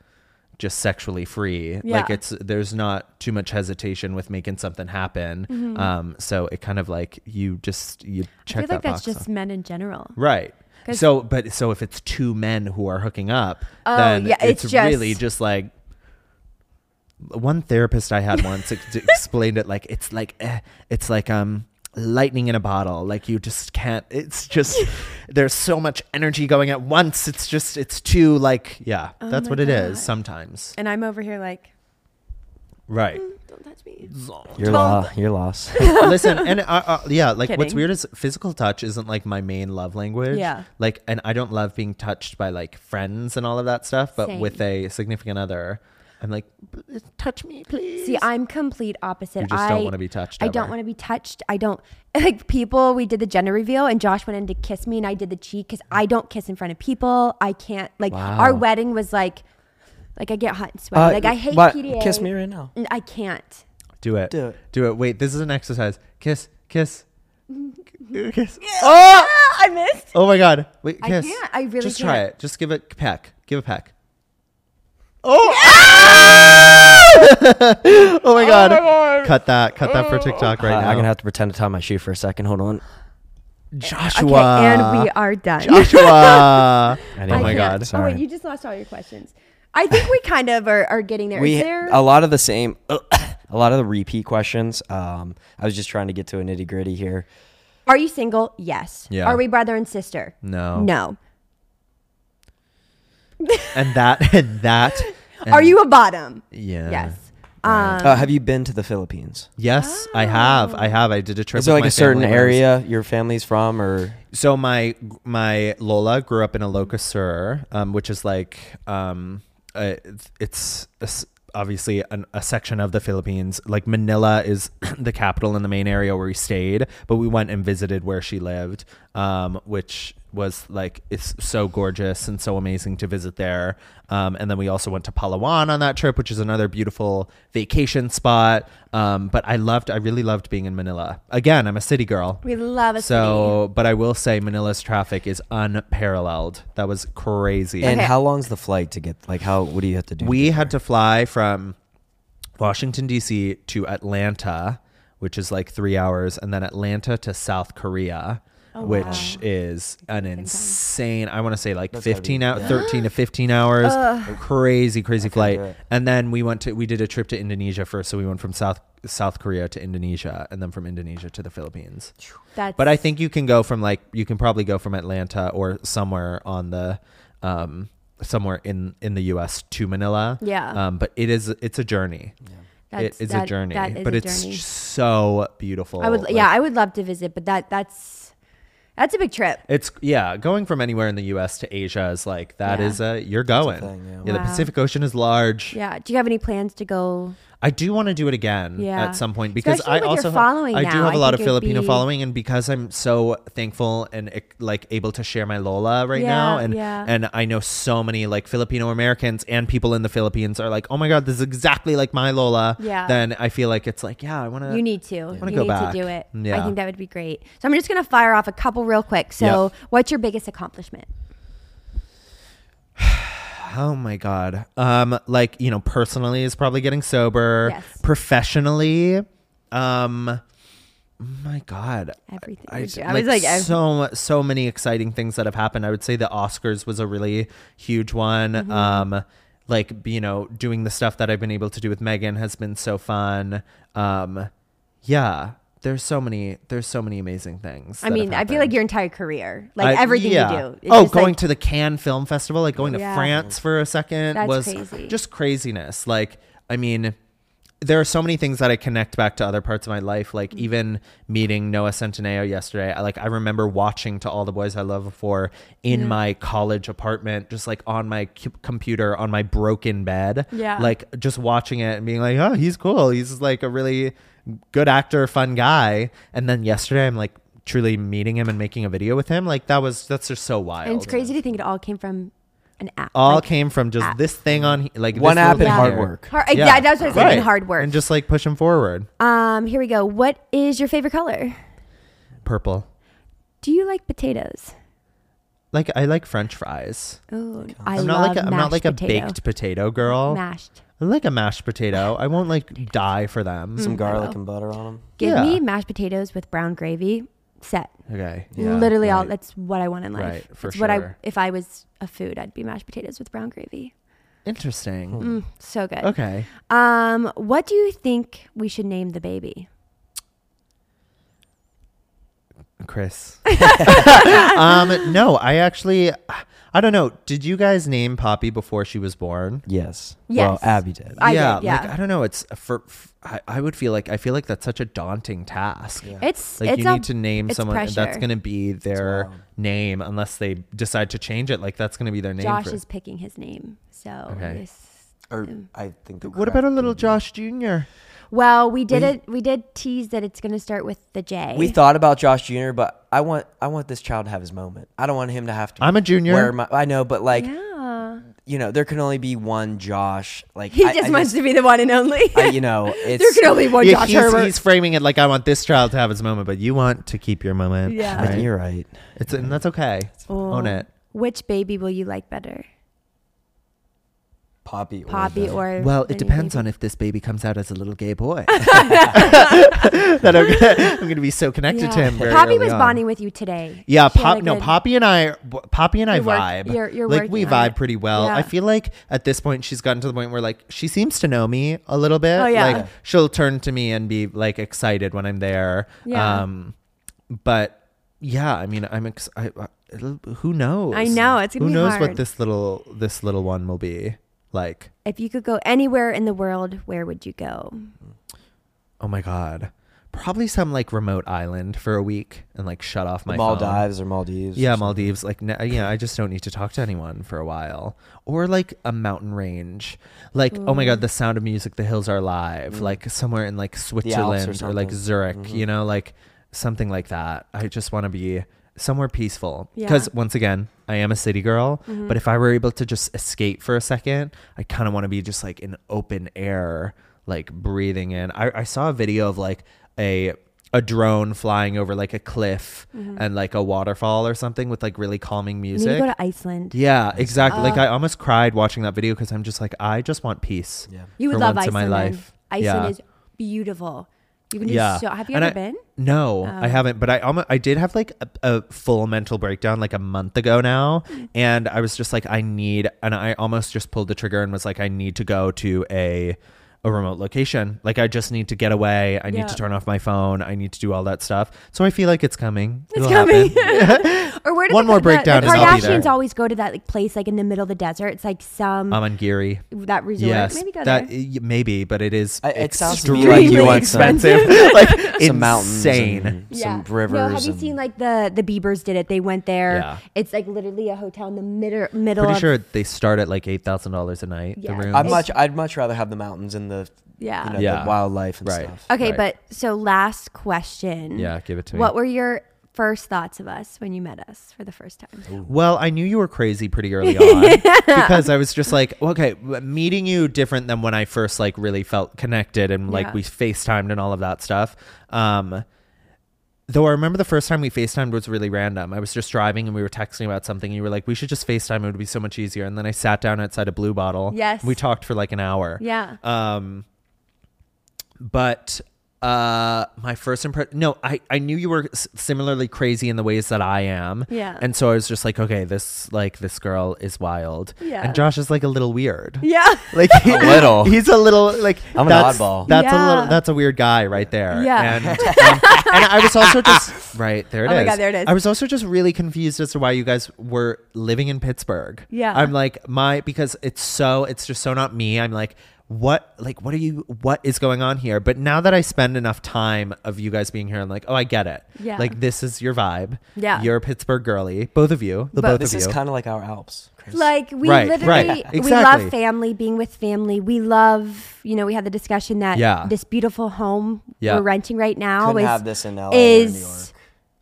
[SPEAKER 2] just sexually free. Like
[SPEAKER 1] Yeah.
[SPEAKER 2] it's there's not too much hesitation with making something happen. Um, so it kind of like you just
[SPEAKER 1] Mm-hmm.
[SPEAKER 2] you
[SPEAKER 1] I
[SPEAKER 2] check
[SPEAKER 1] feel
[SPEAKER 2] that
[SPEAKER 1] like that's
[SPEAKER 2] box. off.
[SPEAKER 1] just men in general.
[SPEAKER 2] Right.
[SPEAKER 1] 'Cause-
[SPEAKER 2] So, but so if it's two men who are hooking up,
[SPEAKER 1] Oh,
[SPEAKER 2] then
[SPEAKER 1] yeah,
[SPEAKER 2] it's,
[SPEAKER 1] it's just-
[SPEAKER 2] really just like one therapist I had once ex- explained it like it's like eh, it's like um lightning in a bottle. Like you just can't. It's just there's so much energy going at once. It's just it's too like yeah. that's
[SPEAKER 1] Oh my
[SPEAKER 2] what it is
[SPEAKER 1] God.
[SPEAKER 2] sometimes.
[SPEAKER 1] And I'm over here like,
[SPEAKER 2] Right.
[SPEAKER 1] don't touch me. Well-
[SPEAKER 3] You're lost. You're lost.
[SPEAKER 2] Listen, and uh, uh, yeah, like what's
[SPEAKER 1] Kidding.
[SPEAKER 2] weird is physical touch isn't like my main love language.
[SPEAKER 1] Yeah.
[SPEAKER 2] Like, and I don't love being touched by like friends and all of that stuff, but
[SPEAKER 1] Same.
[SPEAKER 2] with a significant other, I'm like, "B- touch me, please.
[SPEAKER 1] See, I'm complete opposite.
[SPEAKER 2] You just
[SPEAKER 1] I
[SPEAKER 2] don't wanna be touched
[SPEAKER 1] I
[SPEAKER 2] ever.
[SPEAKER 1] don't want to be touched. I don't like people. We did the gender reveal, and Josh went in to kiss me, and I did the cheek because I don't kiss in front of people. I can't like our
[SPEAKER 3] Wow.
[SPEAKER 1] wedding was like, like I get hot and
[SPEAKER 2] Uh,
[SPEAKER 1] sweaty. like I hate PDA.
[SPEAKER 3] Uh, Kiss me right now.
[SPEAKER 1] I can't.
[SPEAKER 2] do it.
[SPEAKER 3] Do it.
[SPEAKER 2] Do it. Wait, this is an exercise. Kiss, kiss, kiss.
[SPEAKER 1] Oh, I missed.
[SPEAKER 2] Oh my God. Wait,
[SPEAKER 1] I
[SPEAKER 2] kiss.
[SPEAKER 1] can't. I really
[SPEAKER 2] Just try
[SPEAKER 1] can't.
[SPEAKER 2] it. Just give it a peck. Give a peck. Oh. oh my God. Cut that. Cut
[SPEAKER 1] Oh.
[SPEAKER 2] that for TikTok right
[SPEAKER 3] Uh,
[SPEAKER 2] now.
[SPEAKER 3] I'm gonna have to pretend to tie my shoe for a second. Hold on.
[SPEAKER 1] Okay,
[SPEAKER 2] Joshua.
[SPEAKER 1] and we are done.
[SPEAKER 2] Joshua. oh
[SPEAKER 3] Anyway.
[SPEAKER 1] I
[SPEAKER 2] my
[SPEAKER 1] can't.
[SPEAKER 2] god.
[SPEAKER 1] Oh wait, you just lost all your questions. I think we kind of are, are getting there. Is
[SPEAKER 3] We
[SPEAKER 1] there?
[SPEAKER 2] oh.
[SPEAKER 3] a lot of the same, a lot of the repeat questions. Um, I was just trying to get to a nitty gritty here.
[SPEAKER 1] Are you single? Yes.
[SPEAKER 2] Yeah.
[SPEAKER 1] Are we brother and sister?
[SPEAKER 2] No.
[SPEAKER 1] No.
[SPEAKER 2] And that and that
[SPEAKER 1] Are you a bottom?
[SPEAKER 2] Yeah.
[SPEAKER 1] Yes. Um,
[SPEAKER 3] uh, have you been to the Philippines?
[SPEAKER 2] Yes, I have.
[SPEAKER 1] Oh.
[SPEAKER 2] I have. I did a trip.
[SPEAKER 3] Is there
[SPEAKER 2] with
[SPEAKER 3] like
[SPEAKER 2] my
[SPEAKER 3] a certain
[SPEAKER 2] family when I was-
[SPEAKER 3] area your family's from, or
[SPEAKER 2] So my my Lola grew up in Ilocos Sur, um, which is like um, uh, it's a s obviously an, a section of the Philippines. Like Manila is the capital and the main area where we stayed, but we went and visited where she lived, um, which was like it's so gorgeous and so amazing to visit there. Um, and then we also went to Palawan on that trip, which is another beautiful vacation spot. Um, but I loved, I really loved being in Manila. Again, I'm a city girl.
[SPEAKER 1] We love a
[SPEAKER 2] So, but I will say Manila's traffic is unparalleled. That was crazy.
[SPEAKER 3] and
[SPEAKER 1] Okay.
[SPEAKER 3] how long's the flight to get? Like, how what do you have to do? to
[SPEAKER 2] we
[SPEAKER 3] get
[SPEAKER 2] had to fly from Washington D.C. to Atlanta, which is like three hours, and then Atlanta to South Korea, which is an insane. I want to say like fifteen out, thirteen to fifteen hours. crazy, crazy flight.
[SPEAKER 3] do it.
[SPEAKER 2] And then we went to we did a trip to Indonesia first, so we went from South South Korea to Indonesia, and then from Indonesia to the Philippines.
[SPEAKER 1] That's
[SPEAKER 2] But I think you can go from like you can probably go from Atlanta or somewhere on the um somewhere in in the US to Manila.
[SPEAKER 1] Yeah.
[SPEAKER 2] Um but it is it's a journey.
[SPEAKER 1] that's,
[SPEAKER 2] it is a
[SPEAKER 1] that-
[SPEAKER 2] journey,
[SPEAKER 1] That is
[SPEAKER 2] but
[SPEAKER 1] a
[SPEAKER 2] it's
[SPEAKER 1] journey.
[SPEAKER 2] so beautiful.
[SPEAKER 1] I would
[SPEAKER 2] Like,
[SPEAKER 1] yeah, I would love to visit, but that that's that's a big trip.
[SPEAKER 2] it's yeah, going from anywhere in the US to Asia is like that
[SPEAKER 1] Yeah.
[SPEAKER 2] is a you're going.
[SPEAKER 3] thing, yeah.
[SPEAKER 2] the
[SPEAKER 1] Wow.
[SPEAKER 2] Pacific Ocean is large.
[SPEAKER 1] Yeah. Do you have any plans to go?
[SPEAKER 2] I do want to do it again
[SPEAKER 1] Yeah.
[SPEAKER 2] at some point because
[SPEAKER 1] Especially
[SPEAKER 2] I
[SPEAKER 1] with your
[SPEAKER 2] also
[SPEAKER 1] following
[SPEAKER 2] have, I do
[SPEAKER 1] now,
[SPEAKER 2] have a
[SPEAKER 1] I
[SPEAKER 2] lot of
[SPEAKER 1] think it would
[SPEAKER 2] Filipino
[SPEAKER 1] be-
[SPEAKER 2] following, and because I'm so thankful and eh, like able to share my Lola right now,
[SPEAKER 1] Yeah,
[SPEAKER 2] and
[SPEAKER 1] yeah.
[SPEAKER 2] and I know so many like Filipino Americans and people in the Philippines are like, oh my god, this is exactly like my Lola.
[SPEAKER 1] Yeah.
[SPEAKER 2] Then I feel like it's like Uh, yeah, I want to.
[SPEAKER 1] You need to. You
[SPEAKER 2] wanna
[SPEAKER 1] need
[SPEAKER 2] go
[SPEAKER 1] to
[SPEAKER 2] back.
[SPEAKER 1] do it. I
[SPEAKER 2] Yeah.
[SPEAKER 1] think that would be great. So I'm just gonna fire off a couple real quick. So what's your biggest accomplishment?
[SPEAKER 2] Oh my god. Um like, you know, personally is probably getting sober.
[SPEAKER 1] Yes.
[SPEAKER 2] Professionally, um my god.
[SPEAKER 1] Everything
[SPEAKER 2] I,
[SPEAKER 1] you
[SPEAKER 2] I,
[SPEAKER 1] do.
[SPEAKER 2] I was like so so
[SPEAKER 1] Mm-hmm.
[SPEAKER 2] many exciting things that have happened. I would say the Oscars was a really huge one. Um like you know doing the stuff that I've been able to do with Megan has been so fun. Um, yeah, there's so many there's so many amazing things.
[SPEAKER 1] I
[SPEAKER 2] that
[SPEAKER 1] mean,
[SPEAKER 2] have
[SPEAKER 1] I feel like
[SPEAKER 2] happened.
[SPEAKER 1] your entire career, like
[SPEAKER 2] I-
[SPEAKER 1] everything
[SPEAKER 2] yeah.
[SPEAKER 1] you do. it's
[SPEAKER 2] Oh,
[SPEAKER 1] just,
[SPEAKER 2] going
[SPEAKER 1] like,
[SPEAKER 2] to the Cannes Film Festival, like going to
[SPEAKER 1] Yeah.
[SPEAKER 2] France for a second
[SPEAKER 1] That's
[SPEAKER 2] was
[SPEAKER 1] crazy.
[SPEAKER 2] just craziness. Like, I mean, there are so many things that I connect back to other parts of my life. Like
[SPEAKER 1] Mm-hmm.
[SPEAKER 2] even meeting Noah Centineo yesterday, I, like I remember watching "To All the Boys I Love Before" in my college apartment, just like on my c- computer on my broken bed.
[SPEAKER 1] Yeah.
[SPEAKER 2] like just watching it and being like, "Oh, he's cool. He's like a really good actor, fun guy." And then yesterday, I'm like truly meeting him and making a video with him. Like that was that's just so wild.
[SPEAKER 1] and it's crazy to think it all came from an app.
[SPEAKER 2] All
[SPEAKER 1] like,
[SPEAKER 2] came from just this thing on he- like
[SPEAKER 3] One
[SPEAKER 2] this
[SPEAKER 3] app
[SPEAKER 2] little thing
[SPEAKER 3] and hard
[SPEAKER 2] here.
[SPEAKER 3] work.
[SPEAKER 1] hard, yeah. that's what I said.
[SPEAKER 2] Right.
[SPEAKER 1] and Hard work.
[SPEAKER 2] and just like push him forward.
[SPEAKER 1] um, here we go. What is your favorite color?
[SPEAKER 2] Purple.
[SPEAKER 1] Do you like potatoes?
[SPEAKER 2] Like I like French fries.
[SPEAKER 1] Oh, I love
[SPEAKER 2] I'm not like a,
[SPEAKER 1] mashed
[SPEAKER 2] I'm not like
[SPEAKER 1] potato.
[SPEAKER 2] a baked potato girl.
[SPEAKER 1] mashed.
[SPEAKER 2] I like a mashed potato. I won't like die for them.
[SPEAKER 1] Mm.
[SPEAKER 3] Some garlic and butter on them.
[SPEAKER 1] Give
[SPEAKER 2] Yeah.
[SPEAKER 1] me mashed potatoes with brown gravy. Set.
[SPEAKER 2] Okay.
[SPEAKER 1] Literally all.
[SPEAKER 2] right.
[SPEAKER 1] That's what I want in life.
[SPEAKER 2] Right, for
[SPEAKER 1] That's What I
[SPEAKER 2] sure.
[SPEAKER 1] if I was a food, I'd be mashed potatoes with brown gravy. Mm,
[SPEAKER 2] Interesting.
[SPEAKER 1] So good.
[SPEAKER 2] Mm. Okay.
[SPEAKER 1] Um, what do you think we should name the baby?
[SPEAKER 2] Chris. um no, I actually I don't know. Did you guys name Poppy before she was born?
[SPEAKER 3] Yes. Well,
[SPEAKER 1] Yes.
[SPEAKER 3] Abby did.
[SPEAKER 1] I
[SPEAKER 2] yeah,
[SPEAKER 1] did, yeah.
[SPEAKER 2] like I don't know. It's for, f I I I would feel like I feel like that's such a daunting task.
[SPEAKER 1] It's
[SPEAKER 2] Like
[SPEAKER 1] it's
[SPEAKER 2] you
[SPEAKER 1] a,
[SPEAKER 2] need to name
[SPEAKER 1] it's
[SPEAKER 2] someone and that's
[SPEAKER 1] pressure.
[SPEAKER 2] going to be their
[SPEAKER 3] wild.
[SPEAKER 2] name unless they decide to change it. Like that's going to be their name.
[SPEAKER 1] Josh
[SPEAKER 2] for-
[SPEAKER 1] is picking his name. So
[SPEAKER 2] Okay.
[SPEAKER 1] this-
[SPEAKER 3] Or I think the
[SPEAKER 2] what
[SPEAKER 3] correct-
[SPEAKER 2] about a little Josh Junior?
[SPEAKER 1] well, we did it. We did tease that it's going to start with the J.
[SPEAKER 3] We thought about Josh Jr., but I want I want this child to have his moment. I don't want him to have to.
[SPEAKER 2] I'm a junior.
[SPEAKER 3] Where my, I know, but like
[SPEAKER 1] yeah.
[SPEAKER 3] you know, there can only be one Josh. Like
[SPEAKER 1] He
[SPEAKER 3] I,
[SPEAKER 1] just
[SPEAKER 3] I
[SPEAKER 1] wants to be the one and only.
[SPEAKER 3] I, you know,
[SPEAKER 1] there
[SPEAKER 3] it's
[SPEAKER 1] can only be one
[SPEAKER 2] Yeah,
[SPEAKER 1] Oh, Josh
[SPEAKER 2] he's,
[SPEAKER 1] Herbert.
[SPEAKER 2] he's framing it like I want this child to have his moment, but you want to keep your moment.
[SPEAKER 1] Yeah.
[SPEAKER 3] I think
[SPEAKER 2] right?
[SPEAKER 3] you're right.
[SPEAKER 2] It's and that's okay. Own
[SPEAKER 1] Oh.
[SPEAKER 2] it.
[SPEAKER 1] Which baby will you like better,
[SPEAKER 3] Poppy. or
[SPEAKER 1] Poppy
[SPEAKER 3] the-
[SPEAKER 1] or?
[SPEAKER 2] Well,
[SPEAKER 1] the
[SPEAKER 2] it
[SPEAKER 1] new
[SPEAKER 2] depends
[SPEAKER 1] baby?
[SPEAKER 2] on if this baby comes out as a little gay boy. that I'm, I'm going to be so connected to
[SPEAKER 1] Yeah.
[SPEAKER 2] him. Very
[SPEAKER 1] Poppy
[SPEAKER 2] early
[SPEAKER 1] was
[SPEAKER 2] on.
[SPEAKER 1] bonding with you today.
[SPEAKER 2] Yeah,
[SPEAKER 1] She had
[SPEAKER 2] pop.
[SPEAKER 1] a
[SPEAKER 2] no,
[SPEAKER 1] good-
[SPEAKER 2] Poppy and I, Poppy and I
[SPEAKER 1] You're work-
[SPEAKER 2] vibe.
[SPEAKER 1] you're- you're
[SPEAKER 2] like we
[SPEAKER 1] working on
[SPEAKER 2] vibe
[SPEAKER 1] it.
[SPEAKER 2] pretty well.
[SPEAKER 1] Yeah.
[SPEAKER 2] I feel like at this point she's gotten to the point where like she seems to know me a little bit.
[SPEAKER 1] Oh, yeah.
[SPEAKER 2] Like she'll turn to me and be like excited when I'm there.
[SPEAKER 1] Yeah.
[SPEAKER 2] Um, but yeah, I mean, I'm ex- I, I- it'll- who knows?
[SPEAKER 1] I know, it's gonna
[SPEAKER 2] who
[SPEAKER 1] be
[SPEAKER 2] knows what
[SPEAKER 1] hard.
[SPEAKER 2] this little this little one will be like.
[SPEAKER 1] If you could go anywhere in the world, where would you go?
[SPEAKER 2] Oh my god, probably some like remote island for a week and like shut off my phone.
[SPEAKER 3] Maldives or Maldives. or
[SPEAKER 2] Yeah,
[SPEAKER 3] something.
[SPEAKER 2] Maldives. Like, n yeah, I just don't need to talk to anyone for a while. Or like a mountain range. Like, oh my God, the sound of music, the hills are
[SPEAKER 3] Mm.
[SPEAKER 2] live. Like somewhere in like Switzerland or, like
[SPEAKER 3] something. Mm-hmm.
[SPEAKER 2] Zurich, you know, like something like that. I just want to be somewhere peaceful.
[SPEAKER 1] Yeah. Mm-hmm.
[SPEAKER 2] Because once again, I am a city girl. But if I were able to just escape for a second, I kind of want to be just like in open air, like breathing in. I, I saw a video of like a a drone flying over like a cliff and like a waterfall or something with like really calming
[SPEAKER 1] Maybe
[SPEAKER 2] music.
[SPEAKER 1] Mm-hmm. go to Uh. Iceland.
[SPEAKER 2] yeah, exactly. like I almost cried watching that video because I'm just like I just want peace.
[SPEAKER 3] Yeah.
[SPEAKER 1] You would
[SPEAKER 2] for
[SPEAKER 1] love
[SPEAKER 2] once
[SPEAKER 1] Iceland.
[SPEAKER 2] in my
[SPEAKER 1] then.
[SPEAKER 2] life.
[SPEAKER 1] Iceland
[SPEAKER 2] Yeah.
[SPEAKER 1] is beautiful. You can do
[SPEAKER 2] Yeah.
[SPEAKER 1] so. Have you
[SPEAKER 2] And
[SPEAKER 1] ever
[SPEAKER 2] I-
[SPEAKER 1] been?
[SPEAKER 2] No,
[SPEAKER 1] Oh.
[SPEAKER 2] I haven't. But I almost I did have like a, a full mental breakdown like a month ago now,
[SPEAKER 1] Hmm.
[SPEAKER 2] and I was just like, I need, and I almost just pulled the trigger and was like, I need to go to a a remote location. Like I just need to get away. I
[SPEAKER 1] Yeah.
[SPEAKER 2] need to turn off my phone. I need to do all that stuff. So I feel like it's coming.
[SPEAKER 1] It's
[SPEAKER 2] It'll happen.
[SPEAKER 1] coming. or where do
[SPEAKER 2] One
[SPEAKER 1] the,
[SPEAKER 2] more
[SPEAKER 1] the-
[SPEAKER 2] breakdown
[SPEAKER 1] The,
[SPEAKER 2] and I'll be there.
[SPEAKER 1] Kardashians always go to that like place like in the middle of the desert. It's like some
[SPEAKER 2] I'm on Geary.
[SPEAKER 1] that resort.
[SPEAKER 2] Yes,
[SPEAKER 1] Maybe go
[SPEAKER 2] that
[SPEAKER 1] there.
[SPEAKER 2] y- maybe, but it is
[SPEAKER 3] I- it sounds to me
[SPEAKER 2] extremely
[SPEAKER 3] like you want some-
[SPEAKER 2] expensive. like
[SPEAKER 3] Some mountains.
[SPEAKER 2] insane.
[SPEAKER 3] and Some
[SPEAKER 1] No,
[SPEAKER 3] rivers.
[SPEAKER 1] have you
[SPEAKER 3] and-
[SPEAKER 1] seen like the the Bieber's did it? They went there.
[SPEAKER 2] Yeah.
[SPEAKER 1] It's like literally a hotel in the middle middle
[SPEAKER 2] Pretty
[SPEAKER 1] of
[SPEAKER 2] sure they start at like eight thousand dollars a night.
[SPEAKER 1] Yeah.
[SPEAKER 2] The room.
[SPEAKER 3] I'd much. I'd much rather have the mountains and the
[SPEAKER 1] yeah.
[SPEAKER 3] you know,
[SPEAKER 2] Yeah.
[SPEAKER 3] the wildlife and
[SPEAKER 2] Right.
[SPEAKER 3] stuff.
[SPEAKER 1] Okay,
[SPEAKER 2] Right.
[SPEAKER 1] but so last question.
[SPEAKER 2] Yeah, give it to me.
[SPEAKER 1] Mm. What were your first thoughts of us when you met us for the first time?
[SPEAKER 2] Well, I knew you were crazy pretty early on because I was just like, okay, w- meeting you different than when I first like really felt connected and like
[SPEAKER 1] Yeah.
[SPEAKER 2] we FaceTimed and all of that stuff. Um, though I remember the first time we FaceTimed was really random. I was just driving and we were texting about something. And you were like, we should just FaceTime. It would be so much easier. And then I sat down outside a blue bottle.
[SPEAKER 1] Yes.
[SPEAKER 2] We talked for like an hour.
[SPEAKER 1] Yeah.
[SPEAKER 2] Um, but Uh, my first impression. No, I I knew you were s- similarly crazy in the ways that I am.
[SPEAKER 1] Yeah.
[SPEAKER 2] And so I was just like, okay, this like this girl is wild.
[SPEAKER 1] Yeah.
[SPEAKER 2] And Josh is like a little weird.
[SPEAKER 1] Yeah.
[SPEAKER 2] Like
[SPEAKER 3] A little.
[SPEAKER 2] He's a little like
[SPEAKER 3] I'm an
[SPEAKER 2] that's-
[SPEAKER 3] oddball.
[SPEAKER 2] That's a
[SPEAKER 1] Yeah.
[SPEAKER 2] little. That's a weird guy right there.
[SPEAKER 1] Yeah.
[SPEAKER 2] And, um, and I was also just right there. It is.
[SPEAKER 1] Oh my God, there it is.
[SPEAKER 2] I was also just really confused as to why you guys were living in Pittsburgh.
[SPEAKER 1] Yeah.
[SPEAKER 2] I'm like my because it's so it's just so not me. I'm like what like what are you what is going on here? But now that I spend enough time of you guys being here, I'm like oh I get it.
[SPEAKER 1] Yeah.
[SPEAKER 2] Like this is your vibe.
[SPEAKER 1] Yeah.
[SPEAKER 2] You're a Pittsburgh girly, both of you, the
[SPEAKER 1] But-
[SPEAKER 2] both
[SPEAKER 3] This
[SPEAKER 2] of
[SPEAKER 3] is
[SPEAKER 2] you.
[SPEAKER 3] kind of like our Alps. Chris.
[SPEAKER 1] Like we
[SPEAKER 2] Right,
[SPEAKER 1] literally,
[SPEAKER 2] right.
[SPEAKER 1] we love
[SPEAKER 2] Exactly.
[SPEAKER 1] family, being with family. We love, you know, we had the discussion that
[SPEAKER 2] Yeah.
[SPEAKER 1] this beautiful home
[SPEAKER 2] Yeah.
[SPEAKER 1] we're renting right now
[SPEAKER 3] Couldn't
[SPEAKER 1] is
[SPEAKER 3] have this in LA or New
[SPEAKER 1] is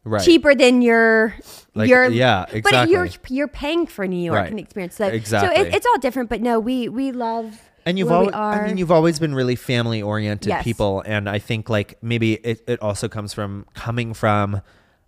[SPEAKER 3] York.
[SPEAKER 2] right.
[SPEAKER 1] cheaper than your
[SPEAKER 2] Like,
[SPEAKER 1] your
[SPEAKER 2] yeah,
[SPEAKER 1] But you're
[SPEAKER 2] exactly.
[SPEAKER 1] you're paying for New York
[SPEAKER 2] Right.
[SPEAKER 1] and experience. So,
[SPEAKER 2] Exactly.
[SPEAKER 1] So it, it's all different, but no, we we love
[SPEAKER 2] and you've
[SPEAKER 1] where we
[SPEAKER 2] always
[SPEAKER 1] are.
[SPEAKER 2] i mean you've always been really family oriented
[SPEAKER 1] Yes.
[SPEAKER 2] people and i think like maybe it, it also comes from coming from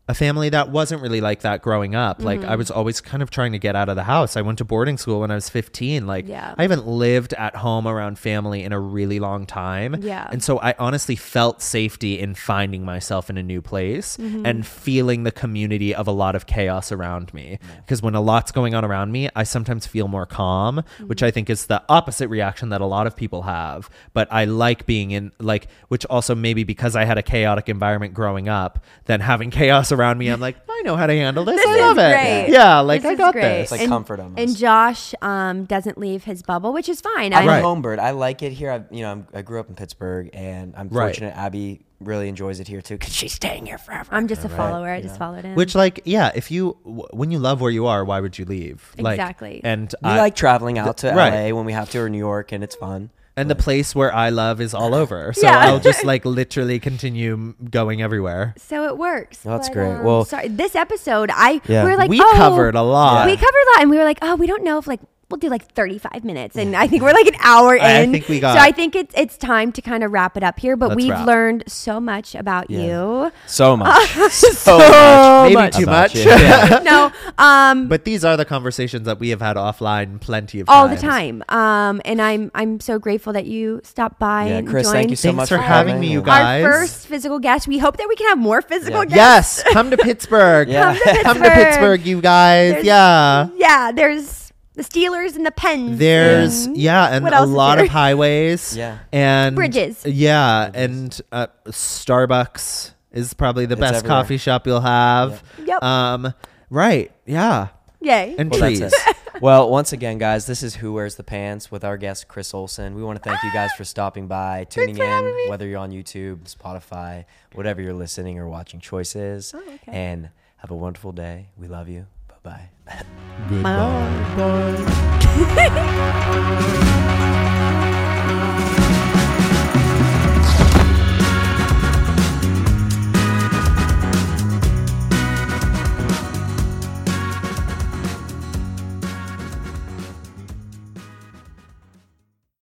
[SPEAKER 2] a family that wasn't really like that growing up like i
[SPEAKER 1] Mm-hmm.
[SPEAKER 2] was always kind of trying to get out of the house i went to boarding school when i was 15 like
[SPEAKER 1] Yeah.
[SPEAKER 2] i haven't lived at home around family in a really long time
[SPEAKER 1] Yeah.
[SPEAKER 2] and so i honestly felt safety in finding myself in a new place
[SPEAKER 1] Mm-hmm.
[SPEAKER 2] and feeling the community of a lot of chaos around me because when a lot's going on around me i sometimes feel more calm which
[SPEAKER 1] Mm-hmm.
[SPEAKER 2] i think is the opposite reaction that a lot of people have but i like being in like which also maybe because i had a chaotic environment growing up then having chaos around me i'm like i know how to handle this,
[SPEAKER 1] This
[SPEAKER 2] i
[SPEAKER 1] is
[SPEAKER 2] love
[SPEAKER 1] great.
[SPEAKER 2] it yeah like
[SPEAKER 1] This
[SPEAKER 2] i
[SPEAKER 1] is
[SPEAKER 2] got
[SPEAKER 1] great.
[SPEAKER 2] this
[SPEAKER 3] It's like
[SPEAKER 1] And-
[SPEAKER 3] comfort almost.
[SPEAKER 1] And Josh um, doesn't leave his bubble, which is fine. I
[SPEAKER 3] I'm
[SPEAKER 2] Right.
[SPEAKER 3] a home bird. I like it here. I, you know, I'm, I grew up in Pittsburgh, and I'm
[SPEAKER 2] Right.
[SPEAKER 3] fortunate Abby really enjoys it here too because she's staying here forever.
[SPEAKER 1] I'm just a follower. I just followed him.
[SPEAKER 2] which like yeah if you w- when you love where you are why would you leave like
[SPEAKER 1] Exactly.
[SPEAKER 2] and
[SPEAKER 3] we
[SPEAKER 2] I,
[SPEAKER 3] like traveling out to
[SPEAKER 2] right.
[SPEAKER 3] LA when we have to or New York, and it's fun.
[SPEAKER 2] And the place where I love is all over. So
[SPEAKER 1] Yeah.
[SPEAKER 2] I'll just like literally continue m- going everywhere.
[SPEAKER 1] so it works.
[SPEAKER 2] Oh,
[SPEAKER 3] That's
[SPEAKER 1] But,
[SPEAKER 3] great.
[SPEAKER 1] um,
[SPEAKER 3] Well-
[SPEAKER 1] sorry, this episode, I
[SPEAKER 3] Yeah.
[SPEAKER 1] we were like
[SPEAKER 2] we
[SPEAKER 1] oh,
[SPEAKER 2] covered a lot.
[SPEAKER 1] We covered a lot, and we were like, oh, we don't know if like we'll do like 35 minutes, and I think we're like an hour in.
[SPEAKER 2] I think we got-
[SPEAKER 1] So I think it's it's time to kind of wrap it up here. But
[SPEAKER 2] Let's
[SPEAKER 1] we've
[SPEAKER 2] wrap.
[SPEAKER 1] learned so much about you.
[SPEAKER 3] So much. so, much.
[SPEAKER 2] Maybe too
[SPEAKER 3] About
[SPEAKER 2] much.
[SPEAKER 3] you. Yeah.
[SPEAKER 1] no, um,
[SPEAKER 2] but these are the conversations that we have had offline plenty of
[SPEAKER 1] all the
[SPEAKER 2] times.
[SPEAKER 1] time. Um, and I'm I'm so grateful that you stopped by.
[SPEAKER 3] Yeah,
[SPEAKER 1] and
[SPEAKER 3] Chris,
[SPEAKER 1] joined
[SPEAKER 3] thank you so
[SPEAKER 2] Thanks
[SPEAKER 3] much
[SPEAKER 2] for having me, you
[SPEAKER 3] and-
[SPEAKER 2] guys.
[SPEAKER 1] Our first physical guest. We hope that we can have more physical
[SPEAKER 3] Yeah.
[SPEAKER 1] guests.
[SPEAKER 2] Yes, come to Pittsburgh.
[SPEAKER 3] Yeah.
[SPEAKER 2] Come to Pittsburgh, you guys.
[SPEAKER 1] There's- Mm-hmm.
[SPEAKER 2] yeah.
[SPEAKER 1] Yeah, there's the Steelers and the Pens.
[SPEAKER 2] There's
[SPEAKER 1] and-
[SPEAKER 2] yeah, and
[SPEAKER 1] What
[SPEAKER 2] a
[SPEAKER 1] else is
[SPEAKER 2] lot
[SPEAKER 1] there?
[SPEAKER 2] of highways.
[SPEAKER 3] Yeah.
[SPEAKER 2] And
[SPEAKER 1] Bridges.
[SPEAKER 2] Yeah, and uh, Starbucks is probably the best
[SPEAKER 3] everywhere.
[SPEAKER 2] coffee shop you'll have.
[SPEAKER 1] Yep.
[SPEAKER 2] Um right. Yeah.
[SPEAKER 1] Yay.
[SPEAKER 2] And
[SPEAKER 3] Well, that's
[SPEAKER 2] trees.
[SPEAKER 3] it. well, once again, guys, this is Who Wears the Pants with our guest, Chris Olson. We want to thank you guys for stopping by, tuning
[SPEAKER 1] for having
[SPEAKER 3] in,
[SPEAKER 1] me.
[SPEAKER 3] whether you're on YouTube, Spotify, whatever you're listening or watching choices.
[SPEAKER 2] Oh,
[SPEAKER 1] okay.
[SPEAKER 3] And have a wonderful day. We love you. Bye bye.
[SPEAKER 1] Bye.